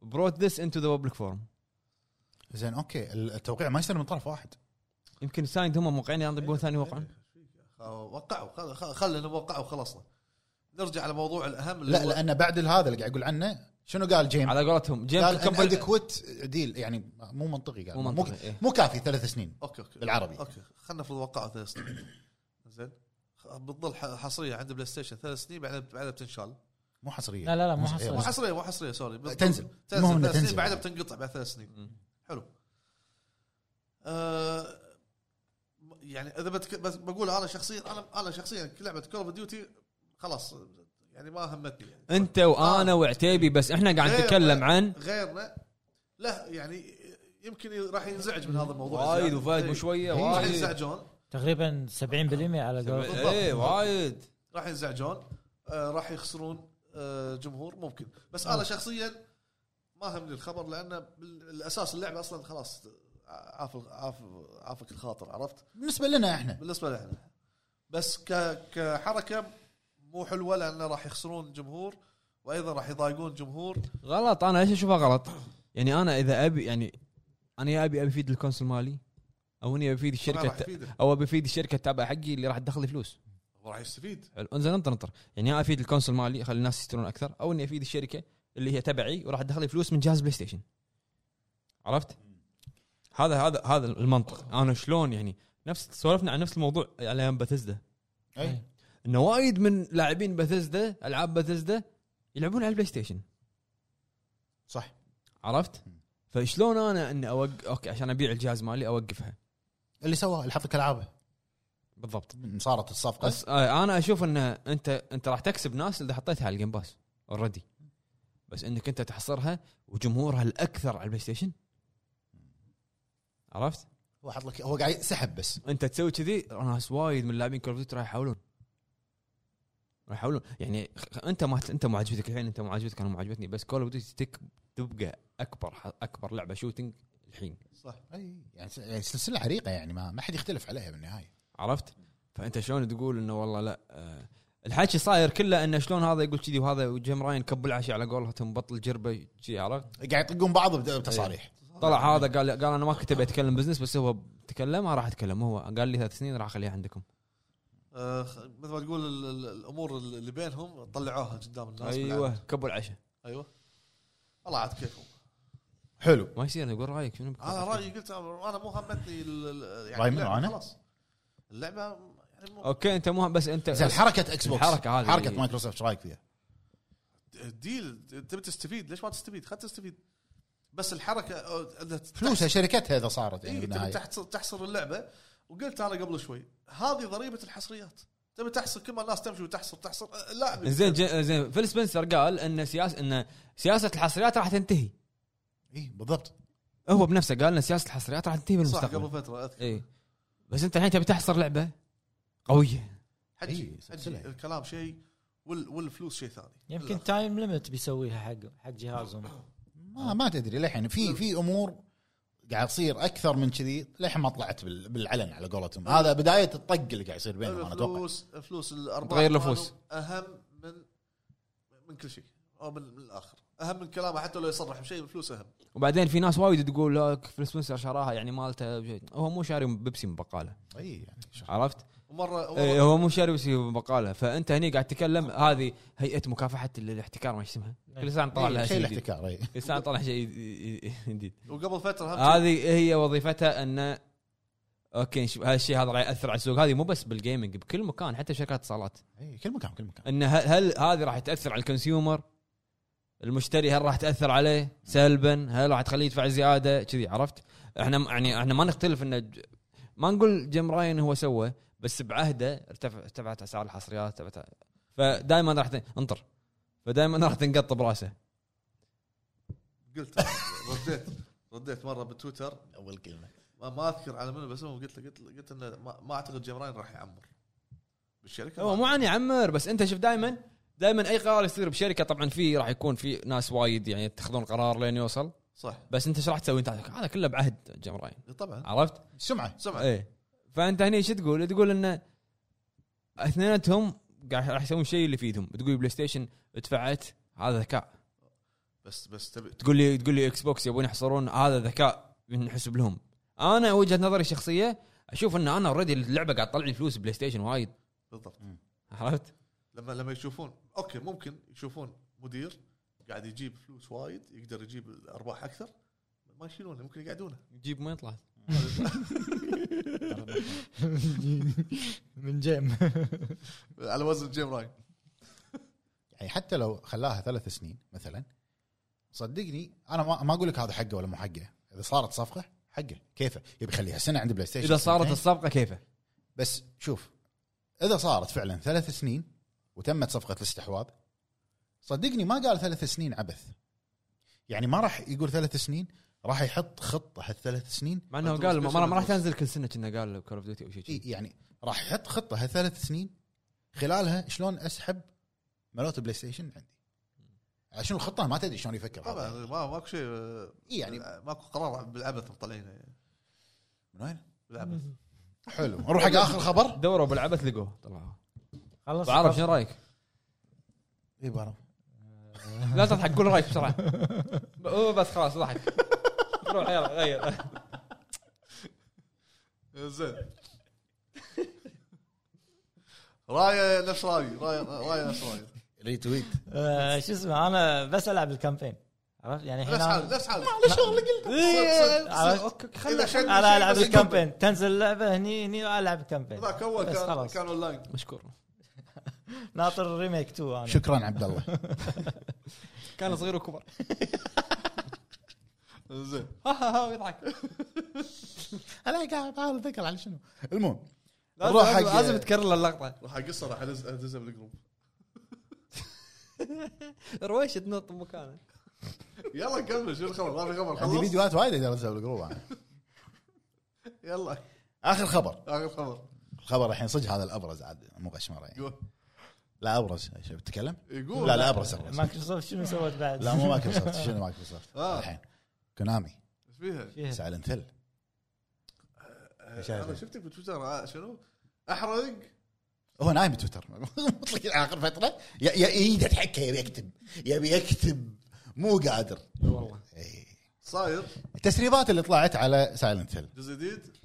Speaker 1: بروت ذس انتو ذا بابليك فورم
Speaker 4: زين اوكي التوقيع ما يصير من طرف واحد
Speaker 1: يمكن سايند هم موقعين ينطبقون ثاني يوقعون
Speaker 2: آه، وقعوا خل- خل- خلنا نوقعوا وخلصنا نرجع على موضوع الاهم اللي
Speaker 4: لا
Speaker 2: هو-
Speaker 4: لان بعد هذا اللي قاعد يقول عنه شنو قال جيم
Speaker 1: على قولتهم جيم
Speaker 4: قال
Speaker 1: كمل
Speaker 4: قبل كويت ديل يعني مو منطقي قال
Speaker 1: مو
Speaker 4: مو,
Speaker 1: منطقي، إيه.
Speaker 4: مو, كافي ثلاث سنين
Speaker 2: اوكي اوكي
Speaker 4: بالعربي.
Speaker 2: اوكي خلينا نفرض وقعوا ثلاث سنين زين خ- بتظل ح- حصريه عند بلاي ستيشن ثلاث سنين بعدها بعدها بتنشال
Speaker 4: مو حصريه
Speaker 3: لا لا لا مو
Speaker 4: مو
Speaker 2: مو
Speaker 3: حصل
Speaker 4: صحيح.
Speaker 2: حصريه مو حصريه سوري بتظل-
Speaker 4: تنزل. المهم
Speaker 2: تنزل
Speaker 4: إنها
Speaker 2: ثلاث سنين
Speaker 4: تنزل.
Speaker 2: بعدها بتنقطع بعد ثلاث سنين
Speaker 1: مم.
Speaker 2: حلو آه يعني اذا بتك... بس بقول انا شخصيا انا انا شخصيا لعبه كول اوف ديوتي خلاص يعني ما همتني يعني
Speaker 1: انت وانا وعتيبي بس احنا قاعد
Speaker 2: غير-
Speaker 1: نتكلم عن
Speaker 2: غيرنا لا يعني يمكن راح ينزعج من هذا الموضوع
Speaker 1: وايد
Speaker 2: زيادة.
Speaker 1: وفايد
Speaker 2: إيه. إيه،
Speaker 1: وشويه
Speaker 2: راح
Speaker 1: وايد
Speaker 2: ينزعجون
Speaker 3: تقريبا 70% على قول
Speaker 1: ايه وايد
Speaker 2: راح ينزعجون آه راح يخسرون آه جمهور ممكن بس انا شخصيا ما همني الخبر لان بالاساس اللعبه اصلا خلاص عاف عاف عافك الخاطر عرفت
Speaker 4: بالنسبه لنا احنا
Speaker 2: بالنسبه لنا بس ك... كحركه مو حلوه لانه راح يخسرون جمهور وايضا راح يضايقون جمهور
Speaker 1: غلط انا ليش اشوفها غلط؟ يعني انا اذا ابي يعني انا يا ابي افيد الكونسل مالي او اني افيد
Speaker 2: طبعاً راح
Speaker 1: الشركه
Speaker 2: يفيده
Speaker 1: او ابي افيد الشركه التابعه حقي اللي راح تدخل لي فلوس
Speaker 2: راح يستفيد
Speaker 1: حلو، انزين انطر انطر يعني يا افيد الكونسل مالي اخلي الناس يشترون اكثر او اني افيد الشركه اللي هي تبعي وراح تدخل لي فلوس من جهاز بلاي ستيشن عرفت؟ هذا هذا هذا المنطق انا شلون يعني نفس سولفنا عن نفس الموضوع على أيام بثزدا
Speaker 4: اي
Speaker 1: انه وايد من لاعبين بثزدا العاب بثزدا يلعبون على البلاي ستيشن
Speaker 4: صح
Speaker 1: عرفت؟
Speaker 4: مم.
Speaker 1: فشلون انا اني اوقف اوكي عشان ابيع الجهاز مالي اوقفها
Speaker 4: اللي سواه اللي حط لك العابه
Speaker 1: بالضبط
Speaker 4: صارت الصفقه
Speaker 1: بس آه، انا اشوف ان انت انت راح تكسب ناس اذا حطيتها على الجيم باس اوريدي بس انك انت تحصرها وجمهورها الاكثر على البلاي ستيشن عرفت؟
Speaker 4: هو حط لك هو قاعد يسحب بس
Speaker 1: انت تسوي كذي ناس وايد من لاعبين كول راح يحاولون راح يحاولون يعني خ- انت ما انت مو عاجبتك الحين انت مو عاجبتك انا مو عاجبتني بس كول اوف ديوتي تبقى اكبر ح- اكبر لعبه شوتنج الحين
Speaker 2: صح
Speaker 4: اي يعني س- يعني سلسله عريقه يعني ما ما حد يختلف عليها بالنهايه
Speaker 1: عرفت؟ فانت شلون تقول انه والله لا آه، الحكي صاير كله انه شلون هذا يقول كذي وهذا وجيم راين كبل عشي على قولتهم بطل جربه شي عرفت؟
Speaker 4: قاعد يطقون بعض بد- بتصاريح
Speaker 1: طلع هذا قال قال انا ما كنت ابي اتكلم بزنس بس هو تكلم ما راح اتكلم هو قال لي ثلاث سنين راح اخليها عندكم
Speaker 2: آه خ- مثل ما تقول ال- ال- الامور اللي بينهم طلعوها قدام الناس بالعلن.
Speaker 1: ايوه كبل عشا
Speaker 2: ايوه الله عاد كيفهم
Speaker 4: حلو
Speaker 1: ما يصير يقول رايك شنو بك-
Speaker 2: انا رايي قلت انا مو همتني ال- ال- يعني
Speaker 4: رأي منو
Speaker 2: اللعبة
Speaker 4: أنا؟
Speaker 2: خلاص اللعبه يعني مو
Speaker 1: اوكي انت مو بس انت
Speaker 4: زين حركه اكس بوكس
Speaker 1: الحركة هذه-
Speaker 4: حركه مايكروسوفت ايش رايك فيها؟
Speaker 2: ديل تبي تستفيد ليش ما تستفيد خلت تستفيد بس الحركه آه، إنها تحسب-
Speaker 4: فلوسها شركتها اذا صارت
Speaker 1: إيه،
Speaker 4: يعني
Speaker 2: اي إيه، تبي
Speaker 4: بالنهايه
Speaker 2: تحصر تحصر اللعبه وقلت انا قبل شوي هذه ضريبه الحصريات تبي تحصر كل ما الناس تمشي وتحصر تحصر أه،
Speaker 4: إيه،
Speaker 2: اللاعب
Speaker 1: زين ج- زين فيل سبنسر قال ان سياسه ان سياسه الحصريات راح تنتهي
Speaker 4: اي إيه، بالضبط
Speaker 1: هو بنفسه قال ان سياسه الحصريات راح تنتهي
Speaker 2: صح
Speaker 1: بالمستقبل
Speaker 2: قبل فتره اذكر
Speaker 4: إيه،
Speaker 1: اي بس انت الحين تبي تحصر لعبه قويه
Speaker 2: حجي
Speaker 4: إي، إيه، سلسلة.
Speaker 2: حجي الكلام شيء وال والفلوس شيء ثاني
Speaker 3: يمكن تايم ليمت بيسويها حق حق جهازهم
Speaker 4: ما ما تدري للحين في في امور قاعد تصير اكثر من كذي للحين ما طلعت بال- بالعلن على قولتهم هذا بدايه الطق اللي قاعد يصير بينهم انا اتوقع
Speaker 2: الفلوس فلوس الارباح
Speaker 1: تغير له
Speaker 2: مالهم
Speaker 1: فلوس.
Speaker 2: اهم من من كل شيء او من من الاخر اهم من كلامه حتى لو يصرح بشيء الفلوس اهم
Speaker 1: وبعدين في ناس وايد تقول لك فيل سبنسر شراها يعني مالته بجد. هو مو شاري بيبسي من بقاله
Speaker 4: اي يعني شو-
Speaker 1: عرفت؟
Speaker 2: ومره
Speaker 1: إيه،
Speaker 2: ومرة-
Speaker 1: هو مو شاري بيبسي من بقاله فانت هني قاعد تتكلم هذه هيئه مكافحه ال- الاحتكار ما اسمها كل سنه طلع لها
Speaker 4: شيء
Speaker 1: إيه، شيء جديد.
Speaker 4: الاحتكار اي
Speaker 1: كل سنه طلع شيء جديد
Speaker 2: وقبل فتره هم
Speaker 1: هذه هي وظيفتها ان اوكي نشوف هالشيء هذا راح ياثر على السوق هذه مو بس بالجيمنج بكل مكان حتى شركات اتصالات
Speaker 4: اي كل مكان كل مكان
Speaker 1: ان هل, هل هذه راح تاثر على الكونسيومر المشتري هل راح تاثر عليه سلبا هل راح تخليه يدفع زياده كذي عرفت احنا يعني احنا ما نختلف ان ج- ما نقول جيم راين هو سوى بس بعهده ارتفع ارتفعت اسعار الحصريات ارتفعت فدائما راح ت- انطر فدائما راح تنقط براسه
Speaker 2: قلت رديت رديت مره بتويتر
Speaker 4: اول كلمه
Speaker 2: ما, ما اذكر على منو بس هو قلت له قلت له قلت انه ما, ما اعتقد جيمراين راح يعمر بالشركه
Speaker 1: هو
Speaker 2: ما-
Speaker 1: مو عن يعمر بس انت شوف دائما دائما اي قرار يصير بشركه طبعا فيه راح يكون في ناس وايد يعني يتخذون قرار لين يوصل
Speaker 2: صح إيه،
Speaker 1: بس انت ايش راح تسوي انت هذا كله بعهد جيم راين
Speaker 2: إي طبعا
Speaker 1: عرفت
Speaker 4: سمعه
Speaker 2: سمع
Speaker 1: ايه فانت هني شو تقول؟ تقول ان اثنيناتهم قاعد راح يسوون الشيء اللي في ايدهم، تقول بلاي ستيشن دفعت هذا ذكاء،
Speaker 2: بس بس تبي
Speaker 1: تقول لي تقول لي اكس بوكس يبون يحصرون هذا ذكاء ينحسب لهم. انا وجهه نظري الشخصيه اشوف ان انا اوريدي اللعبه قاعد تطلعني فلوس بلاي ستيشن وايد
Speaker 2: بالضبط
Speaker 1: عرفت؟
Speaker 2: لما لما يشوفون اوكي ممكن يشوفون مدير قاعد يجيب فلوس وايد يقدر يجيب ارباح اكثر ما يشيلونه ممكن يقعدونه
Speaker 1: جيب ما يطلع
Speaker 3: من جيم
Speaker 2: على وزن جيم راين
Speaker 4: يعني حتى لو خلاها ثلاث سنين مثلا صدقني انا ما, ما اقول لك هذا حقه ولا مو حقه اذا صارت صفقه حقه كيفه يبي يخليها سنه عند بلاي ستيشن
Speaker 1: اذا صارت
Speaker 4: سنتين.
Speaker 1: الصفقه كيفه؟
Speaker 4: بس شوف اذا صارت فعلا ثلاث سنين وتمت صفقه الاستحواذ صدقني ما قال ثلاث سنين عبث يعني ما راح يقول ثلاث سنين راح يحط خطه هالثلاث سنين
Speaker 1: مع انه
Speaker 2: أنت
Speaker 1: قال ما- ما ما راح
Speaker 2: بلاي ستيشن
Speaker 1: تنزل كل سنه كنا قال كول اوف ديوتي او شيء
Speaker 4: إي يعني راح يحط خطه هالثلاث سنين خلالها شلون اسحب ملوت بلاي ستيشن عندي عشان الخطه ما تدري شلون يفكر
Speaker 2: طبعا
Speaker 4: هذا.
Speaker 2: ما ماكو شيء آه،
Speaker 4: إي يعني
Speaker 2: ماكو قرار بالعبث مطلعينه يعني
Speaker 4: من وين؟
Speaker 2: بالعبث
Speaker 4: حلو نروح حق اخر خبر
Speaker 1: دوروا بالعبث لقوه طلعوا
Speaker 3: خلص
Speaker 1: بعرف شنو رايك؟
Speaker 4: اي بعرف
Speaker 1: لا تضحك قول رايك بسرعه ب- أوه، بس خلاص ضحك روح يلا غير
Speaker 2: آه، زين رايه نفس رايي رايه رايه نفس رايي
Speaker 4: ريتويت
Speaker 3: آه، شو اسمه انا بس العب الكامبين عرفت يعني الحين
Speaker 2: نفس حالي
Speaker 3: أنا-
Speaker 2: نفس حالي
Speaker 3: عرفت؟
Speaker 2: إذا شد
Speaker 3: انا العب
Speaker 2: بس
Speaker 3: الكامبين تنزل اللعبه هني هني العب الكامبين
Speaker 2: ذاك اول
Speaker 3: بس
Speaker 2: كان
Speaker 3: خلاص.
Speaker 2: كان اون لاين
Speaker 1: مشكور
Speaker 3: ناطر الريميك 2 انا
Speaker 4: شكرا عبد الله
Speaker 1: كان صغير وكبر
Speaker 2: زين
Speaker 1: ها ها ها يضحك
Speaker 4: انا قاعد احاول اتذكر على شنو المهم
Speaker 1: لازم-
Speaker 4: نروح
Speaker 1: لازم-
Speaker 4: حق-
Speaker 1: لازم تكرر اللقطه
Speaker 2: راح اقصه راح ألز- الزمه بالجروب
Speaker 1: رويش تنط مكانه
Speaker 2: يلا كمل شو الخبر ما في خبر
Speaker 4: عندي
Speaker 2: خلاص
Speaker 4: فيديوهات وايد اقدر انزلها بالجروب أنا.
Speaker 2: يلا
Speaker 4: اخر خبر
Speaker 2: اخر خبر
Speaker 4: الخبر الحين صدق هذا الابرز عاد مو قشمره يعني
Speaker 2: يقول
Speaker 4: لا ابرز شوف تتكلم
Speaker 2: يقول
Speaker 4: لا لا ابرز ابرز
Speaker 3: مايكروسوفت شنو سوت بعد؟
Speaker 4: لا مو مايكروسوفت شنو مايكروسوفت
Speaker 2: آه.
Speaker 4: الحين كونامي
Speaker 2: ايش فيها؟
Speaker 3: فيها.
Speaker 4: سايلنت هيل شايف.
Speaker 2: انا شفتك بتويتر آه، شنو؟ احرق
Speaker 4: هو نايم بتويتر مطلق يعني اخر فتره ي- ي- يريد يتحكى يبي يكتب يبي يكتب مو قادر
Speaker 1: والله
Speaker 4: إي.
Speaker 2: صاير
Speaker 4: التسريبات اللي طلعت على سايلنت هيل
Speaker 2: جزء جديد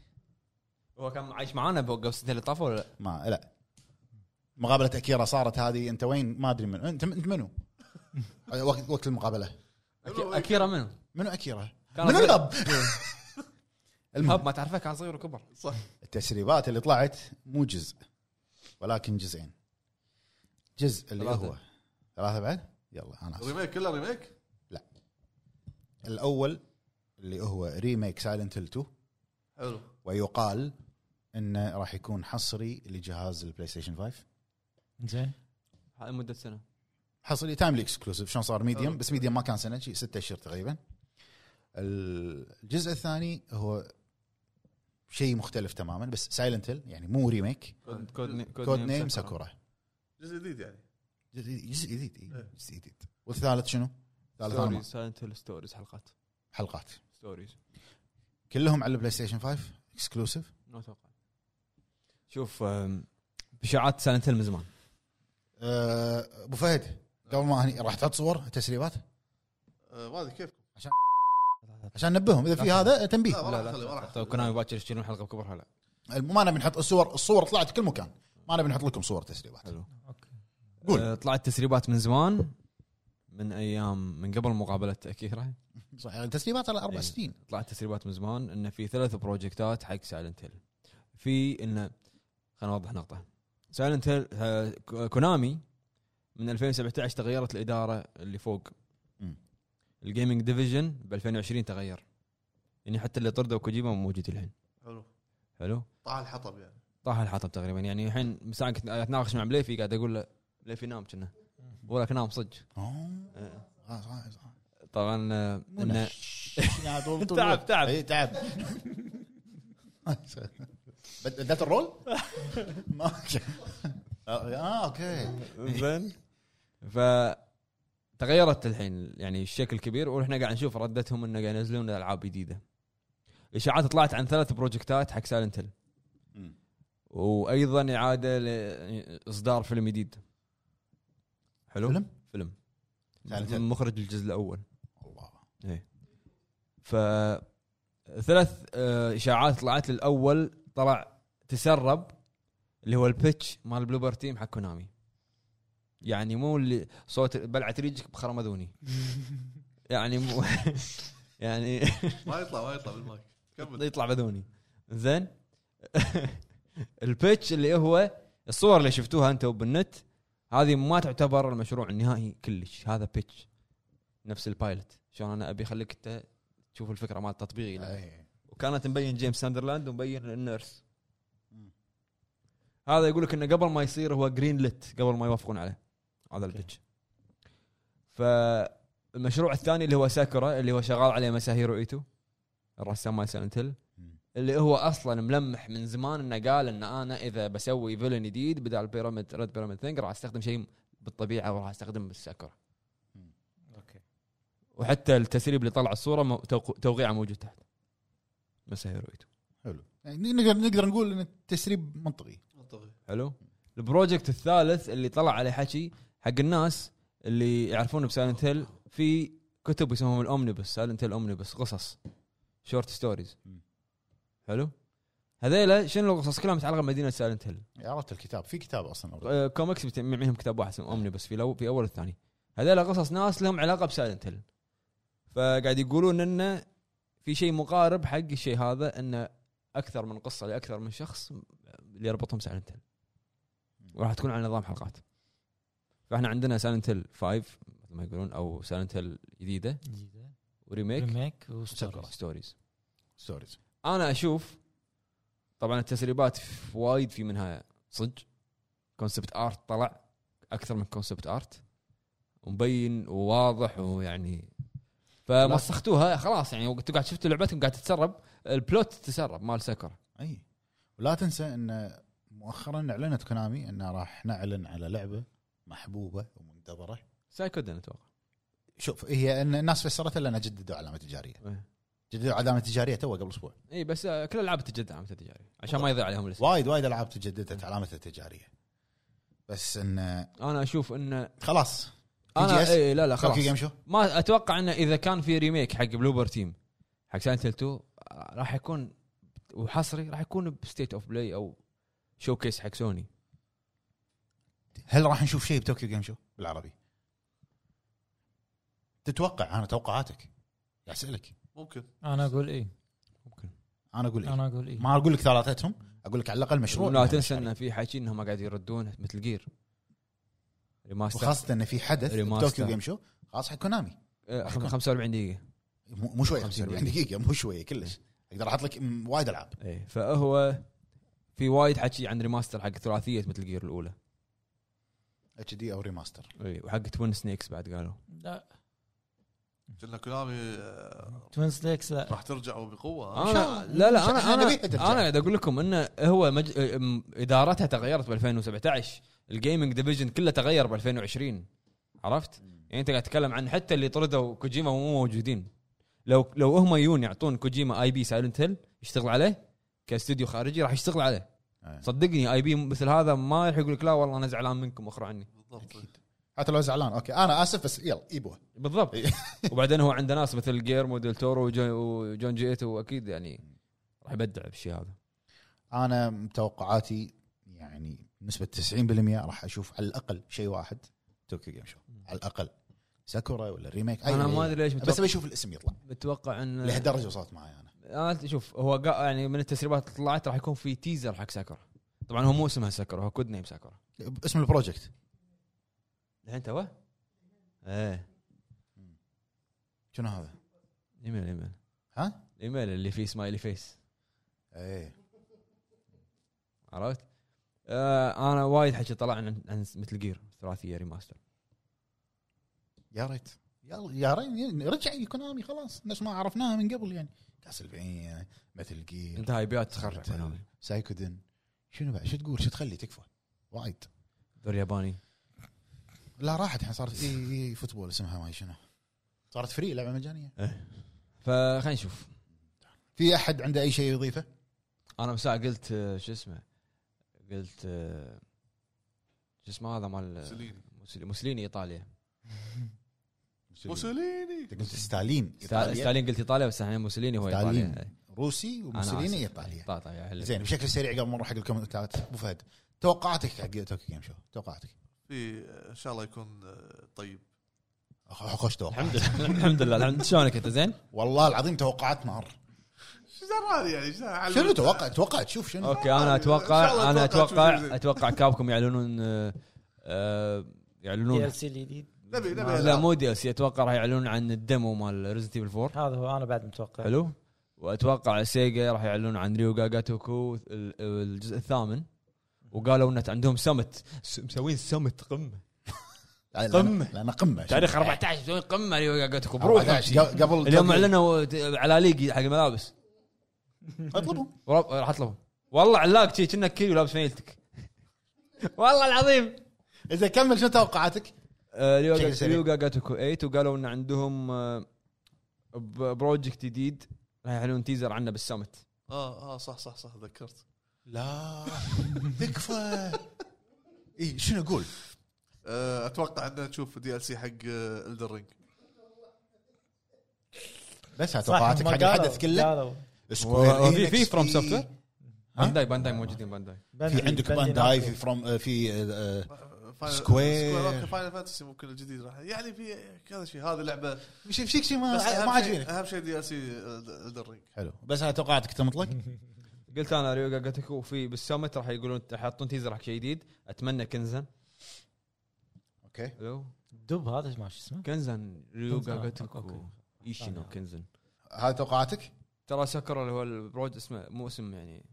Speaker 1: هو كان عايش معانا بوقف السنه اللي طافوا ولا لا؟
Speaker 4: ما لا مقابله اكيرا صارت هذه انت وين ما ادري من انت انت منو؟ وقت وقت المقابله
Speaker 1: أكي-
Speaker 2: إيه.
Speaker 1: اكيرا منو؟
Speaker 4: منو اكيرا؟
Speaker 1: كان
Speaker 4: منو
Speaker 1: صغير.
Speaker 4: الاب؟
Speaker 1: هب
Speaker 4: المهم
Speaker 1: ما تعرفه كان صغير وكبر
Speaker 2: صح
Speaker 4: التسريبات اللي طلعت مو جزء ولكن جزئين جزء اللي
Speaker 1: ثلاثة.
Speaker 4: هو ثلاثه بعد؟ يلا انا آسف.
Speaker 2: ريميك كله ريميك
Speaker 4: الاول اللي هو ريميك سايلنت هيل 2
Speaker 2: حلو
Speaker 4: ويقال انه راح يكون حصري لجهاز البلاي ستيشن 5
Speaker 3: زين
Speaker 1: هاي مده سنه
Speaker 4: حصري تايملي اكسكلوسيف شلون صار ميديوم
Speaker 2: حلو.
Speaker 4: بس ميديوم ما كان سنه شي ستة اشهر تقريبا الجزء الثاني هو شيء مختلف تماما بس سايلنت هيل يعني مو ريميك
Speaker 1: كود كود نيم-
Speaker 4: كود نيم ساكورا
Speaker 2: جزء جديد يعني
Speaker 4: جزء جديد إي،
Speaker 2: إيه.
Speaker 4: جزء جديد والثالث شنو؟ ثالث
Speaker 1: ستوريز
Speaker 4: أنا-
Speaker 1: سايلنت هيل ستوريز حلقات
Speaker 4: حلقات
Speaker 1: ستوريز
Speaker 4: كلهم على البلاي ستيشن 5 اكسكلوسيف
Speaker 1: ما اتوقع شوف أم، اشاعات سايلنت هيل من زمان
Speaker 4: أه، ابو فهد قبل ما هني راح تحط صور تسريبات
Speaker 2: آه، ما ادري كيف
Speaker 4: عشان ننبههم اذا في هذا تنبيه
Speaker 2: لا ما
Speaker 1: لا
Speaker 2: راح اخلي ما راح
Speaker 1: لا تو
Speaker 2: أخلي.
Speaker 1: كونامي باكر يشيلون حلقه بكبرها لا
Speaker 4: ما انا بنحط الصور الصور طلعت كل مكان ما انا بنحط لكم صور تسريبات
Speaker 1: حلو
Speaker 3: اوكي
Speaker 4: قول.
Speaker 1: آه، طلعت تسريبات من زمان من ايام من قبل مقابله اكيرا
Speaker 4: صح يعني تسريبات على اربع
Speaker 1: إيه.
Speaker 4: سنين
Speaker 1: طلعت تسريبات من زمان انه في ثلاث بروجكتات حق سايلنت هيل في انه خلينا نوضح نقطه سايلنت هيل كونامي آه، من 2017 تغيرت الاداره اللي فوق
Speaker 4: مم.
Speaker 1: الجيمنج ديفيجن ب 2020 تغير يعني حتى اللي طردوا كوجيما مو موجود الحين
Speaker 2: حلو
Speaker 1: حلو
Speaker 2: طاح الحطب يعني
Speaker 1: طاح الحطب تقريبا يعني الحين من ساعه كنت اتناقش مع بليفي قاعد اقول له بليفي نام كنا ولك نام صدق
Speaker 4: أوه.
Speaker 1: آه،
Speaker 4: آه، صح، صح.
Speaker 1: طبعا آه، انه
Speaker 4: قاعد طول- طول
Speaker 1: تعب،
Speaker 4: الوقت.
Speaker 1: تعب.
Speaker 4: اي تعب بد- بدات الرول؟ ما اه اوكي
Speaker 1: زين ف تغيرت الحين يعني الشكل كبير واحنا قاعد نشوف ردتهم انه قاعد ينزلون العاب جديده اشاعات طلعت عن ثلاث بروجكتات حق سايلنت هيل
Speaker 4: مم.
Speaker 1: وايضا اعاده لاصدار فيلم جديد حلو
Speaker 4: فيلم؟
Speaker 1: فيلم
Speaker 4: Silent Hill.
Speaker 1: مخرج الجزء الاول
Speaker 4: الله
Speaker 1: ف ثلاث آه، اشاعات طلعت للاول طلع تسرب اللي هو البيتش مال بلوبر تيم حق كونامي يعني مو اللي صوت بلعت ريجك بخرم اذوني يعني مو يعني
Speaker 2: ما يطلع ما يطلع بالمايك كمل
Speaker 1: يطلع بذوني زين البيتش اللي هو الصور اللي شفتوها انتم بالنت هذه ما تعتبر المشروع النهائي كلش هذا بيتش نفس البايلوت شلون انا ابي اخليك انت تشوف الفكره مال تطبيقي لها.
Speaker 4: أي.
Speaker 1: وكانت مبين جيمس ساندرلاند ومبين النيرس
Speaker 4: مم.
Speaker 1: هذا يقول لك انه قبل ما يصير هو جرين ليت قبل ما يوافقون عليه هذا البيتش فالمشروع الثاني اللي هو ساكورا اللي هو شغال عليه مساهيرو ايتو الرسام مال سايلنت هيل
Speaker 4: مم.
Speaker 1: اللي هو اصلا ملمح من زمان انه قال ان انا اذا بسوي فيلن جديد بدل بيراميد ريد بيراميد ثينج راح استخدم شيء بالطبيعه وراح استخدم الساكورا
Speaker 3: اوكي
Speaker 1: وحتى التسريب اللي طلع الصوره مو- توق- توقيعه موجود تحت مساهيرو ايتو
Speaker 4: حلو يعني نقدر نقدر نقول ان التسريب منطقي
Speaker 2: منطقي
Speaker 1: حلو البروجكت الثالث اللي طلع عليه حكي حق الناس اللي يعرفون بسايلنت هيل في كتب يسمونهم الاومنibus سايلنت هيل اومنibus قصص شورت ستوريز
Speaker 4: مم.
Speaker 1: حلو هذيلا شنو القصص كلها متعلقه بمدينه سايلنت هيل
Speaker 4: إيه، عرفت الكتاب في كتاب اصلا أوريدي.
Speaker 1: آه، كوميكس مجمعينهم كتاب واحد اسمه اومني بس في لو في اول والثاني هذول قصص ناس لهم علاقه بسايلنت هيل فقاعد يقولون انه في شيء مقارب حق الشيء هذا انه اكثر من قصه لاكثر من شخص اللي يربطهم سايلنت هيل وراح تكون على نظام حلقات فاحنا عندنا سايلنت هيل 5 مثل ما يقولون او سايلنت هيل جديده
Speaker 3: جديده
Speaker 1: وريميك
Speaker 3: ريميك
Speaker 1: وساكورا
Speaker 3: وستوريز
Speaker 1: ستوريز
Speaker 4: ستوريز
Speaker 1: انا اشوف طبعا التسريبات في- وايد في منها صدق كونسبت ارت طلع اكثر من كونسبت ارت ومبين وواضح ويعني فمسختوها خلاص يعني وقت قاعد شفت لعبتهم قاعد تتسرب البلوت تسرب مال سكر
Speaker 4: اي ولا تنسى ان مؤخرا اعلنت كونامي انها راح نعلن على لعبه محبوبه ومنتظره
Speaker 1: سايكودن اتوقع
Speaker 4: شوف هي ان الناس فسرتها لانها جددوا علامه تجاريه
Speaker 1: إيه.
Speaker 4: جددوا علامه تجاريه تو قبل اسبوع
Speaker 1: اي بس آه، كل العاب تجدد عام تجاري عشان ما يضيع عليهم الاسم
Speaker 4: وايد وايد العاب تجددت علامتها التجاريه بس ان
Speaker 1: انا اشوف انه
Speaker 4: خلاص
Speaker 1: انا
Speaker 4: TGS
Speaker 1: اي إيه، لا لا
Speaker 4: خلاص
Speaker 1: خلاص
Speaker 4: جيم شو
Speaker 1: ما اتوقع انه اذا كان في ريميك حق بلوبر تيم حق سايلنت هيل 2 آه، راح يكون وحصري راح يكون بستيت اوف بلاي او شوكيس حق سوني
Speaker 4: هل راح نشوف شيء بتوكيو جيم شو بالعربي تتوقع انا توقعاتك قاعد اسالك
Speaker 2: ممكن
Speaker 3: انا اقول اي
Speaker 1: ممكن
Speaker 4: انا اقول إيه؟
Speaker 3: انا اقول اي
Speaker 4: ما اقول لك ثلاثتهم اقول لك على الاقل مشروع يعني
Speaker 1: لا تنسى انه في حكي انهم قاعد يردون مثل جير ريماستر
Speaker 4: وخاصه ان في حدث
Speaker 1: ريماستر.
Speaker 4: توكيو جيم شو خاص حق كونامي
Speaker 1: آه، خم- 45 دقيقه
Speaker 4: مو مو شويه
Speaker 1: 50
Speaker 4: 45 دقيقه مو شويه كلش اقدر احط لك م- وايد العاب
Speaker 1: اي فهو في وايد حكي عن ريماستر حق ثلاثيه مثل جير الاولى
Speaker 4: اتش دي او ريماستر
Speaker 1: اي وحق توين سنيكس بعد قالوا
Speaker 3: لا
Speaker 2: كنا كونامي آه،
Speaker 3: توين سليكس لا
Speaker 2: راح ترجع وبقوه ها؟
Speaker 1: انا لا لا انا
Speaker 4: إحنا
Speaker 1: انا
Speaker 4: نبيها ترجع.
Speaker 1: انا قاعد اقول لكم انه هو مج... أم- ادارتها تغيرت ب 2017 الجيمنج ديفيجن كله تغير ب 2020 عرفت؟ يعني انت قاعد تتكلم عن حتى اللي طردوا كوجيما مو موجودين لو لو هم يجون يعطون كوجيما اي بي سايلنت هيل يشتغل عليه كاستوديو خارجي راح يشتغل عليه
Speaker 4: أي.
Speaker 1: صدقني اي بي مثل هذا ما راح يقول لك لا والله انا زعلان منكم اخروا عني
Speaker 2: بالضبط
Speaker 4: أكيد. حتى لو زعلان اوكي انا اسف بس يلا ايبوه
Speaker 1: بالضبط
Speaker 4: إيه.
Speaker 1: وبعدين هو عنده ناس مثل جيرمو ديل تورو وجون- وجون جيتو اكيد يعني راح يبدع بالشيء هذا
Speaker 4: انا توقعاتي يعني بنسبه 90% راح اشوف على الاقل شيء واحد توكيو جيم شو على الاقل ساكورا ولا ريميك أي
Speaker 1: انا ما
Speaker 4: ريميك.
Speaker 1: ادري ليش
Speaker 4: بس
Speaker 1: متوقع
Speaker 4: ابي اشوف الاسم يطلع
Speaker 1: متوقع ان
Speaker 4: لهالدرجه وصلت معي انا
Speaker 1: انا شوف هو قا- يعني من التسريبات اللي طلعت راح يكون في تيزر حق ساكورا طبعا هو مو اسمها ساكورا هو كود نيم ساكورا
Speaker 4: اسم البروجكت
Speaker 1: الحين تو ايه
Speaker 4: شنو هذا؟
Speaker 1: ايميل ايميل
Speaker 4: ها؟
Speaker 1: الايميل اللي فيه سمايلي فيس
Speaker 4: ايه
Speaker 1: عرفت؟ آه انا وايد حكي طلع عن, عن مثل جير ثلاثيه ريماستر
Speaker 4: يا ريت يلا يا ريت رجع كونامي خلاص نفس ما عرفناها من قبل يعني كاسلفينيا مثل جير
Speaker 1: انتهى بيات تخرع كونامي.
Speaker 4: سايكودن شنو بعد شو تقول شو تخلي تكفى وايد
Speaker 1: دور ياباني
Speaker 4: لا راحت الحين صارت اي اي فوتبول اسمها ما شنو صارت فري لعبه مجانيه
Speaker 1: فخلينا نشوف
Speaker 4: في احد عنده اي شيء يضيفه؟
Speaker 1: انا مساء قلت آه، شو اسمه قلت آه، شو اسمه هذا مال
Speaker 2: موسوليني.
Speaker 1: موسوليني- موسوليني ايطاليا
Speaker 2: موسوليني
Speaker 4: أنت قلت ستالين
Speaker 1: ستا-
Speaker 4: إيطاليا.
Speaker 1: ستالين قلت ايطاليا بس احنا موسوليني هو ايطاليا
Speaker 4: ستالين.
Speaker 1: إيه.
Speaker 4: روسي
Speaker 1: أنا آسف.
Speaker 4: وموسوليني ايطاليا
Speaker 1: طاطا يا حلو.
Speaker 4: زين بشكل سريع قبل ما نروح حق الكومنتات ابو فهد توقعاتك حق توكيو جيم شو توقعاتك
Speaker 2: في ان شاء الله يكون آه، طيب
Speaker 4: أخ- خوش توقع
Speaker 1: الحمد لله الحمد لله الحمد- شلونك انت زين؟
Speaker 4: والله العظيم توقعات نار
Speaker 2: شو زراري يعني شو زراري؟
Speaker 4: شنو توقع توقع تشوف شنو
Speaker 1: اوكي انا
Speaker 2: إن شاء الله
Speaker 1: اتوقع انا
Speaker 2: أتوقع تشوف شيء
Speaker 1: اتوقع
Speaker 2: زين.
Speaker 1: اتوقع كابكم يعلنون آه، آه،
Speaker 3: دي
Speaker 1: يعلنون
Speaker 3: ال سي الجديد
Speaker 2: نبي نبي
Speaker 1: لا
Speaker 2: ألعاب.
Speaker 1: مو دي ال سي اتوقع راح يعلنون عن الديمو مال ريزنت ايفل 4
Speaker 3: هذا هو انا بعد متوقع
Speaker 1: حلو واتوقع سيجا راح يعلنون عن ريو جاجا توكو ال- الجزء الثامن وقالوا ان عندهم سمت س- مسوين سمت قمه قمة.
Speaker 4: قمه لان قمه
Speaker 1: تاريخ 14 مسوين قمه ريو جاجا توكو بروح
Speaker 4: 14 قبل قبل-
Speaker 1: اليوم اعلنوا علاقي حق الملابس
Speaker 4: اطلبهم
Speaker 1: ورب- راح اطلبهم والله علاق شي كأنك كيلو لابس فنيلتك والله العظيم
Speaker 4: اذا كمل شنو توقعاتك؟
Speaker 1: آه، ريو
Speaker 4: شكل سريع.
Speaker 1: ريو جاجا توكو 8 وقالوا ان عندهم آه، ب- بروجكت جديد راح يعلنون تيزر عنه بالسمت
Speaker 2: اه اه صح صح صح ذكرت
Speaker 4: لا تكفى اي إيه، شنو اقول؟
Speaker 2: آه، اتوقع ان نشوف دي ال سي حق أه، الدر رينج
Speaker 4: بس هاي
Speaker 3: صح، هم
Speaker 4: توقعاتك حق
Speaker 3: قالوا-
Speaker 4: الحدث كله
Speaker 3: قالوا
Speaker 1: و- وفي-
Speaker 4: Enix،
Speaker 1: في From
Speaker 4: في-
Speaker 1: Software؟
Speaker 4: ها؟
Speaker 1: بانداي بانداي موجودين بانداي
Speaker 3: بندي-
Speaker 4: في عندك
Speaker 3: بندي
Speaker 4: بانداي
Speaker 3: نامكو.
Speaker 4: في فروم في آه، آه، Square.
Speaker 2: سكوير فاينل فانتسي ممكن الجديد راح يعني في كذا شيء هذه لعبه
Speaker 4: مش مشيك شيء
Speaker 2: بس
Speaker 4: ما آه، ما
Speaker 2: اهم شيء
Speaker 4: عاجبني
Speaker 2: اهم شيء أه، دي ال سي الدر رينج
Speaker 4: حلو بس هاي توقعاتك انت مطلق
Speaker 1: قلت انا ريو جاجا توكو في بالسمت راح يقولون يحطون تيزر حق شيء جديد اتمنى كنزن
Speaker 4: اوكي
Speaker 1: الو
Speaker 3: دب هذا ما شو اسمه
Speaker 1: كنزن ريو
Speaker 3: كنزن، آه،
Speaker 1: جاجا
Speaker 3: أوكي.
Speaker 1: توكو ايشينو
Speaker 3: آه.
Speaker 1: كنزن
Speaker 4: هاي توقعاتك
Speaker 1: ترى سكر اللي هو البروج اسمه مو اسم يعني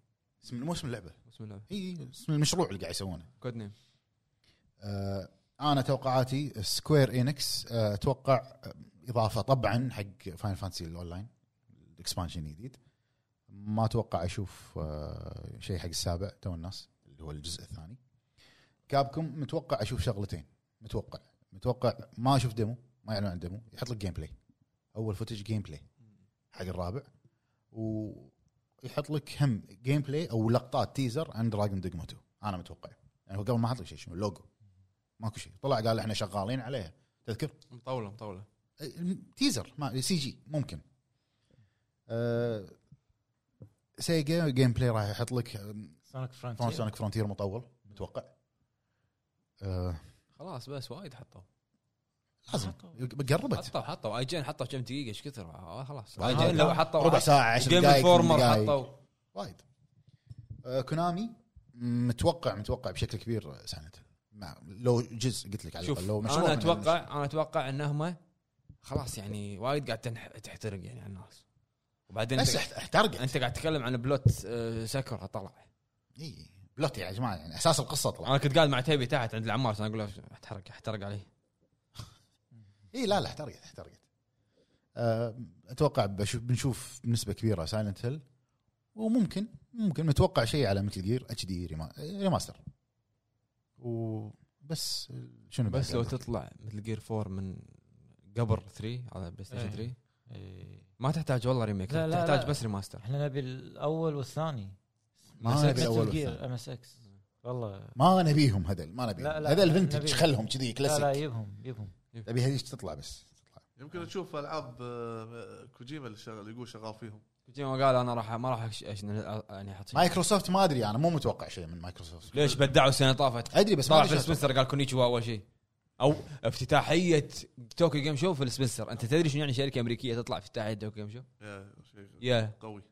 Speaker 4: اسم مو اسم اللعبه
Speaker 1: مو اسم اللعبه
Speaker 4: اي اسم المشروع اللي قاعد يسوونه
Speaker 1: كود نيم
Speaker 4: آه، انا توقعاتي آه، سكوير انكس اتوقع اضافه طبعا حق فاين فانسي الاونلاين الاكسبانشن الجديد ما اتوقع اشوف آه، شيء حق السابع تو الناس اللي هو الجزء الثاني كابكم متوقع اشوف شغلتين متوقع متوقع ما اشوف ديمو ما يعلن عن ديمو يحط لك جيم بلاي اول فوتج جيم بلاي حق الرابع ويحط لك هم جيم بلاي او لقطات تيزر عن دراجون دوجما 2 انا متوقع يعني هو قبل ما حط لك شيء شنو اللوجو ماكو شيء طلع قال احنا شغالين عليها تذكر
Speaker 1: مطوله مطوله
Speaker 4: أي- تيزر ما سي جي ممكن أه سيجا جيم بلاي راح يحط لك
Speaker 3: سونيك فرونتير
Speaker 4: فرون سونيك فرونتير مطول متوقع أه
Speaker 1: خلاص بس وايد حطوا
Speaker 4: لازم قربت
Speaker 1: حطوا حطوا اي جي إن حطوا كم دقيقه ايش كثر آه، خلاص
Speaker 4: وايد
Speaker 1: اي جي إن لو حطوا
Speaker 4: ربع
Speaker 1: واحد-
Speaker 4: ساعه 10
Speaker 1: جيم
Speaker 4: دقائق
Speaker 1: انفورمر حطوا
Speaker 4: وايد آه، كونامي متوقع متوقع بشكل كبير سنته مع لو جزء قلت لك على
Speaker 1: شوف
Speaker 4: الأقل، لو مشروع
Speaker 1: انا
Speaker 4: من
Speaker 1: اتوقع انا اتوقع انهم خلاص يعني وايد قاعد تنح- تحترق يعني على الناس وبعدين
Speaker 4: بس
Speaker 1: أنت-
Speaker 4: احت- احترقت
Speaker 1: انت قاعد تتكلم عن بلوت آه، سكر طلع
Speaker 4: اي بلوت يا جماعه يعني اساس القصه طلع
Speaker 1: انا كنت قاعد مع تيبي تحت عند العمار انا اقول له احترق احترق عليه
Speaker 4: اي إيه، لا لا احترقت احترقت آه، اتوقع بشوف بنشوف بنسبه كبيره سايلنت هيل وممكن ممكن متوقع شيء على مثل جير اتش دي ريماستر وبس شنو
Speaker 1: بس
Speaker 4: بعد؟
Speaker 1: لو تطلع مثل جير 4 من قبر 3 على بلاي ستيشن
Speaker 3: إيه.
Speaker 1: 3
Speaker 3: إيه.
Speaker 1: ما تحتاج والله ريميك
Speaker 3: لا، لا،
Speaker 1: تحتاج
Speaker 3: لا.
Speaker 1: بس ريماستر
Speaker 3: احنا نبي الاول والثاني
Speaker 4: ما نبي الاول والثاني.
Speaker 3: ام اس اكس والله
Speaker 4: ما نبيهم هذل ما نبيهم
Speaker 3: لا، لا،
Speaker 4: هذل فنتج
Speaker 3: نبيهم.
Speaker 4: خلهم كذي
Speaker 3: لا لا
Speaker 4: كلاسيك
Speaker 3: يبهم يبهم
Speaker 4: ابي هذيك تطلع بس
Speaker 2: يمكن نشوف العاب آه، كوجيما اللي شغال يقول شغال فيهم
Speaker 1: جيما قال انا راح ما راح أش- أش- يعني احط شيء
Speaker 4: مايكروسوفت ما ادري انا مو متوقع شيء من مايكروسوفت
Speaker 1: ليش بدعوا السنه طافت
Speaker 4: ادري بس ما
Speaker 1: طلع
Speaker 4: أدري
Speaker 1: في
Speaker 4: شلون.
Speaker 1: السبنسر قال كونيتشوا اول شيء او افتتاحيه طوكيو جيم شو في السبنسر انت تدري شنو يعني شركه امريكيه تطلع في افتتاحيه طوكيو جيم شو
Speaker 2: يا- شيء
Speaker 1: يا
Speaker 2: قوي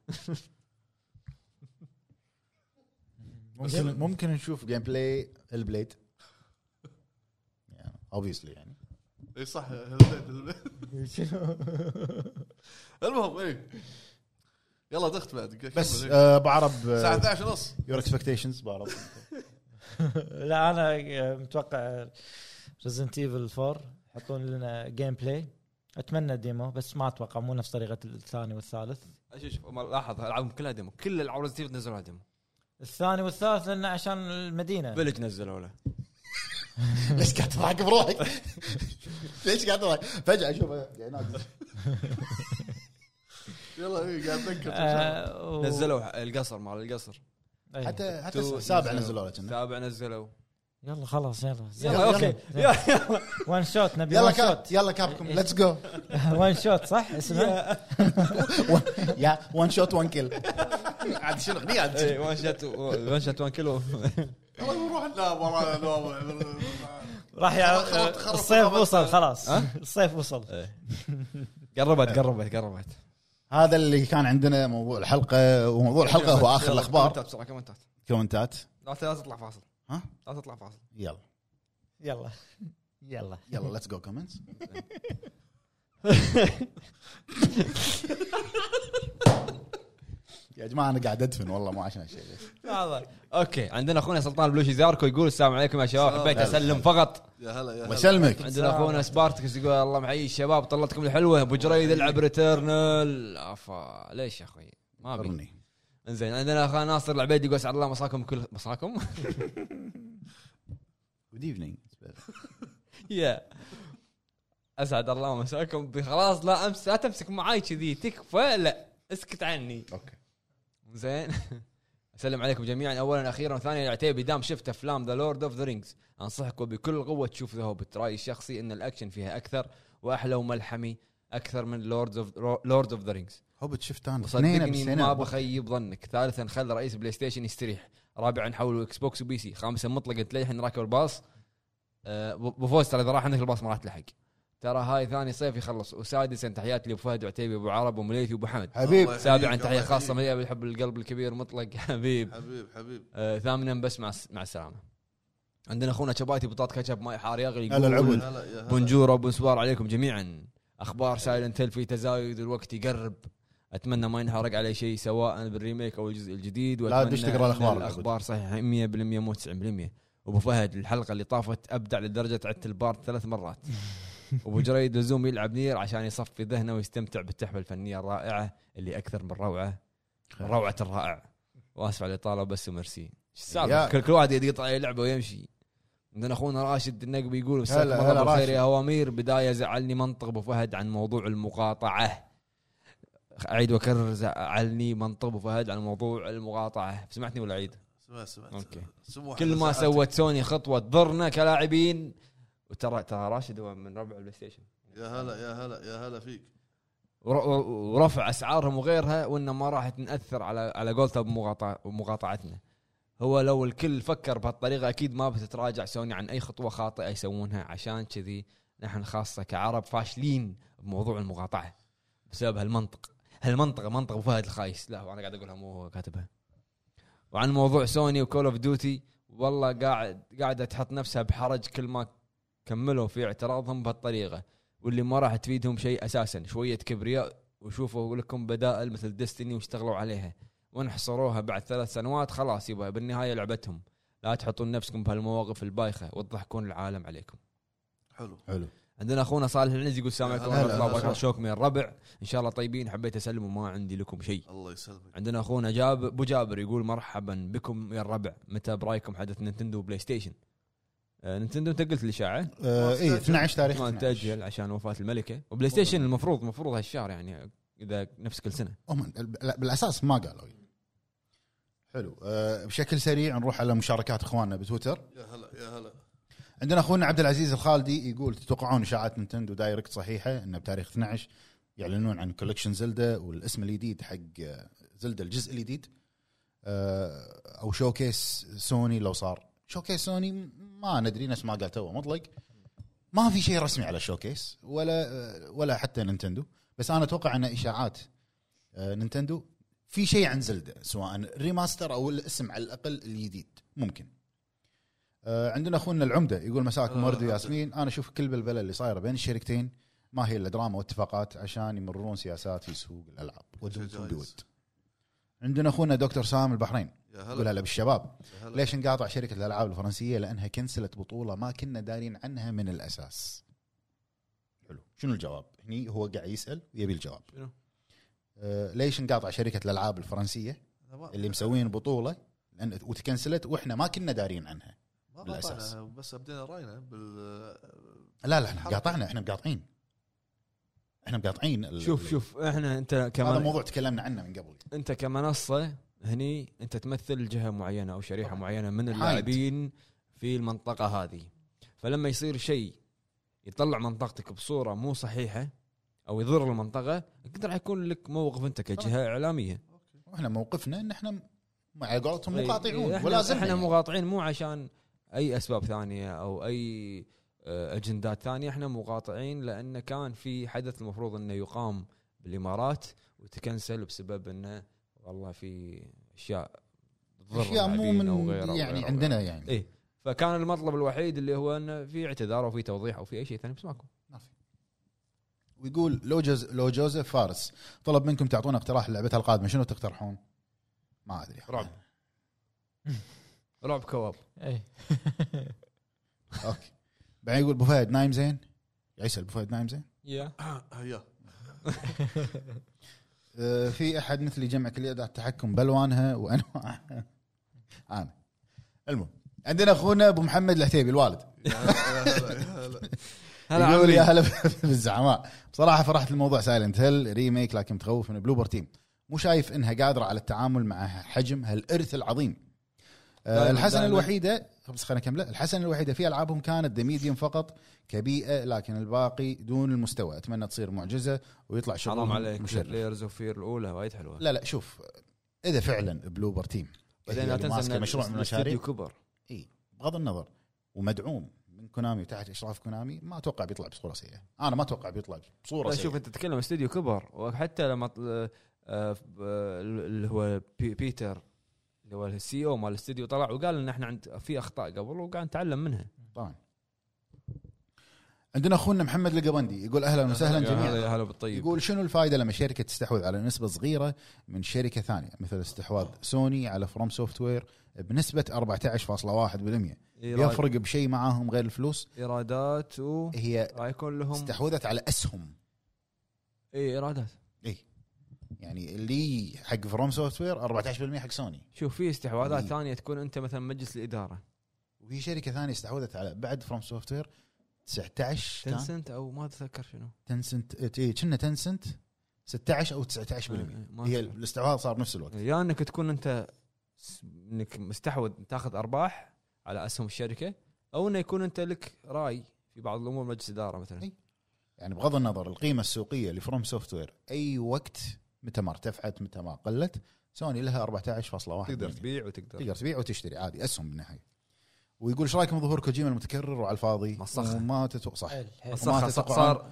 Speaker 4: ممكن ممكن نشوف جيم بلاي البليد يعني اوبسلي يعني
Speaker 2: اي صح المهم اي يلا دخت بعد كمل،
Speaker 4: بس
Speaker 2: إيه.
Speaker 4: آه بعرب
Speaker 2: الساعه 11 ونص
Speaker 4: يور اكسبكتيشنز بعرب
Speaker 3: لا انا آه، متوقع ريزنت ايفل 4 يحطون لنا جيم بلاي اتمنى ديمو بس ما اتوقع مو نفس طريقه الثاني والثالث
Speaker 1: شوف شوف ما لاحظ العابهم كلها ديمو كل العاب ريزنت نزلوها ديمو
Speaker 3: الثاني والثالث لان عشان المدينه
Speaker 1: فيلج نزلوا له
Speaker 4: ليش قاعد تضحك بروحك؟ ليش قاعد تضحك؟ يعني فجاه اشوف قاعد
Speaker 2: يلا اي قاعد اتذكر
Speaker 3: آه، و- أيوه.
Speaker 1: نزلوا القصر مال القصر
Speaker 3: أي.
Speaker 4: حتى حتى
Speaker 1: تو-
Speaker 4: السابع نزلوا له كنا
Speaker 1: سابع نزلوا
Speaker 3: يلا خلاص يلا
Speaker 1: يلا اوكي يلا يلا
Speaker 3: وان شوت نبي
Speaker 4: يلا
Speaker 3: وان
Speaker 4: كاب
Speaker 3: شوت
Speaker 4: يلا كابكم ليتس جو
Speaker 3: وان شوت صح اسمه
Speaker 4: يا وان شوت وان كيل عاد شنو اغنيه عاد
Speaker 1: إيه، وان شات وان شات وان كيلو
Speaker 2: يلا نروح لا ورا
Speaker 3: راح
Speaker 2: خلاص، خلاص،
Speaker 3: يع- الصيف
Speaker 2: خلاص، خلاص.
Speaker 3: وصل خلاص
Speaker 1: ها؟ إيه.
Speaker 3: الصيف وصل
Speaker 1: قربت قربت قربت
Speaker 4: هذا اللي كان عندنا موضوع الحلقه وموضوع الحلقه هو اخر
Speaker 1: يلا،
Speaker 4: الاخبار
Speaker 1: كومنتات بسرعه كومنتات
Speaker 4: كومنتات
Speaker 1: لا ت- لا تطلع فاصل
Speaker 4: ها؟
Speaker 1: لا تطلع فاصل
Speaker 4: يلا
Speaker 3: يلا يلا
Speaker 4: يلا ليتس جو كومنتس يا جماعه انا قاعد ادفن والله مو عشان شيء
Speaker 1: لحظة. اوكي عندنا اخونا سلطان البلوشي زاركو يقول السلام عليكم يا شباب
Speaker 2: سلام.
Speaker 1: حبيت اسلم فقط
Speaker 2: يا هلا يا هلا
Speaker 4: بسلمك
Speaker 1: عندنا اخونا سبارتكس يقول الله معي الشباب طلتكم الحلوه ابو جريد يلعب ريتيرنال افا ليش يا اخوي ما بي
Speaker 4: قرني
Speaker 1: انزين عندنا اخونا ناصر العبيد يقول اسعد الله مساكم كل مساكم
Speaker 4: جود ايفنينج
Speaker 1: يا اسعد الله مساكم بي- خلاص لا امس لا تمسك معاي كذي تكفى لا اسكت عني
Speaker 4: اوكي
Speaker 1: زين اسلم عليكم جميعا اولا اخيرا ثانيا العتيبي دام شفت افلام ذا لورد اوف ذا رينجز انصحك وبكل قوه تشوف ذا هوبت رايي الشخصي ان الاكشن فيها اكثر واحلى وملحمي اكثر من لوردز اوف لورد اوف ذا رينجز
Speaker 4: هوبت شفت انا
Speaker 1: وصدقني ما بخيب ظنك ثالثا خلي رئيس بلاي ستيشن يستريح رابعا حولوا اكس بوكس وبي سي خامسا مطلق تلحن راكب الباص آه، ب- ابو فوز ترى اذا راح عندك الباص ما راح تلحق ترى هاي ثاني صيف يخلص وسادسا تحياتي لابو فهد وعتيبي وابو عرب ومليثي وابو حمد
Speaker 4: حبيب
Speaker 2: الله
Speaker 1: سابعا
Speaker 2: يحييك،
Speaker 1: تحيه
Speaker 2: الله
Speaker 1: خاصه
Speaker 2: يحييك.
Speaker 1: مليئه بالحب القلب الكبير مطلق حبيب
Speaker 2: حبيب حبيب
Speaker 1: آه ثامنا بس مع مع السلامه عندنا اخونا شباتي بطاط كاتشب ماي حار يغلي يقول
Speaker 4: هلا العبد.
Speaker 2: يا هلا يا هلا
Speaker 1: بونجور ابو سوار عليكم جميعا اخبار سايلنت هيل في تزايد الوقت يقرب اتمنى ما ينحرق علي شيء سواء بالريميك او الجزء الجديد وأتمنى
Speaker 4: تدش تقرا الأخبار
Speaker 1: إن الاخبار صحيحه 100% مو 90% ابو فهد الحلقه اللي طافت ابدع لدرجه عدت البارت ثلاث مرات ابو جريد لزوم يلعب نير عشان يصفي ذهنه ويستمتع بالتحفه الفنيه الرائعه اللي اكثر من روعه روعه الرائع واسف على الاطاله بس وميرسي ايش السالفه
Speaker 4: ياك.
Speaker 1: كل كل واحد يد يقطع عليه لعبه ويمشي عندنا اخونا راشد النقبي يقول مساكم
Speaker 4: هلا-
Speaker 1: الله
Speaker 4: هلا
Speaker 1: بالخير
Speaker 4: راشد.
Speaker 1: يا اوامير بدايه زعلني منطق ابو فهد عن موضوع المقاطعه اعيد واكرر زعلني منطق ابو فهد عن موضوع المقاطعه سمعتني ولا اعيد؟
Speaker 2: سمع سمع
Speaker 1: أوكي.
Speaker 2: سموح
Speaker 1: كل ما
Speaker 2: سألتك.
Speaker 1: سوت سوني خطوه تضرنا كلاعبين وترى ترى راشد هو من ربع البلاي ستيشن
Speaker 2: يا هلا يا هلا يا هلا فيك
Speaker 1: ور- ورفع اسعارهم وغيرها وانه ما راح تنأثر على على قولته بمقاطع- بمقاطعتنا هو لو الكل فكر بهالطريقه اكيد ما بتتراجع سوني عن اي خطوه خاطئه يسوونها عشان كذي نحن خاصه كعرب فاشلين بموضوع المقاطعه بسبب هالمنطق هالمنطقه منطقه ابو فهد الخايس لا وانا قاعد اقولها مو هو كاتبها وعن موضوع سوني وكول اوف ديوتي والله قاعد قاعده تحط نفسها بحرج كل ما كملوا في اعتراضهم بهالطريقه واللي ما راح تفيدهم شيء اساسا شويه كبرياء وشوفوا لكم بدائل مثل ديستني واشتغلوا عليها وانحصروها بعد ثلاث سنوات خلاص يبا بالنهايه لعبتهم لا تحطون نفسكم بهالمواقف البايخه وتضحكون العالم عليكم
Speaker 2: حلو
Speaker 4: حلو
Speaker 1: عندنا اخونا صالح العنزي يقول السلام عليكم ورحمه
Speaker 2: هلا،
Speaker 1: الله
Speaker 2: هلا.
Speaker 1: وبركاته شوك من الربع ان شاء الله طيبين حبيت اسلم وما عندي لكم شيء
Speaker 2: الله يسلمك
Speaker 1: عندنا اخونا جاب ابو جابر يقول مرحبا بكم يا الربع متى برايكم حدث نينتندو وبلاي ستيشن آه، نينتندو انت قلت الاشاعه
Speaker 4: اي 12 تاريخ
Speaker 1: ما
Speaker 4: 12.
Speaker 1: نتاجل عشان وفاه الملكه وبلاي ستيشن المفروض المفروض هالشهر يعني اذا نفس كل سنه
Speaker 4: هم بال- بالاساس ما قالوا حلو أه بشكل سريع نروح على مشاركات اخواننا بتويتر
Speaker 2: يا هلا يا هلا
Speaker 4: عندنا اخونا عبد العزيز الخالدي يقول تتوقعون اشاعات نينتندو دايركت صحيحه انه بتاريخ 12 يعلنون عن كولكشن زلدا والاسم الجديد حق زلدا الجزء الجديد آه، او شوكيس سوني لو صار شوكيس سوني ما ندري نفس ما قال تو مطلق ما في آه، شيء رسمي على شوكيس ولا ولا حتى نينتندو بس انا اتوقع ان اشاعات آه، نينتندو في شيء عن زلدة سواء ريماستر او الاسم على الاقل الجديد ممكن آه، عندنا اخونا العمده يقول مساكم
Speaker 2: آه،
Speaker 4: ورد
Speaker 2: العمدة.
Speaker 4: وياسمين انا اشوف كل بالبله اللي صايره بين الشركتين ما هي الا دراما واتفاقات عشان يمرون سياسات في سوق الالعاب ودمتم
Speaker 2: جايز.
Speaker 4: بود عندنا اخونا دكتور سام البحرين
Speaker 2: يا
Speaker 4: يقول هلا بالشباب
Speaker 2: يا هلا.
Speaker 4: ليش نقاطع شركه الالعاب الفرنسيه لانها كنسلت بطوله ما كنا دارين عنها من الاساس حلو شنو الجواب هني هو قاعد يسال ويبي الجواب
Speaker 1: شنو؟
Speaker 4: آه ليش نقاطع شركه الالعاب الفرنسيه
Speaker 2: ما-
Speaker 4: اللي مسوين بطوله لان وتكنسلت واحنا ما كنا دارين عنها
Speaker 2: ما
Speaker 4: بالأساس.
Speaker 2: قاطعنا بس ابدينا راينا بال
Speaker 4: لا لا احنا قاطعنا احنا مقاطعين احنا مقاطعين ال-
Speaker 1: شوف شوف احنا انت
Speaker 4: هذا
Speaker 1: كمان
Speaker 4: موضوع تكلمنا عنه من قبل
Speaker 1: انت كمنصه هني انت تمثل جهه معينه او شريحه معينه من اللاعبين في المنطقه هذه فلما يصير شيء يطلع منطقتك بصوره مو صحيحه او يضر المنطقه يقدر يكون لك موقف انت كجهه اعلاميه
Speaker 4: واحنا موقفنا ان احنا مع قولتهم
Speaker 1: إيه،
Speaker 4: مقاطعون يعني.
Speaker 1: احنا-
Speaker 4: ولازم
Speaker 1: احنا مقاطعين مو عشان اي اسباب ثانيه او اي آه، اجندات ثانيه احنا مقاطعين لان كان في حدث المفروض انه يقام بالامارات وتكنسل بسبب انه والله في اشياء تضر
Speaker 4: اشياء مو
Speaker 1: اللاعبين
Speaker 4: من
Speaker 1: وغيره
Speaker 4: يعني
Speaker 1: وغيره
Speaker 4: عندنا
Speaker 1: وغيره.
Speaker 4: يعني
Speaker 1: إيه. فكان المطلب الوحيد اللي هو انه في اعتذار او في توضيح او في اي شيء ثاني بس ماكو
Speaker 4: ويقول لو جوز لو جوزيف فارس طلب منكم تعطونا اقتراح لعبتها القادمه شنو تقترحون؟ ما ادري
Speaker 1: رعب. رعب كواب
Speaker 3: اي
Speaker 4: اوكي بعدين يقول ابو فهد نايم زين؟ قاعد يسال ابو فهد نايم زين؟
Speaker 1: يا
Speaker 2: هيا
Speaker 4: أه في احد مثلي جمع كل يد على التحكم بالوانها وانواعها انا المهم عندنا اخونا ابو محمد العتيبي الوالد
Speaker 2: يا هلا، يا هلا.
Speaker 1: هلا
Speaker 4: يقول يا
Speaker 1: عمي.
Speaker 4: هلا بالزعماء بصراحه فرحت الموضوع سايلنت هيل ريميك لكن متخوف من بلوبر تيم مو شايف انها قادره على التعامل مع حجم هالارث العظيم
Speaker 1: دايماً-
Speaker 4: آه الحسنه
Speaker 1: دايماً.
Speaker 4: الوحيده بس خليني اكمله الحسنه الوحيده في العابهم كانت ذا ميديوم فقط كبيئه لكن الباقي دون المستوى اتمنى تصير معجزه ويطلع شغل
Speaker 1: حرام عليك
Speaker 4: مشرف
Speaker 1: بلايرز اوف فير الاولى وايد حلوه
Speaker 4: لا لا شوف اذا فعلا بلوبر تيم
Speaker 1: بعدين
Speaker 4: هي
Speaker 1: لا
Speaker 4: اللي
Speaker 1: تنسى
Speaker 4: يعني ماسكة
Speaker 1: ان
Speaker 4: مشروع من
Speaker 1: الاستديو
Speaker 4: المشاريع
Speaker 1: كبر
Speaker 4: بغض النظر ومدعوم من كونامي وتحت اشراف كونامي ما اتوقع بيطلع بصوره سيئه انا ما اتوقع بيطلع بصوره
Speaker 1: لا
Speaker 4: سيئه
Speaker 1: شوف انت تتكلم استوديو كبر وحتى لما طل- آه، ف- آه، اللي هو بي- بيتر اللي هو السي او مال الاستوديو طلع وقال ان احنا عند في اخطاء قبل وقاعد نتعلم منها
Speaker 4: طبعا عندنا اخونا محمد القبندي يقول اهلا وسهلا جميعا
Speaker 1: هلا طيب. بالطيب
Speaker 4: يقول شنو الفائده لما شركه تستحوذ على نسبه صغيره من شركه ثانيه مثل استحواذ سوني على فروم سوفت وير بنسبه 14.1%
Speaker 1: إيه
Speaker 4: يفرق بشيء معاهم غير الفلوس
Speaker 1: ايرادات و
Speaker 4: هي
Speaker 1: راح يكون لهم
Speaker 4: استحوذت على اسهم
Speaker 1: اي ايرادات
Speaker 4: اي يعني اللي حق فروم سوفت وير 14% حق سوني
Speaker 1: شوف في استحواذات
Speaker 4: إيه.
Speaker 1: ثانيه تكون انت مثلا مجلس الاداره
Speaker 4: وفي شركه ثانيه استحوذت على بعد فروم سوفت وير 19 كان
Speaker 1: تنسنت او ما اتذكر شنو
Speaker 4: تنسنت إيه، كنا تنسنت 16 او 19%
Speaker 1: آه، ما
Speaker 4: هي
Speaker 1: أتذكر.
Speaker 4: الاستحواذ صار نفس الوقت
Speaker 1: يا انك تكون انت س- انك مستحوذ تاخذ ارباح على اسهم الشركه او انه يكون انت لك راي في بعض الامور مجلس اداره مثلا
Speaker 4: إي. يعني بغض النظر القيمه السوقيه لفروم سوفت وير اي وقت متى ما ارتفعت متى ما قلت سوني لها 14.1
Speaker 1: تقدر تبيع وتقدر
Speaker 4: تقدر تبيع وتشتري عادي اسهم بالنهايه ويقول ايش رايكم ظهور كوجيما المتكرر وعلى الفاضي
Speaker 1: مسخها.
Speaker 4: وما تتوقع صح
Speaker 3: حلو، حلو.
Speaker 1: بس صح صح
Speaker 4: وما تتوقعون-
Speaker 1: صار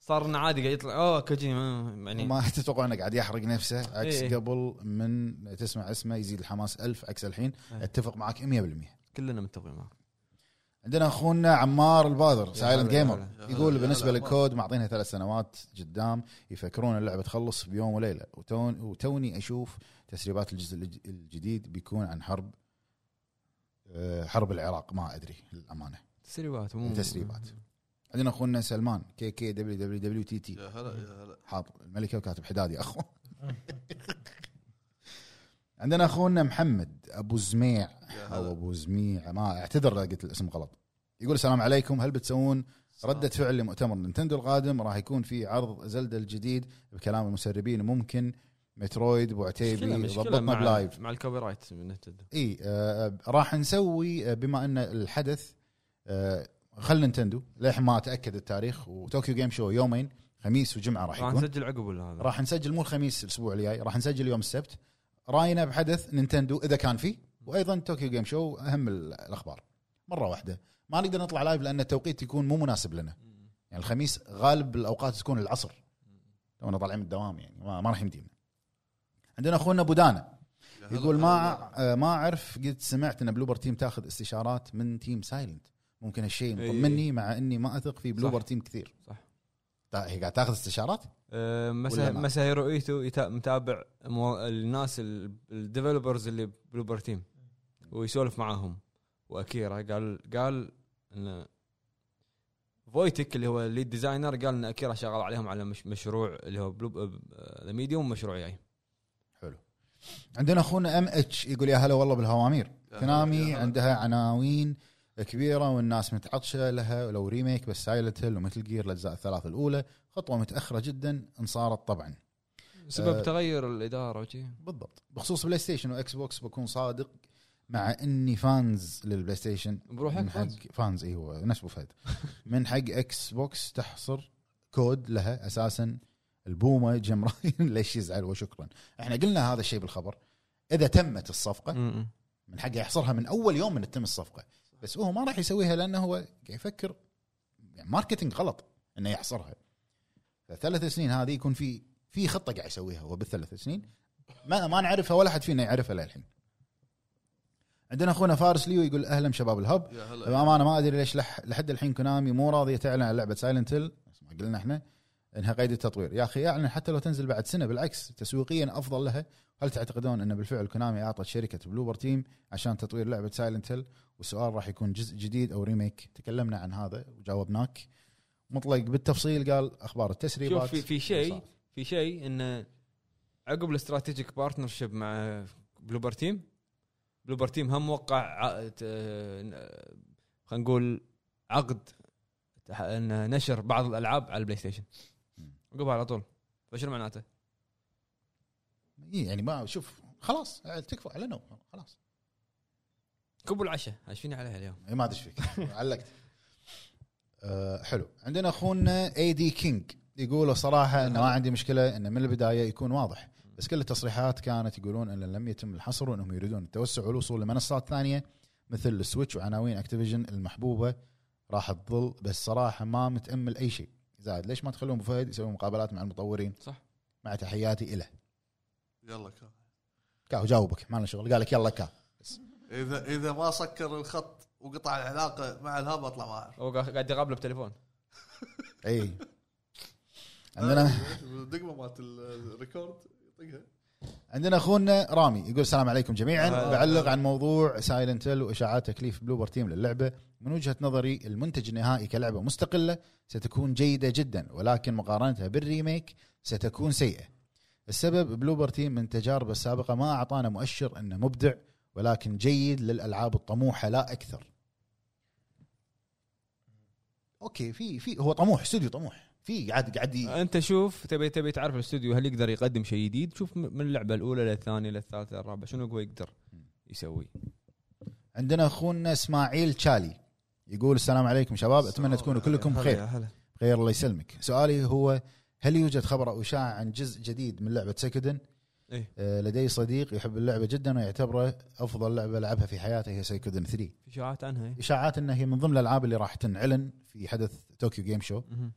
Speaker 1: صار انه عادي قاعد يطلع اوه كوجيما يعني
Speaker 4: ما تتوقع انه قاعد يحرق نفسه عكس
Speaker 1: إيه.
Speaker 4: قبل من تسمع اسمه يزيد الحماس ألف عكس الحين
Speaker 1: إيه.
Speaker 4: اتفق معك 100%
Speaker 1: كلنا متفقين معك يعني
Speaker 4: عندنا اخونا عمار البادر
Speaker 1: هلا،
Speaker 4: سايلنت
Speaker 1: يا
Speaker 4: جيمر
Speaker 1: هلا.
Speaker 4: يقول
Speaker 2: يا
Speaker 4: بالنسبه
Speaker 2: هلا،
Speaker 4: للكود معطينها ثلاث سنوات قدام يفكرون اللعبه تخلص بيوم وليله وتون وتوني اشوف تسريبات الجزء الج- الجديد بيكون عن حرب آه، حرب العراق ما ادري للامانه
Speaker 1: تسريبات مو
Speaker 4: التسريبات عندنا اخونا سلمان كي كي دبليو دبليو دبليو تي تي
Speaker 2: يا هلا يا هلا
Speaker 4: حاط الملكه وكاتب حدادي اخو عندنا اخونا محمد ابو زميع
Speaker 2: يا
Speaker 4: او
Speaker 2: هلا
Speaker 4: ابو زميع ما اعتذر اذا قلت الاسم غلط يقول السلام عليكم هل بتسوون ردة فعل لمؤتمر نينتندو القادم راح يكون في عرض زلدة الجديد بكلام المسربين ممكن مترويد ابو
Speaker 1: مشكلة-
Speaker 4: عتيبي
Speaker 1: مشكلة
Speaker 4: ضبطنا
Speaker 1: مع-
Speaker 4: بلايف
Speaker 1: مع الكوبي رايت من نتندو
Speaker 4: اي آه راح نسوي آه، بما ان الحدث آه خل نينتندو للحين ما اتاكد التاريخ وطوكيو جيم شو يومين خميس وجمعه راح
Speaker 1: راح
Speaker 4: يكون
Speaker 1: نسجل عقب ولا هذا
Speaker 4: راح نسجل مو الخميس الاسبوع الجاي راح نسجل يوم السبت راينا بحدث نينتندو اذا كان فيه وايضا طوكيو جيم شو اهم ال- الاخبار مره واحده ما نقدر نطلع لايف لان التوقيت يكون مو مناسب لنا يعني الخميس غالب الاوقات تكون العصر تونا طالعين من الدوام يعني ما, ما راح يمدينا عندنا اخونا بودانا يقول ما آه، ما اعرف قد سمعت ان بلوبر تيم تاخذ استشارات من تيم سايلنت ممكن هالشيء
Speaker 1: إي.
Speaker 4: مطمني مع اني ما اثق في بلوبر
Speaker 1: إيه. صح.
Speaker 4: تيم كثير
Speaker 1: صح.
Speaker 4: تا- هي قاعد تاخذ استشارات
Speaker 1: أه، مسا
Speaker 4: ولا لا؟
Speaker 1: مسا هيرويتو يتا- متابع مو- الناس ال- الديفلوبرز اللي بلوبر تيم ويسولف معاهم واكيرا قال قال ان فويتك اللي هو الليد ديزاينر قال ان اكيرا شغال عليهم على مش مشروع اللي هو بلوب آه، ميديوم مشروع يعني. جاي
Speaker 4: عندنا اخونا ام اتش يقول يا هلا والله بالهوامير كنامي عندها عناوين كبيره والناس متعطشه لها ولو ريميك بس سايلنت هيل ومثل جير الاجزاء الثلاث الاولى خطوه متاخره جدا انصارت طبعا
Speaker 1: بسبب
Speaker 4: أه.
Speaker 1: تغير الاداره وشي
Speaker 4: بالضبط بخصوص بلاي ستيشن واكس بوكس بكون صادق مع اني فانز للبلاي ستيشن
Speaker 1: بروحك
Speaker 4: من حق
Speaker 1: فانز.
Speaker 4: فانز ايوه نفس ابو فهد من حق اكس بوكس تحصر كود لها اساسا البومه جيم راين ليش يزعل وشكرا احنا قلنا هذا الشيء بالخبر اذا تمت الصفقه
Speaker 1: م-م.
Speaker 4: من حقه يحصرها من اول يوم من تتم الصفقه بس هو ما راح يسويها لانه هو قاعد يفكر يعني ماركتنج غلط انه يحصرها فالثلاث سنين هذه يكون في في خطه قاعد يسويها هو بالثلاث سنين ما ما نعرفها ولا حد فينا يعرفها للحين عندنا اخونا فارس ليو يقول اهلا شباب الهب
Speaker 2: يا هلا
Speaker 4: بامانه ما ادري ليش لح لحد الحين كونامي مو راضيه تعلن عن لعبه سايلنت هيل ما قلنا احنا انها قيد التطوير يا اخي اعلن حتى لو تنزل بعد سنه بالعكس تسويقيا افضل لها هل تعتقدون ان بالفعل كونامي اعطت شركه بلوبر تيم عشان تطوير لعبه سايلنت هيل والسؤال راح يكون جزء جديد او ريميك تكلمنا عن هذا وجاوبناك مطلق بالتفصيل قال اخبار التسريبات
Speaker 1: شوف في- في شيء في شيء انه عقب الاستراتيجيك بارتنرشيب مع بلوبر تيم بلوبر تيم هم وقع عقد آه، خلينا نقول عقد تح- ان نشر بعض الالعاب على البلاي ستيشن عقبها على طول فشنو معناته؟
Speaker 4: إيه يعني ما شوف خلاص تكفى اعلنوا خلاص
Speaker 1: كبوا العشاء عايشين عليها اليوم
Speaker 4: إيه ما ادري إيش فيك علقت أه حلو عندنا اخونا اي دي كينج يقولوا صراحه انه ما عندي مشكله انه من البدايه يكون واضح بس كل التصريحات كانت يقولون ان لم يتم الحصر وانهم يريدون التوسع والوصول لمنصات ثانيه مثل السويتش وعناوين اكتيفيجن المحبوبه راح تظل بس صراحه ما متامل اي شيء زائد ليش ما تخلون ابو فهد يسوي مقابلات مع المطورين
Speaker 1: صح.
Speaker 4: مع تحياتي له
Speaker 2: يلا كا.
Speaker 4: كاو جاوبك ما لنا شغل قال لك يلا كاو
Speaker 2: اذا اذا ما سكر الخط وقطع العلاقه مع الهب اطلع ما اعرف
Speaker 1: هو قا- قاعد يقابله بتليفون
Speaker 4: اي إيه. عندنا
Speaker 2: الدقمه مالت الريكورد يطقها
Speaker 4: عندنا اخونا رامي يقول السلام عليكم جميعا
Speaker 1: آه.
Speaker 4: بعلق عن موضوع سايلنت هيل واشاعات تكليف بلوبر تيم للعبه من وجهه نظري المنتج النهائي كلعبه مستقله ستكون جيده جدا ولكن مقارنتها بالريميك ستكون سيئه السبب بلوبر تيم من تجاربه السابقه ما اعطانا مؤشر انه مبدع ولكن جيد للالعاب الطموحه لا اكثر اوكي في في هو طموح استوديو طموح في قاعد قاعد ي-
Speaker 1: انت شوف تبي تبي تعرف الاستوديو هل يقدر يقدم شيء جديد شوف م- من اللعبه الاولى للثانيه للثالثه للرابعه شنو هو يقدر يسوي
Speaker 4: عندنا اخونا اسماعيل تشالي يقول السلام عليكم شباب اتمنى تكونوا كلكم
Speaker 1: هلا
Speaker 4: بخير
Speaker 1: يا هلا.
Speaker 4: خير الله يسلمك سؤالي هو هل يوجد خبر او اشاعه عن جزء جديد من لعبه سكدن
Speaker 1: إيه.
Speaker 4: آه لدي صديق يحب اللعبه جدا ويعتبره افضل لعبه لعبها في حياته هي سيكودن 3
Speaker 1: في شعات عنها إيه؟
Speaker 4: اشاعات انها هي من ضمن الالعاب اللي راح تنعلن في حدث طوكيو جيم شو
Speaker 1: مهم.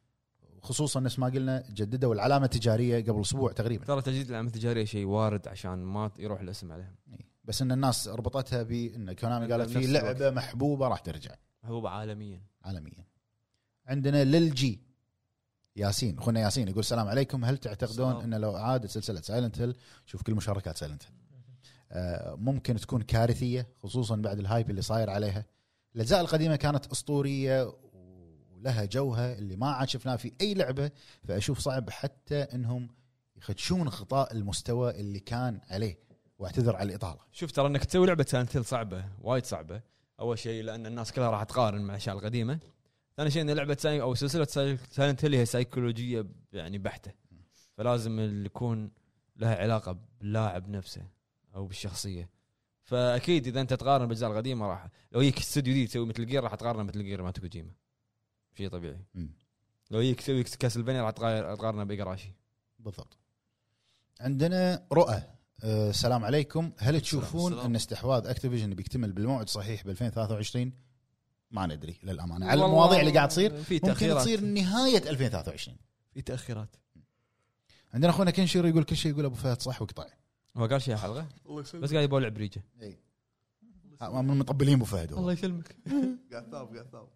Speaker 4: خصوصا نفس ما قلنا جددوا العلامه التجاريه قبل اسبوع تقريبا
Speaker 1: ترى تجديد العلامه التجاريه شيء وارد عشان ما يروح الاسم عليهم
Speaker 4: إيه. بس ان الناس ربطتها بان كونامي قالت في
Speaker 1: بنفس الوقت.
Speaker 4: لعبه محبوبه راح ترجع
Speaker 1: محبوب عالميا
Speaker 4: عالميا عندنا للجي ياسين اخونا ياسين يقول السلام عليكم هل تعتقدون
Speaker 5: السلام.
Speaker 4: ان لو اعادت سلسله سايلنت هيل شوف كل مشاركات سايلنت هيل ممكن تكون كارثيه خصوصا بعد الهايب اللي صاير عليها الاجزاء القديمه كانت اسطوريه ولها جوها اللي ما عاد شفناه في اي لعبه فاشوف صعب حتى انهم يخدشون غطاء المستوى اللي كان عليه واعتذر على الاطاله
Speaker 1: شوف ترى انك تسوي لعبه سانتيل صعبه وايد صعبه اول شيء لان الناس كلها راح تقارن مع الاشياء القديمه ثاني شيء ان لعبه ساي او سلسله سايلنت هيل هي سيكولوجيه ب- يعني بحته فلازم اللي يكون لها علاقه باللاعب نفسه او بالشخصيه فاكيد اذا انت تقارن بالاجزاء القديمه راح لو يجيك استوديو جديد يسوي مثل جير راح تقارنه مثل جير ما كوجيما شيء طبيعي
Speaker 4: مم.
Speaker 1: لو يجيك تسوي كاسلفينيا راح تغير- تقارنه بجراشي
Speaker 4: بالضبط عندنا رؤى أه السلام عليكم هل تشوفون
Speaker 2: السلام.
Speaker 4: ان استحواذ اكتيفيجن بيكتمل بالموعد صحيح ب 2023 ما ندري للامانه على
Speaker 1: والله إيه،
Speaker 4: المواضيع اللي قاعد تصير
Speaker 1: في
Speaker 4: ممكن
Speaker 1: تأخيرات.
Speaker 4: تصير نهايه 2023
Speaker 1: في تاخيرات
Speaker 4: عندنا اخونا كنشير يقول كل شيء يقول ابو فهد صح وقطع
Speaker 1: هو قال شيء حلقه
Speaker 2: الله
Speaker 1: بس
Speaker 2: يسلمك
Speaker 1: قاعد يبولع بريجه
Speaker 4: آه، من مطبلين ابو فهد والله.
Speaker 1: يسلمك
Speaker 2: قاعد ثاب قاعد ثاب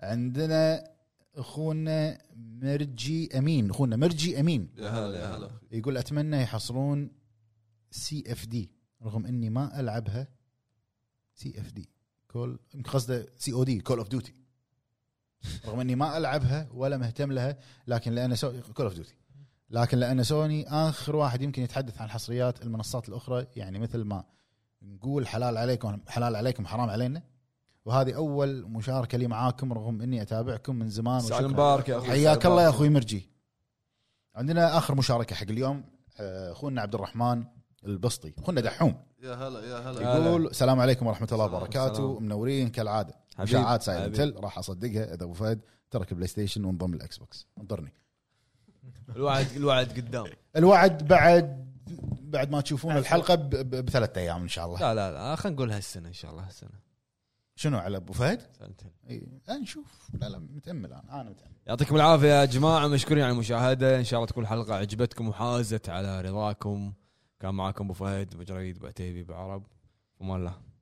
Speaker 4: عندنا اخونا مرجي امين اخونا مرجي امين
Speaker 2: يا هلا يا هلا
Speaker 4: يقول اتمنى يحصلون سي اف دي رغم اني ما العبها سي اف دي كول قصده سي او دي كول اوف ديوتي رغم اني ما العبها ولا مهتم لها لكن لان كول اوف ديوتي لكن لان سوني اخر واحد يمكن يتحدث عن حصريات المنصات الاخرى يعني مثل ما نقول حلال عليكم حلال عليكم حرام علينا وهذه اول مشاركه لي معاكم رغم اني اتابعكم من زمان
Speaker 1: سعد
Speaker 4: وشكراً.
Speaker 1: مبارك يا اخوي
Speaker 4: حياك الله يا اخوي مرجي عندنا اخر مشاركه حق اليوم آه، اخونا عبد الرحمن البسطي اخونا دحوم
Speaker 2: يا هلا يا هلا
Speaker 1: يا هلا.
Speaker 4: يقول السلام عليكم ورحمه الله
Speaker 2: السلام.
Speaker 4: وبركاته
Speaker 1: السلام.
Speaker 4: منورين كالعاده
Speaker 1: حبيب.
Speaker 4: اشاعات سايلنت
Speaker 1: حبيب.
Speaker 4: هيل راح اصدقها اذا ابو فهد ترك البلاي ستيشن وانضم للاكس بوكس انطرني
Speaker 1: الوعد الوعد قدام
Speaker 4: الوعد بعد بعد ما تشوفون
Speaker 3: أسف.
Speaker 4: الحلقه ب- ب- بثلاث ايام ان شاء الله
Speaker 1: لا لا لا خلينا نقول هالسنه ان شاء الله هالسنه
Speaker 4: شنو على ابو فهد؟
Speaker 1: سنتين.
Speaker 4: إي، لا نشوف لا لا متامل انا انا متامل
Speaker 1: يعطيكم العافيه يا جماعه مشكورين على المشاهده ان شاء الله تكون الحلقه عجبتكم وحازت على رضاكم كان معاكم ابو فهد ابو جريد ابو عتيبي ابو عرب وما الله